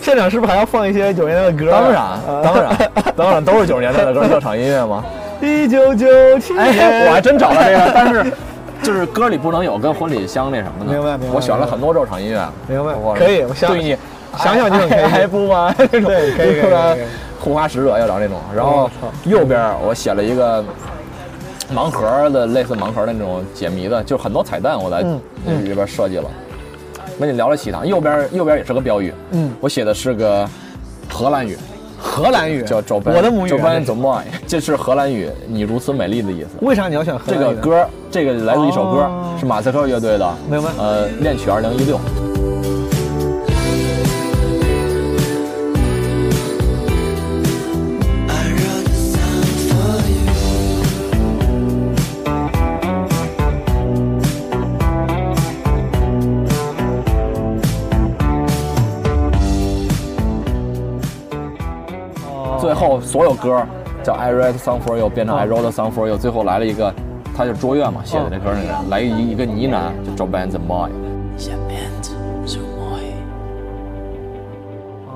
现场是不是还要放一些九十年代的歌？啊
当 然，啊当然，当然都是九十年代的歌，热场音乐吗？
一九九七
哎，
年，
我还真找了这个，但是就是歌里不能有跟婚礼相那什么的。
明白明白
我选了很多热场音乐。
明白
我
可以我想
对你
想想就很开
还
心
还哎不吗？这种
对可以可以
突然
可以哦
护花使者要聊这种，然后右边我写了一个。盲盒的类似盲盒的那种解谜的，就很多彩蛋，我在
嗯嗯
里边设计了。跟你聊了喜糖，右边右边也是个标语，
嗯
我写的是个荷兰语，
荷兰语
叫 Joban，
我的母语
Joban Joman，这是荷兰语“你如此美丽”的意思。
为啥你要选荷
这
兰语
个
呢？
歌，这个来自一首歌，是马赛克乐队的，
明白？
呃，恋曲二零一六。
哦
最后所有歌叫 I write song for you 变成 I wrote a song for you，最后来了一个，他就卓越嘛，写的这歌那个人，来一一个呢喃，就 j o b a n the Boy。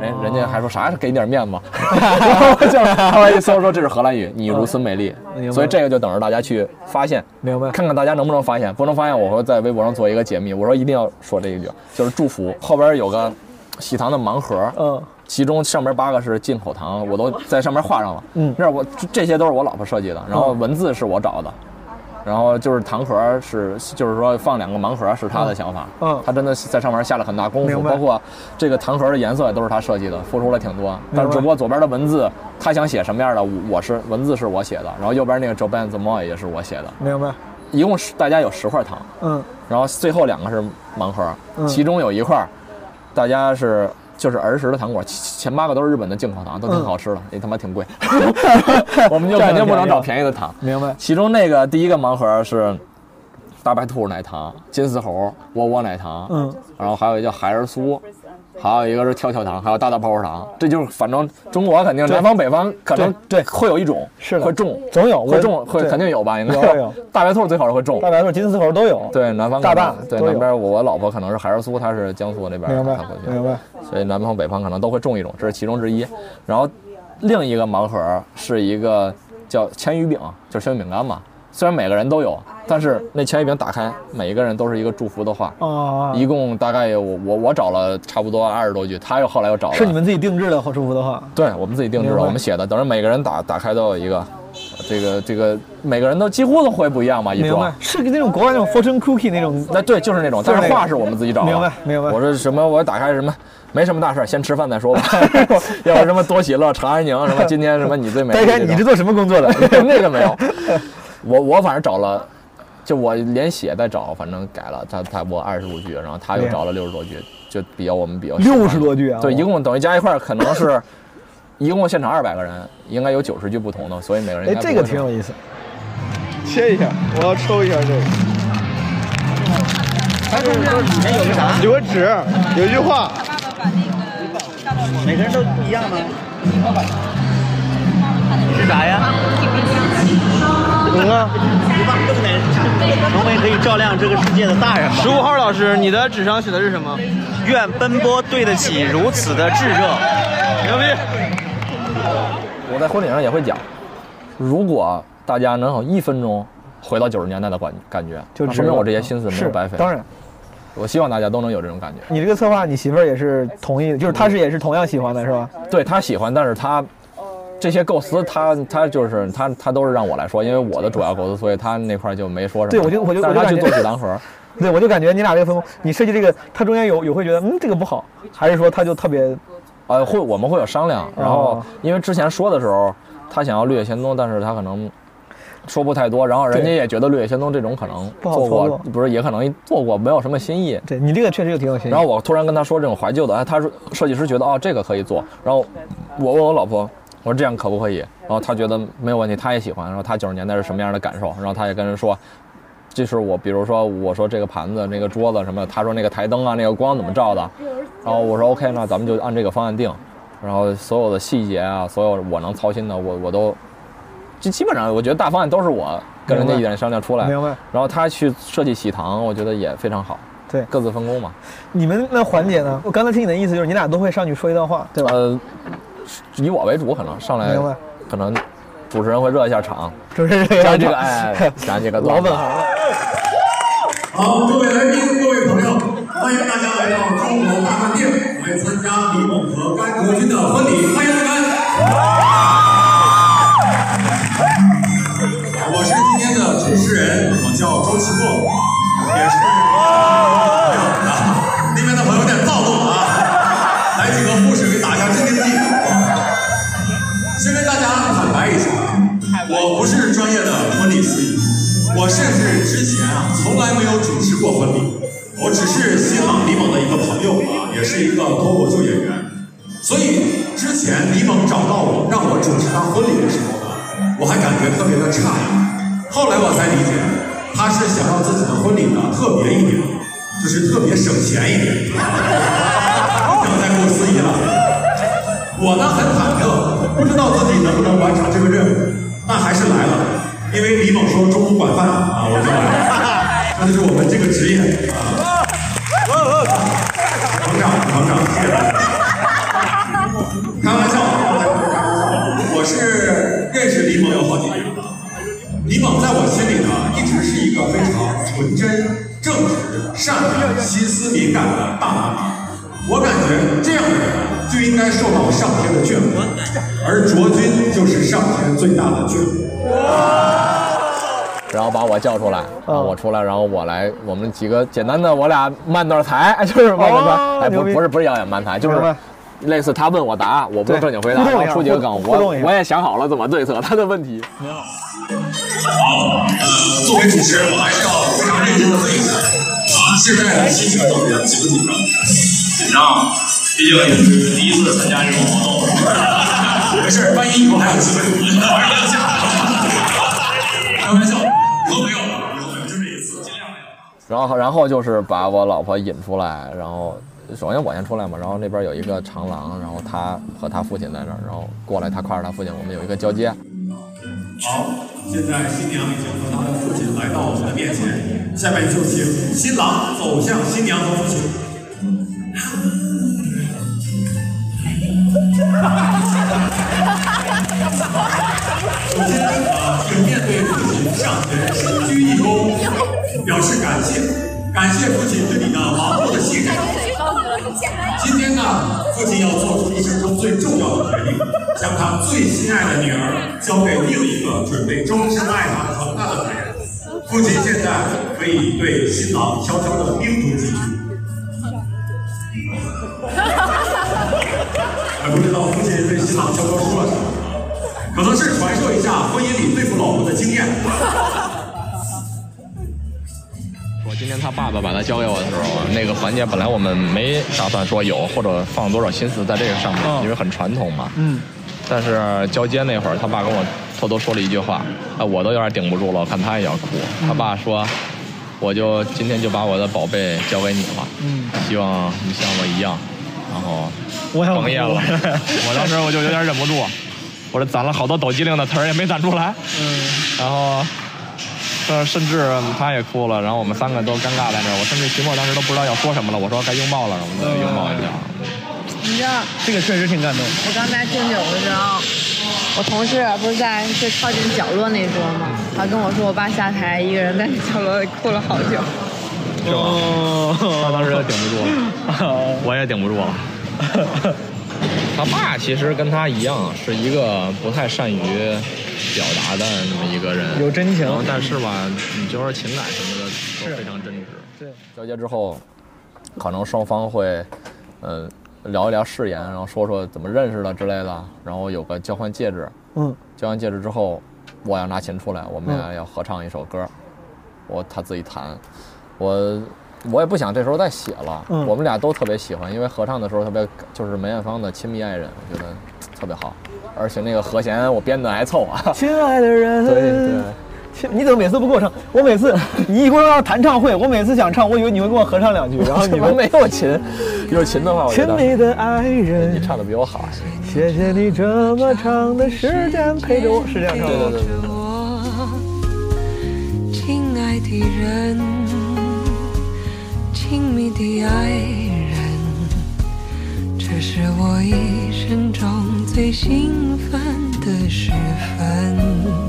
人哎人
哦
家还说啥给你点面子 嘛， 就是后来一搜说这是荷兰语，你如此美丽
嗯明白，
所以这个就等着大家去发现，
明白？
看看大家能不能发现，不能发现我会在微博上做一个解密，我说一定要说这一句，就是祝福后边有个喜糖的盲盒，
嗯，
其中上面八个是进口糖，我都在上面画上了，
嗯，
那我这这些都是我老婆设计的，然后文字是我找的。然后就是糖盒是，就是说放两个盲盒是她的想法，
嗯，
她真的在上面下了很大功夫，
明白
包括这个糖盒的颜色也都是她设计的，付出了挺多。但
明
是
白
只不过左边的文字她想写什么样的，我我是文字是我写的，然后右边那个 Joban the Moy 也是我写的，
明白？
一共是大家有十块糖，
嗯，
然后最后两个是盲盒，
嗯
其中有一块儿大家是就是儿时的糖果，其前八个都是日本的进口糖，都挺好吃的，也、他妈挺贵，我们就肯定不能找便宜的糖。
明白？
其中那个第一个盲盒是大白兔奶糖、金丝猴、窝窝奶糖，
嗯，
然后还有一个叫海尔酥。还有一个是跳跳糖，还有大大泡泡糖，这就是反正中国肯定
对
南方北方可能
对
会有一种
是的
会中，
总有
会
我
中会
对
肯定有吧？应该
有有
大白兔最好是会中，
大白兔、金丝猴都有。
对，南方
大
可能
大
对
都有
南边我我老婆可能是海尔苏，她是江苏那边
嗯明白
她回去，
明白。
所以南方北方可能都会中一种，这是其中之一。然后另一个盲盒是一个叫千羽饼，就是千羽饼干嘛。虽然每个人都有，但是那千羽饼打开，每一个人都是一个祝福的话。
哦，
一共大概有我我我找了差不多二十多句，他又后来又找了。
是你们自己定制的好祝福的话，
对我们自己定制
明
的，
白
我们写的，等着每个人打打开都有一个，这个这个每个人都几乎都啊会不一样吧，一
明
装
白？。是那种国外那种 fortune cookie 那种，
那对，就是那种，但是话是我们自己找的。啊
明白明白
我说什么？我打开什么？没什么大事儿，先吃饭再 说吧。要不什么多喜乐、长安宁什么？今天什么你最美？
大天，你是做什么工作的？
那个没有， 我我反正找了，就我连写再找，反正改了，他他我二十五句，然后他又找了六十多句，就比较我们比较喜欢的
60多句啊
对，
哇
一共等于加一块儿可能是，一共现场二百个人，应该有九十句不同的，所以每个人
哎
应，该
这
不
个
会
挺有
少
意思。
切一下，我要抽一下这个。里面有个啥？有个纸，有句话。每个人都一样吗？是啥呀？嗯
能啊，成为可以照亮这个世界的大人吧。
十五号老师，你的纸上写的是什么？
愿奔波对得起如此的炙 热。
牛逼！
我在婚礼上也会讲，如果大家能有一分钟回到九十年代的感感觉，
就
那
值
说明
了啊
我这些心思没
是
有白费。
当然，
我希望大家都能有这种感觉。
你这个策划，你媳妇儿也是同意的，就是她是也是同样喜欢的，是吧？
对他喜欢，但是他这些构思他，他就是他他都是让我来说，因为我的主要构思，所以他那块儿就没说什么。
对我就我就
但是
我就
他去
感觉
做纸糖盒，
对，我就感觉你俩这个分工，你设计这个，她中间有有会觉得，嗯，这个不好，还是说她就特别
呃，会我们会有商
哦
量，然后因为之前说的时候，他想要《绿野仙踪》，但是他可能。说不太多，然后人家
对
也觉得《绿野仙踪》这种可能
不好
做
操
过
作，
不是也可能做过，没有什么新意。
对你这个确实有挺有新意
然后我突然跟他说这种怀旧的，哎，他说设计师觉得哦这个可以做，然后我问我老婆，我说这样可不可以？然后她觉得没有问题，她也喜欢。然后她九十年代是什么样的感受？然后她也跟人说，这是我，比如说我说这个盘子、那个桌子什么的，她说那个台灯啊、那个光怎么照的，然后我说 OK，那咱们就按这个方案定。然后所有的细节啊，所有我能操心的，我我都，就基本上我觉得大方案都是我跟人家一点商量出来。
明白。
然后她去设计喜糖，我觉得也非常好。
对，
各自分工嘛。
你们那环节呢？我刚才听你的意思就是你俩都会上去说一段话，对吧？
呃，以我为主，可能上来
明白
可能主持人会热一下场，
主持人热一下
讲几个
场
哎，讲几个
老本
行了。
好，各位来宾，各位朋友，欢迎大家来到高楼大饭店来参加李猛和甘国军的婚礼，欢迎大家！我是今天的主持人，我叫周奇墨，也是啊，那边的朋友有点躁动啊，来几个护士给打一下镇定剂。
我甚至之前啊，从来没有主持过婚礼，我只是新浪李猛的一个朋友啊，也是一个脱口秀演员。所以之前李猛找到我，让我主持他婚礼的时候呢，我还感觉特别的诧异。后来我才理解，他是想让自己的婚礼呢特别一点，就是特别省钱一点。不想再顾司仪了。我呢很忐忑，不知道自己能不能完成这个任务，但还是来了，因为李猛说中午管饭啊，我就来了。这就是我们这个职业啊。成长，成长，谢谢大家。开玩笑，我是认识李猛有好几年了。李猛在我心里呢，一直是一个非常纯真、正直、善良、心思敏感的大男孩。我感觉这样的人就应该受到上天的眷顾，而卓君就是上天最大的眷顾。
然后把我叫出来，
嗯
然后我出来，然后我来，我们几个简单的，我俩慢段台， 就是慢段
哦
台，哎，不
牛逼
不是不是表演慢台，就是
明白
类似他问我答，我不
对
正经回答，
互动一
然
下
后出几个梗，
互互
我
动一下
我也想好了怎么对策他的问题。
好，呃，作为主持人，我还是要非常认真的问一下，啊，现在的心情怎么样？紧不紧张？紧张，毕竟也是第一次参加这种活动。没事，万一以后还有机会，我还是要下。开玩笑，以后没有了，以后没有，就这一次，尽量没有。
然后然后就是把我老婆引出来，然后首先我先出来嘛，然后那边有一个长廊，然后他和他父亲在那儿，然后过来他挎着他父亲，我们有一个交接。
好，现在新娘已经和她的父亲来到我们的面前，下面就请新郎走向新娘和父亲。首先啊，请面对父亲上前深鞠一躬，表示感谢，感谢父亲对你的盲目的信任。今天呢，父亲要做出一生中最重要的决定，将他最心爱的女儿交给另一个准备终身爱他疼他的男人。父亲现在可以对新郎悄悄的叮嘱几句。还不知道父亲对新郎悄悄说了什么，可能是传授一下婚姻里对付老婆的经 验。
我今天他爸爸把他交给我的时候，那个环节本来我们没打算说有或者放多少心思在这个上面，因为很传统嘛。
嗯，
但是交接那会儿，他爸跟我偷偷说了一句话，啊，我都有点顶不住了，我看他也要哭。他爸说，我就今天就把我的宝贝交给你了，
嗯，
希望你像我一样，然后
我想
甭夜了。
哭
我当时我就有点忍不住，我说攒了好多抖机灵的词儿也没攒出来，然后。呃，甚至他也哭了，然后我们三个都尴尬在那儿。我甚至徐墨当时都不知道要说什么了，我说该拥抱了，然后我们就拥抱一下。
你知道
嗯这个确实挺感动。
我刚才敬酒的时候，我同事不是在最靠近角落那桌吗？他跟我说，我爸下台一个人在那角落里哭了好久。
是吧？他当时就顶不住 了，我也顶不住了。他爸其实跟他一样，是一个不太善于表达的那么一个人，
有真情
然后但是吧，你就说情感什么的都非常真挚。
对，
交接之后，可能双方会，呃，聊一聊誓言，然后说说怎么认识的之类的，然后有个交换戒指。
嗯，
交换戒指之后，我要拿琴出来，我们俩
嗯
要合唱一首歌，我他自己弹，我我也不想这时候再写了。
嗯
我们俩都特别喜欢，因为合唱的时候特别就是梅艳芳的《亲密爱人》，我觉得嘖特别好，而且那个和弦我编的还凑啊。
亲爱的人，
对对
亲，你怎么每次不给我唱？我每 次你一会儿要弹唱会，我每次想唱，我以为你会跟我合唱两 句， 然后你
我没有琴，有琴的话我觉
亲
得
密的爱人，
你唱的比我好。
谢谢你这么长的时间陪着我，是这样唱的吗？
对对对
亲爱的人，亲密的爱人，这是我一生中最兴奋的时分。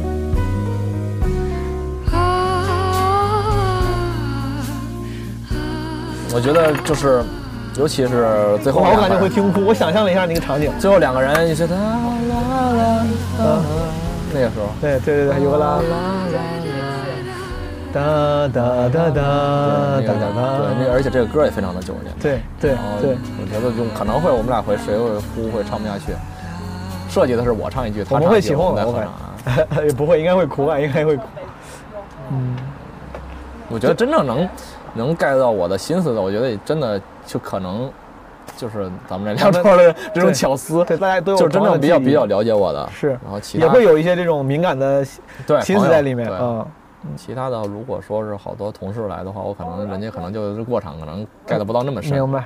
我觉得就是，尤其是最后
我
两个
感
人，
觉会听哭。我想象了一下那个场景，
最后两个人，你觉得啊啦啦啦，那个时候，
对对对对，有个啦。哒哒哒哒
对那
哒
个
哒哒，
对，那个而且这个歌也非常的久远。
对对
然后
对，
我觉得就可能会我们俩会谁会哭会唱不下去，设计的是我唱一句，他
我
唱一句
们会起哄
我们
的，我
再合
感
唱。啊嗯
觉也不会，应该会哭吧，应该会哭。嗯，
我觉得真正能能 get 到我的心思的，我觉得真的就可能就是咱们这 聊天的这种巧思，
对大家都有
就是真
同样的
正比较
记忆
比较了解我的，
是，
然后其他
也会有一些这种敏感的
对
心思在里面啊。
啊。其他的，如果说是好多同事来的话，我可能人家可能就是过场，可能 get 不到那么深。
明白。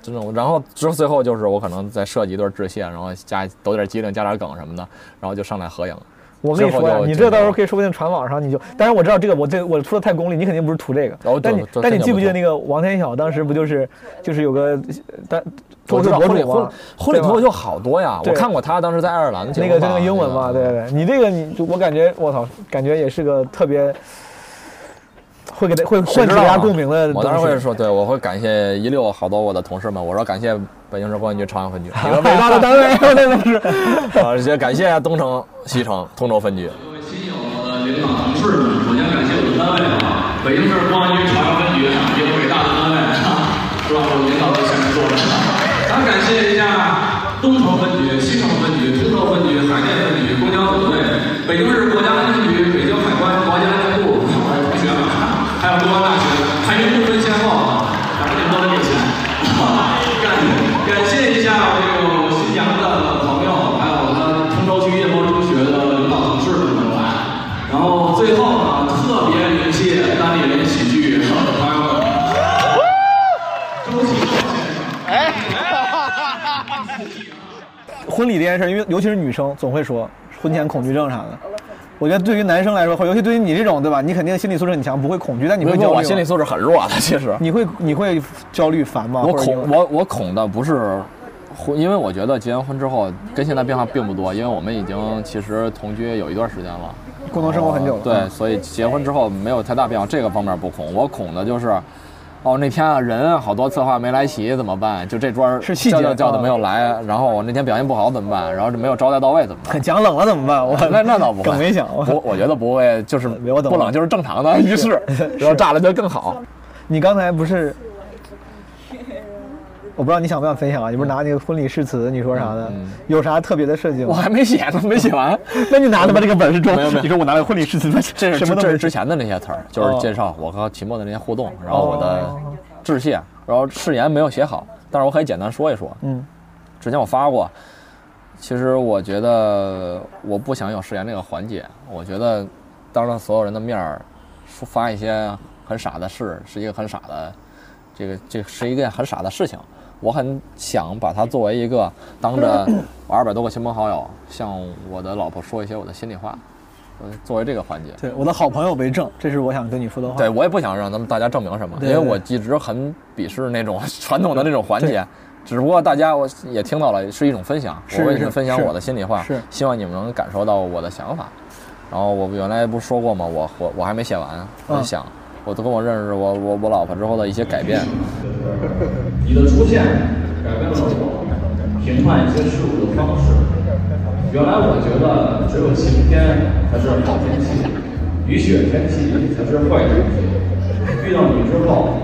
这种，然后之后最后就是我可能再设计一段致谢，然后加抖点机灵，加点梗什么的，然后就上来合影。
我跟你
之
说呀
后，就
你这到时候可以说不定传网上，你就，当然我知道这个，我这我说的太功利，你肯定不是图这个。
哦
但你
这这
但你
真的
记不
不
记得
是
那个王天晓当时不就是就是有个但脱
我
口
知
秀
道
博
婚礼
主
婚
嘛，
婚礼
对吧
脱口秀好多呀，我
对
看过他当时在爱尔兰
那个就那
那
个英文嘛，对对对，你这个你就我感觉我操，感觉也是个特别会给他会
谁
唤起大
知道
家
啊
共鸣的东
我
西。
当时会说，对我会感谢一六好多我的同事们，我说感谢北京市公安局朝阳分局，你们伟大的单位，
真的是，
啊，也感谢东城、西城、通州分局。
呃，领导、同事们，首先感谢我们单位啊，北京市公安局朝阳分局啊，一个伟大的单位啊，是吧？我们领导都前面坐着。咱感谢一下东城分局、西城分局、通州分局、海淀分局、公交总队、北京市国家安全局、北京海关、国家安全部，还有同学们，还有中央大学，排名不分先后啊，咱们领导有钱。感感谢一下这个新阳的朋友，还有他通州区夜猫中学的领导同事们的来。然后最后呢，特别感谢单立人喜剧 还有周启正先生。哎，
婚礼这件事儿，因为尤其是女生总会说婚前恐惧症啥的。我觉得对于男生来说，或尤其对于你这种，对吧？你肯定心理素质很强，不会恐惧，但你会
不
焦
是
虑吗。
我心理素质很弱的其实
你会你会焦虑烦吗？
我
或者有
恐我我恐的不是婚，因为我觉得结完婚之后跟现在变化并不多，因为我们已经其实同居有一段时间了，
共同生活很久了。
哦
啊
对，所以结婚之后没有太大变化，这个方面不恐。我恐的就是，哦，那天啊人好多策划没来齐怎么办？就这桌儿
是细
叫
节
叫叫的
啊
没有来，然后我那天表现不好怎么办？然后就没有招待到位怎么办？
讲冷了怎么办？我
那那倒不会，
梗没想。
我我觉得不会，就是
我懂
不冷就是正 常的
是
仪式
是，
然后炸了就更好。
你刚才不是，我不知道你想不想分享啊？你不是拿那个婚礼誓词，你说啥的？有啥特别的设计吗？
嗯我还没写呢，没写完。
那你拿着吧，这个本是中
没有没。有
你说我拿来婚礼誓词，
这是
什么都
这
没哦
是之前的那些词儿，就是介绍我和秦墨的那些互动，然后我的致谢，然后誓言没有写好，但是我可以简单说一说。
嗯，
之前我发过，其实我觉得我不想有誓言这个环节，我觉得当着所有人的面儿说发一些很傻的事，是一个很傻的，这个这是一件很傻的事情。我很想把它作为一个当着我二百多个亲朋好友向我的老婆说一些我的心里话，呃作为这个环节。
对，我的好朋友为证，这是我想跟你说的话。
对，我也不想让他们大家证明什么，因
对
为我一直很鄙视那种传统的那种环节。只不过大家我也听到了，是一种分享，
是
我为你
是
们分享
是
我的心里话，
是
希望你们能感受到我的想法。然后我原来不是说过吗？我我我还没写完，我就
嗯
想，我都跟我认识我我我老婆之后的一些改变，
你的出现改变了我评判一些事物的方式。原来我觉得只有晴天才是好天气，雨雪天气才是坏天气。遇到你之后，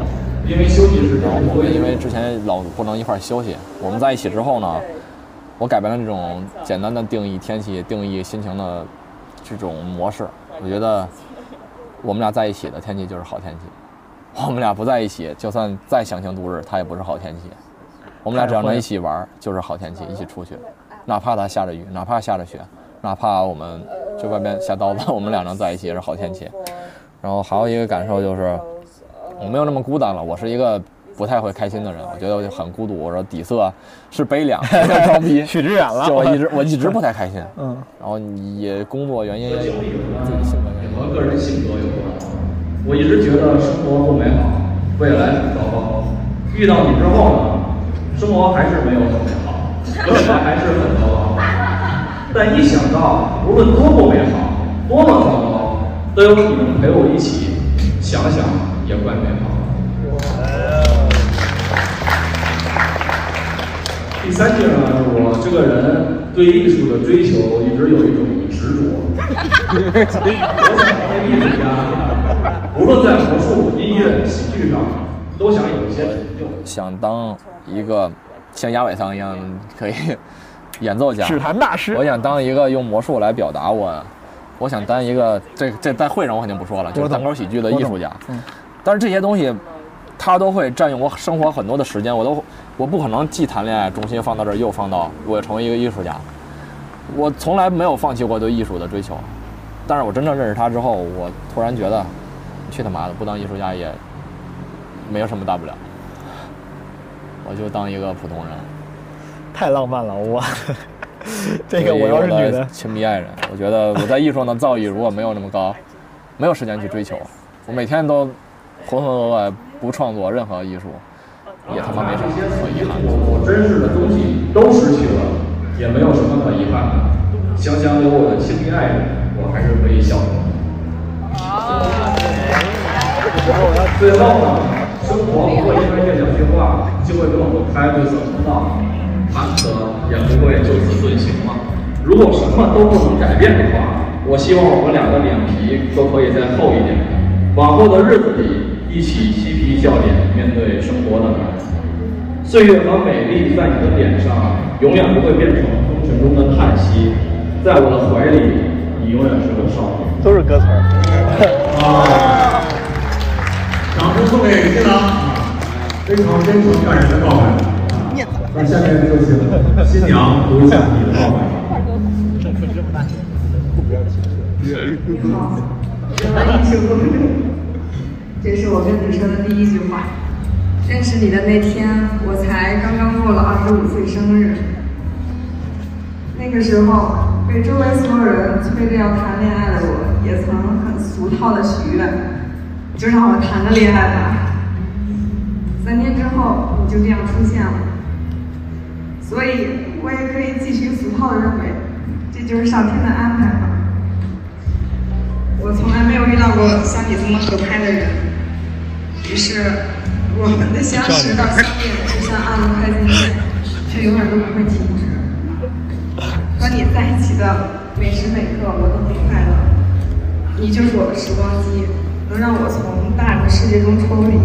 因为休息是
然后
不
我
会
们因为之前老不能一块儿休息，我们在一起之后呢，我改变了这种简单的定义天气、定义心情的这种模式。我觉得我们俩在一起的天气就是好天气， 我们俩不在一起，就算再想情度日，它也不是好天气。我们俩只要能一起玩儿，就是好天气，一起出去，哪怕它下着雨，哪怕下着雪，哪怕我们就外面下刀子， 我们俩能在一起也哦是好天气。然后还有一个感受就是，我没有那么孤单了。我是一个不太会开心的人，我觉得我就很孤独。我说底色是悲凉，不是装 逼，
许志远了
就我一直我一直不太开心。
嗯，
然后也工作原因也有自己性格原因，
和个人性格有关。我一直觉得生活不美好，未来很糟糕。遇到你之后呢，生活还是没有很美好，未来还是很糟糕。但一想到无论多不美好，多么糟糕，都有你们陪我一起，想想也怪美好。第三点呢，我这个人对艺术的追求一直有一种执着。我想成为艺术家，无论在魔术、音乐、喜剧上，都想有一些成就。
想当一个像鸭尾桑一 样可以演奏家、
指弹大师
我想当一个用魔术来表达我我想当一个这这在会上我肯定不说了，就是
我懂
蛋糕喜剧的艺术家。
嗯，
但是这些东西，它都会占用我生活很多的时间，我都我不可能既谈恋爱，重心放到这儿，又放到我成为一个艺术家。我从来没有放弃过对艺术的追求，但是我真正认识他之后，我突然觉得，去他妈的，不当艺术家也没有什么大不了，我就当一个普通人。
太浪漫了，我 这个
所以
我
我
要是女的
的，亲密爱人，我觉得我在艺术上的造诣如果没有那么高，没有时间去追求，我每天都浑浑噩噩不创作任何艺术，也他妈没什么可遗憾的。
真实的东西都失去了，也没有什么可遗憾的。想想有我的亲密爱人，我还是微笑的。然后呢，最后呢，生活不会因为这两句话就会跟我们开对色通道，坎坷也不会就此遁形了。如果什么都不能改变的话，我希望我们俩的脸皮都可以再厚一点，往后的日子里一起嬉皮笑脸面对生活的难。岁月和美丽在你的脸上永远不会变成风尘中的叹息，在我的怀里，你永远是个少年。
都是歌词儿。
掌声送给新郎，非常真诚感人的告白。那下面就请新
啊
娘读一下你的告白。
你好，我来庆祝。这是我跟你说的第一句话。认识你的那天，我才刚刚过了二十五岁生日。那个时候，被周围所有人催着要谈恋爱的我，也曾很俗套的许愿，就让我谈个恋爱吧。三天之后，你就这样出现了，所以我也可以继续俗套的认为，这就是上天的安排吧。我从来没有遇到过像你这么合拍的人，于是我们的相识到相恋就像按了快进键，却永远都不会停止。和你在一起的每时每刻，我都很快乐。你就是我的时光机，能让我从大人的世界中抽离，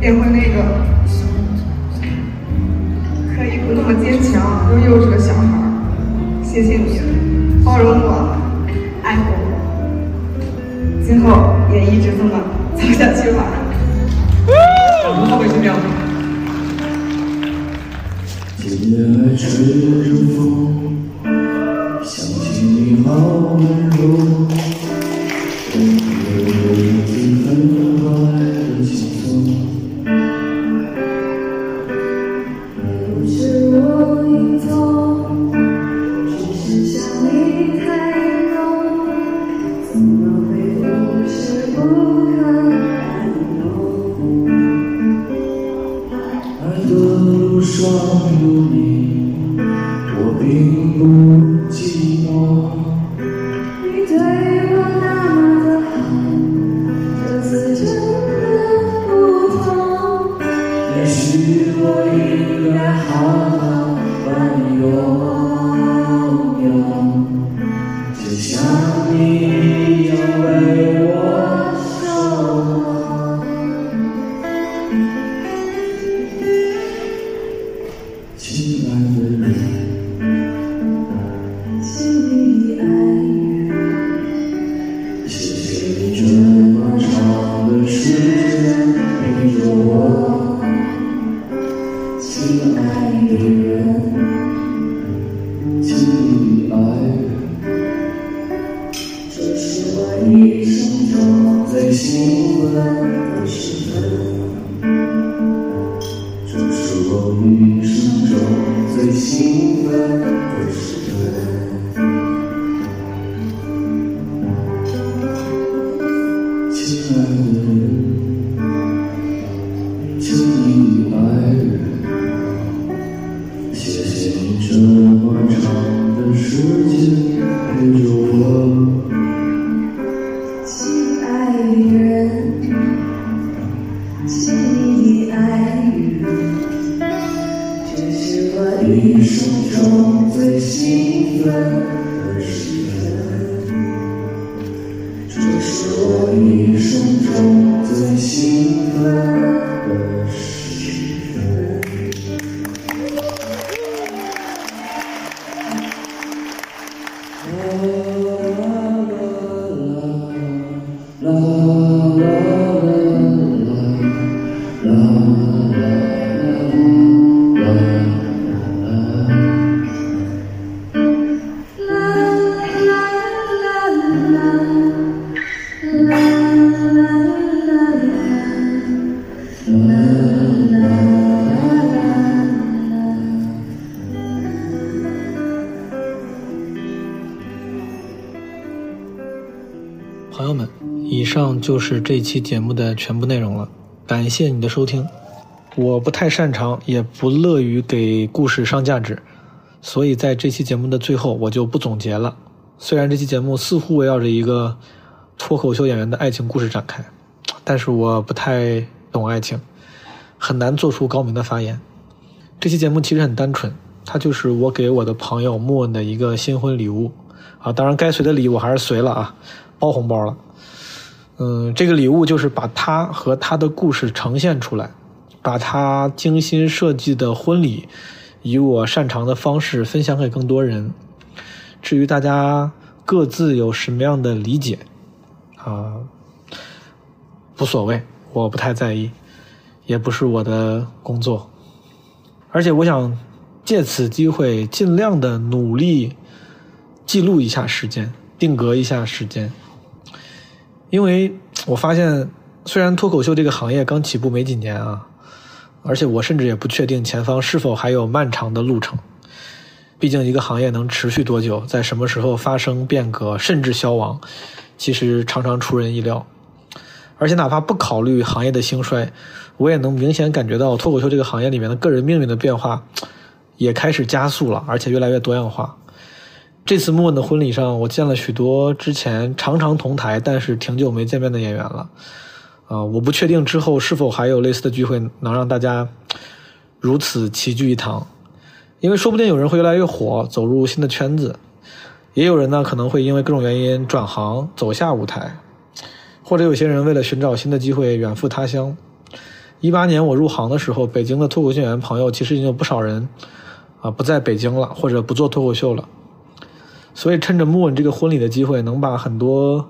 变回那个可以不那么坚强又幼稚的小孩儿。谢谢你，包容我， 爱护我。今后也一直这么走下去吧。
我们后面新娘。
今夜吹着风，想起你好温柔，我有一种很快的轻松。
不是我已走，只是想你太浓，怎么会无时不刻感动？
耳朵无双有你，我并不寂寞。
你对我那么的好，这次真的不同。
也许我应该好好把你拥有，就像你一样为我守候。亲爱的你，
亲密爱人，
谢谢你这么长的时间陪着我。
亲爱的人。
亲密的爱人，这是我一生中最兴奋的时分，这是我一生中最兴奋的时分。亲爱的人，亲密的爱人。谢谢你这么长的时间陪着我，
亲爱的人，亲密的爱人，这是我
一
一
生
生
中
中
最
最
兴
兴
奋
奋
的时分，这是我一生中最兴奋的时分。我
朋友们，以上就是这期节目的全部内容了，感谢你的收听。我不太擅长，也不乐于给故事上价值，所以在这期节目的最后，我就不总结了。虽然这期节目似乎围绕着一个脱口秀演员的爱情故事展开，但是我不太懂爱情，很难做出高明的发言。这期节目其实很单纯，它就是我给我的朋友莫恩的一个新婚礼物啊，当然该随的礼我还是随了啊，包红包了。嗯，这个礼物就是把他和他的故事呈现出来，把他精心设计的婚礼以我擅长的方式分享给更多人。至于大家各自有什么样的理解，啊、无所谓，我不太在意，也不是我的工作。而且我想借此机会，尽量的努力记录一下时间，定格一下时间，因为我发现，虽然脱口秀这个行业刚起步没几年啊，而且我甚至也不确定前方是否还有漫长的路程。毕竟一个行业能持续多久，在什么时候发生变革甚至消亡，其实常常出人意料。而且哪怕不考虑行业的兴衰，我也能明显感觉到脱口秀这个行业里面的个人命运的变化，也开始加速了，而且越来越多样化。这次莫问的婚礼上，我见了许多之前常常同台但是挺久没见面的演员了。啊、我不确定之后是否还有类似的聚会能让大家如此齐聚一堂，因为说不定有人会越来越火，走入新的圈子，也有人呢可能会因为各种原因转行走下舞台，或者有些人为了寻找新的机会远赴他乡。一八年我入行的时候，北京的脱口秀演员朋友其实已经有不少人啊不在北京了，或者不做脱口秀了。所以趁着莫文这个婚礼的机会，能把很多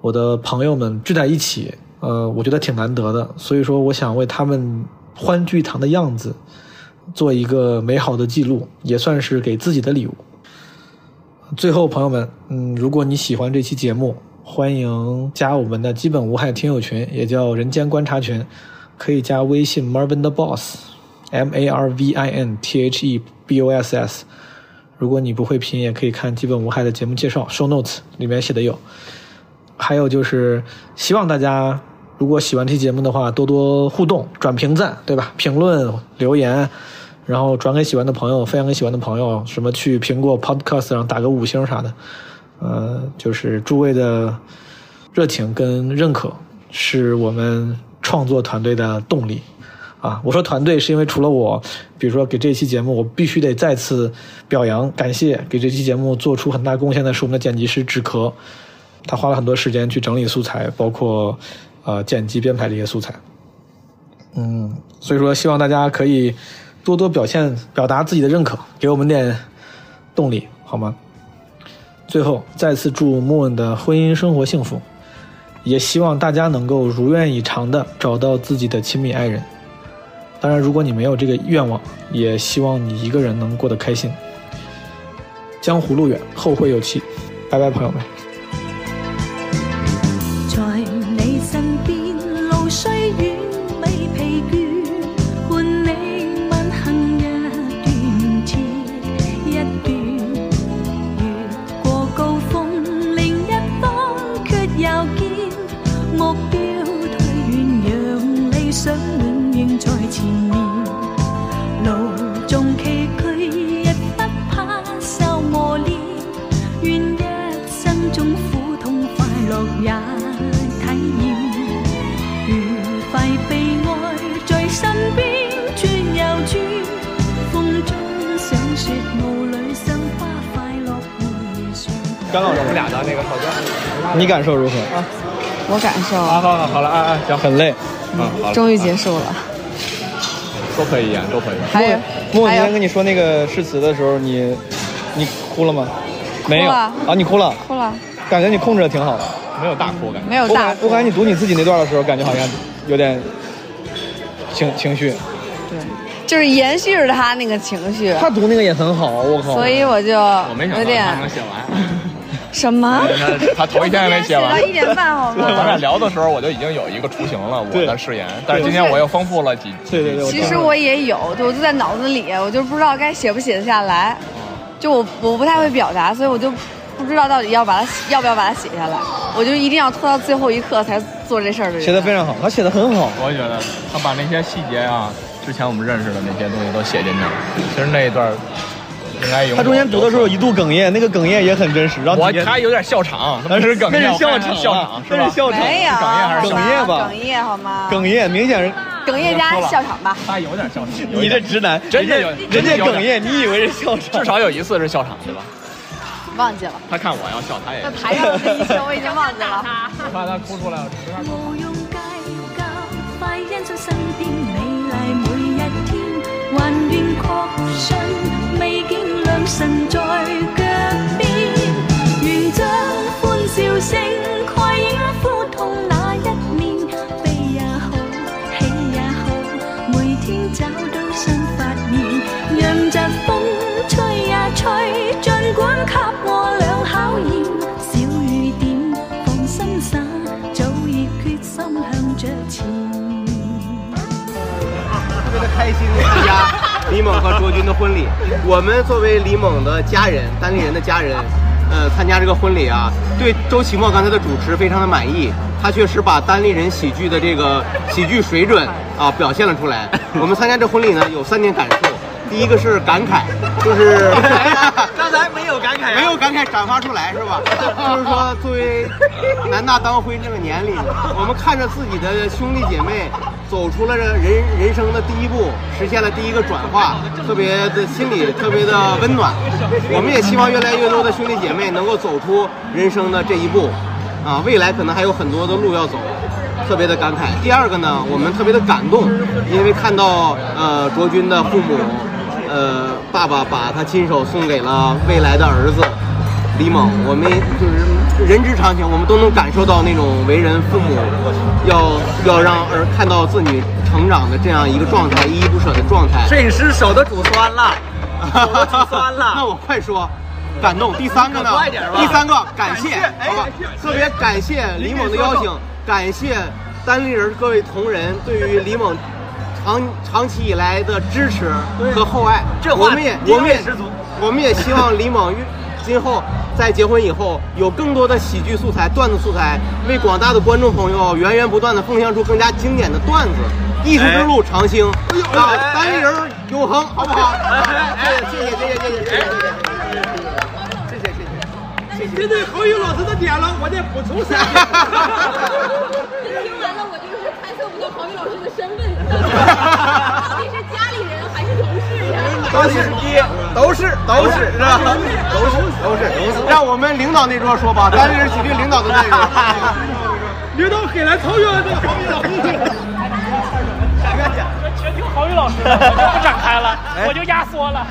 我的朋友们聚在一起，呃，我觉得挺难得的。所以说，我想为他们欢聚一堂的样子做一个美好的记录，也算是给自己的礼物。最后，朋友们，嗯，如果你喜欢这期节目，欢迎加我们的基本无害听友群，也叫人间观察群，可以加微信 Marvin the Boss，M A R V I N T H E B O S S。如果你不会拼，也可以看基本无害的节目介绍 show notes 里面写的有。还有就是，希望大家如果喜欢这期节目的话，多多互动、转评赞，对吧？评论、留言，然后转给喜欢的朋友，分享给喜欢的朋友，什么去苹果 Podcast 上打个五星啥的。呃，就是诸位的热情跟认可，是我们创作团队的动力。啊，我说团队是因为除了我，比如说给这期节目，我必须得再次表扬、感谢给这期节目做出很大贡献的是我们的剪辑师纸壳，他花了很多时间去整理素材，包括呃剪辑、编排这些素材。嗯，所以说希望大家可以多多表现、表达自己的认可，给我们点动力，好吗？最后，再次祝莫恩的婚姻生活幸福，也希望大家能够如愿以偿的找到自己的亲密爱人。当然，如果你没有这个愿望，也希望你一个人能过得开心。江湖路远，后会有期。拜拜，朋友们。
在你身邊，路雖遠，未疲倦，伴你吻痕一段接一段，越過高峰，另一方卻又見目標退遠，讓理想永遠在前面。路縱崎嶇，亦不怕受磨練。愿一生中苦痛快樂也體驗，愉快被愛在身邊轉又轉，風中想說霧裏生花快樂回旋。
干扰我们俩的那个吵架，
你感受如何？
我感受
啊，好好好了，啊啊，行，
很
哎
累，
嗯，好了，
终于结束了。
都可以演，都可以。
还有
莫
还
今
有
天跟你说那个誓词的时候，你你哭了吗？没有
了
啊，你哭了，
哭了，
感觉你控制的挺好的，没有大哭感
觉没有大
我感觉你读你自己那段的时候，感觉好像有点情情绪。
就是延续着他那个情绪，
他读那个也很好，我
啊
靠。
所以我就有点
写完。
什么？
啊 他他头一天还没写完，
我今天写到1:30好吗
咱俩聊的时 候，我就已经有一个雏形了，我的誓言。但是今天我又丰富了几。
对对
其实我也有，就我就在脑子里，我就不知道该写不写得下来，就我我不太会表达，所以我就不
不知道到底要把它要不要把它写下来，我就一定要拖到最后一刻才做这事儿的人。
写的非常好，他写的很好。
我也觉得他把那些细节啊，之前我们认识的那些东西都写进去了。其实那一段应该有。
他中间读的时候有一度哽咽，那个哽咽也很真实，让
我
底下
他有点笑场，
那是哽咽
那是笑
我看
场，
是
笑
啊
场
那是笑场
没有，
哽咽
啊
还是笑场哽咽吧
哽咽好吗？
哽咽，明显是。
哽咽加笑场吧。
他有点笑场。
你这直男，
真的有
人家
真的有
哽咽，你以为是笑场？
至少有一次是笑场对吧？
忘记了，
他看我要笑，他也
那台上的那一些我已经忘记了。
哎我怕他哭出来，我没法说。
毋用計較，快欣賞身邊美麗每一天，還願確信未見良辰在腳邊，願將歡笑聲蓋掩苦痛那一面，悲也好，喜也好，每天找到新發 現，讓疾風吹呀吹，儘管給我兩考驗，小雨點放心灑。早已決心向着前。
特别的开心的参加李猛和卓君的婚礼。我们作为李猛的家人，单立人的家人，呃，参加这个婚礼啊，对周奇墨刚才的主持非常的满意。他确实把单立人喜剧的这个喜剧水准啊表现了出来。我们参加这婚礼呢，有三点感受。第一个是感慨，就是刚才没有感慨、没啊有感慨展发出来是 吧？就是说，作为男大当婚这个年龄，我们看着自己的兄弟姐妹走出了这人人生的第一步，实现了第一个转化，特别的心里特别的温暖。 我们也希望越来越多的兄弟姐妹能够走出人生的这一步，啊，未来可能还有很多的路要走。特别的感慨。第二个呢，我们特别的感动，因为看到呃卓君的父母，呃爸爸把他亲手送给了未来的儿子李猛，我们就是人之常情，我们都能感受到那种为人父母要要让儿看到自己成长的这样一个状态，依依不舍的状态。
摄影师手都煮酸 了，
手都煮酸了。那我快说。感动。第三个呢
可快点？吧
第三个感谢，
感谢哎
好吧
感谢，
特别感谢李猛的邀请，感谢单立人各位同仁对于李猛长长期以来的支持和厚爱。
这话
我们也
力
我们也
量十足
我们也希望李猛越今后在结婚以后有更多的喜剧素材、段子素材，为广大的观众朋友源源不断的奉献出更加经典的段子。哎艺术之 路长兴，啊，单立人永恒，好不好？谢谢谢谢谢谢谢谢谢谢。
针对
哎
侯宇老师的点了，我再补充 三
这听完了，我就是猜测不到郝宇老师的身份，到底是到底是家里人还是同事呀？
都是都是都是是吧？都是都是都是，让我们领导那桌说吧，单立人喜剧领导的那桌。领导很难超越这 个黄老
全听郝宇老师的，我就不展开了，我就压缩了。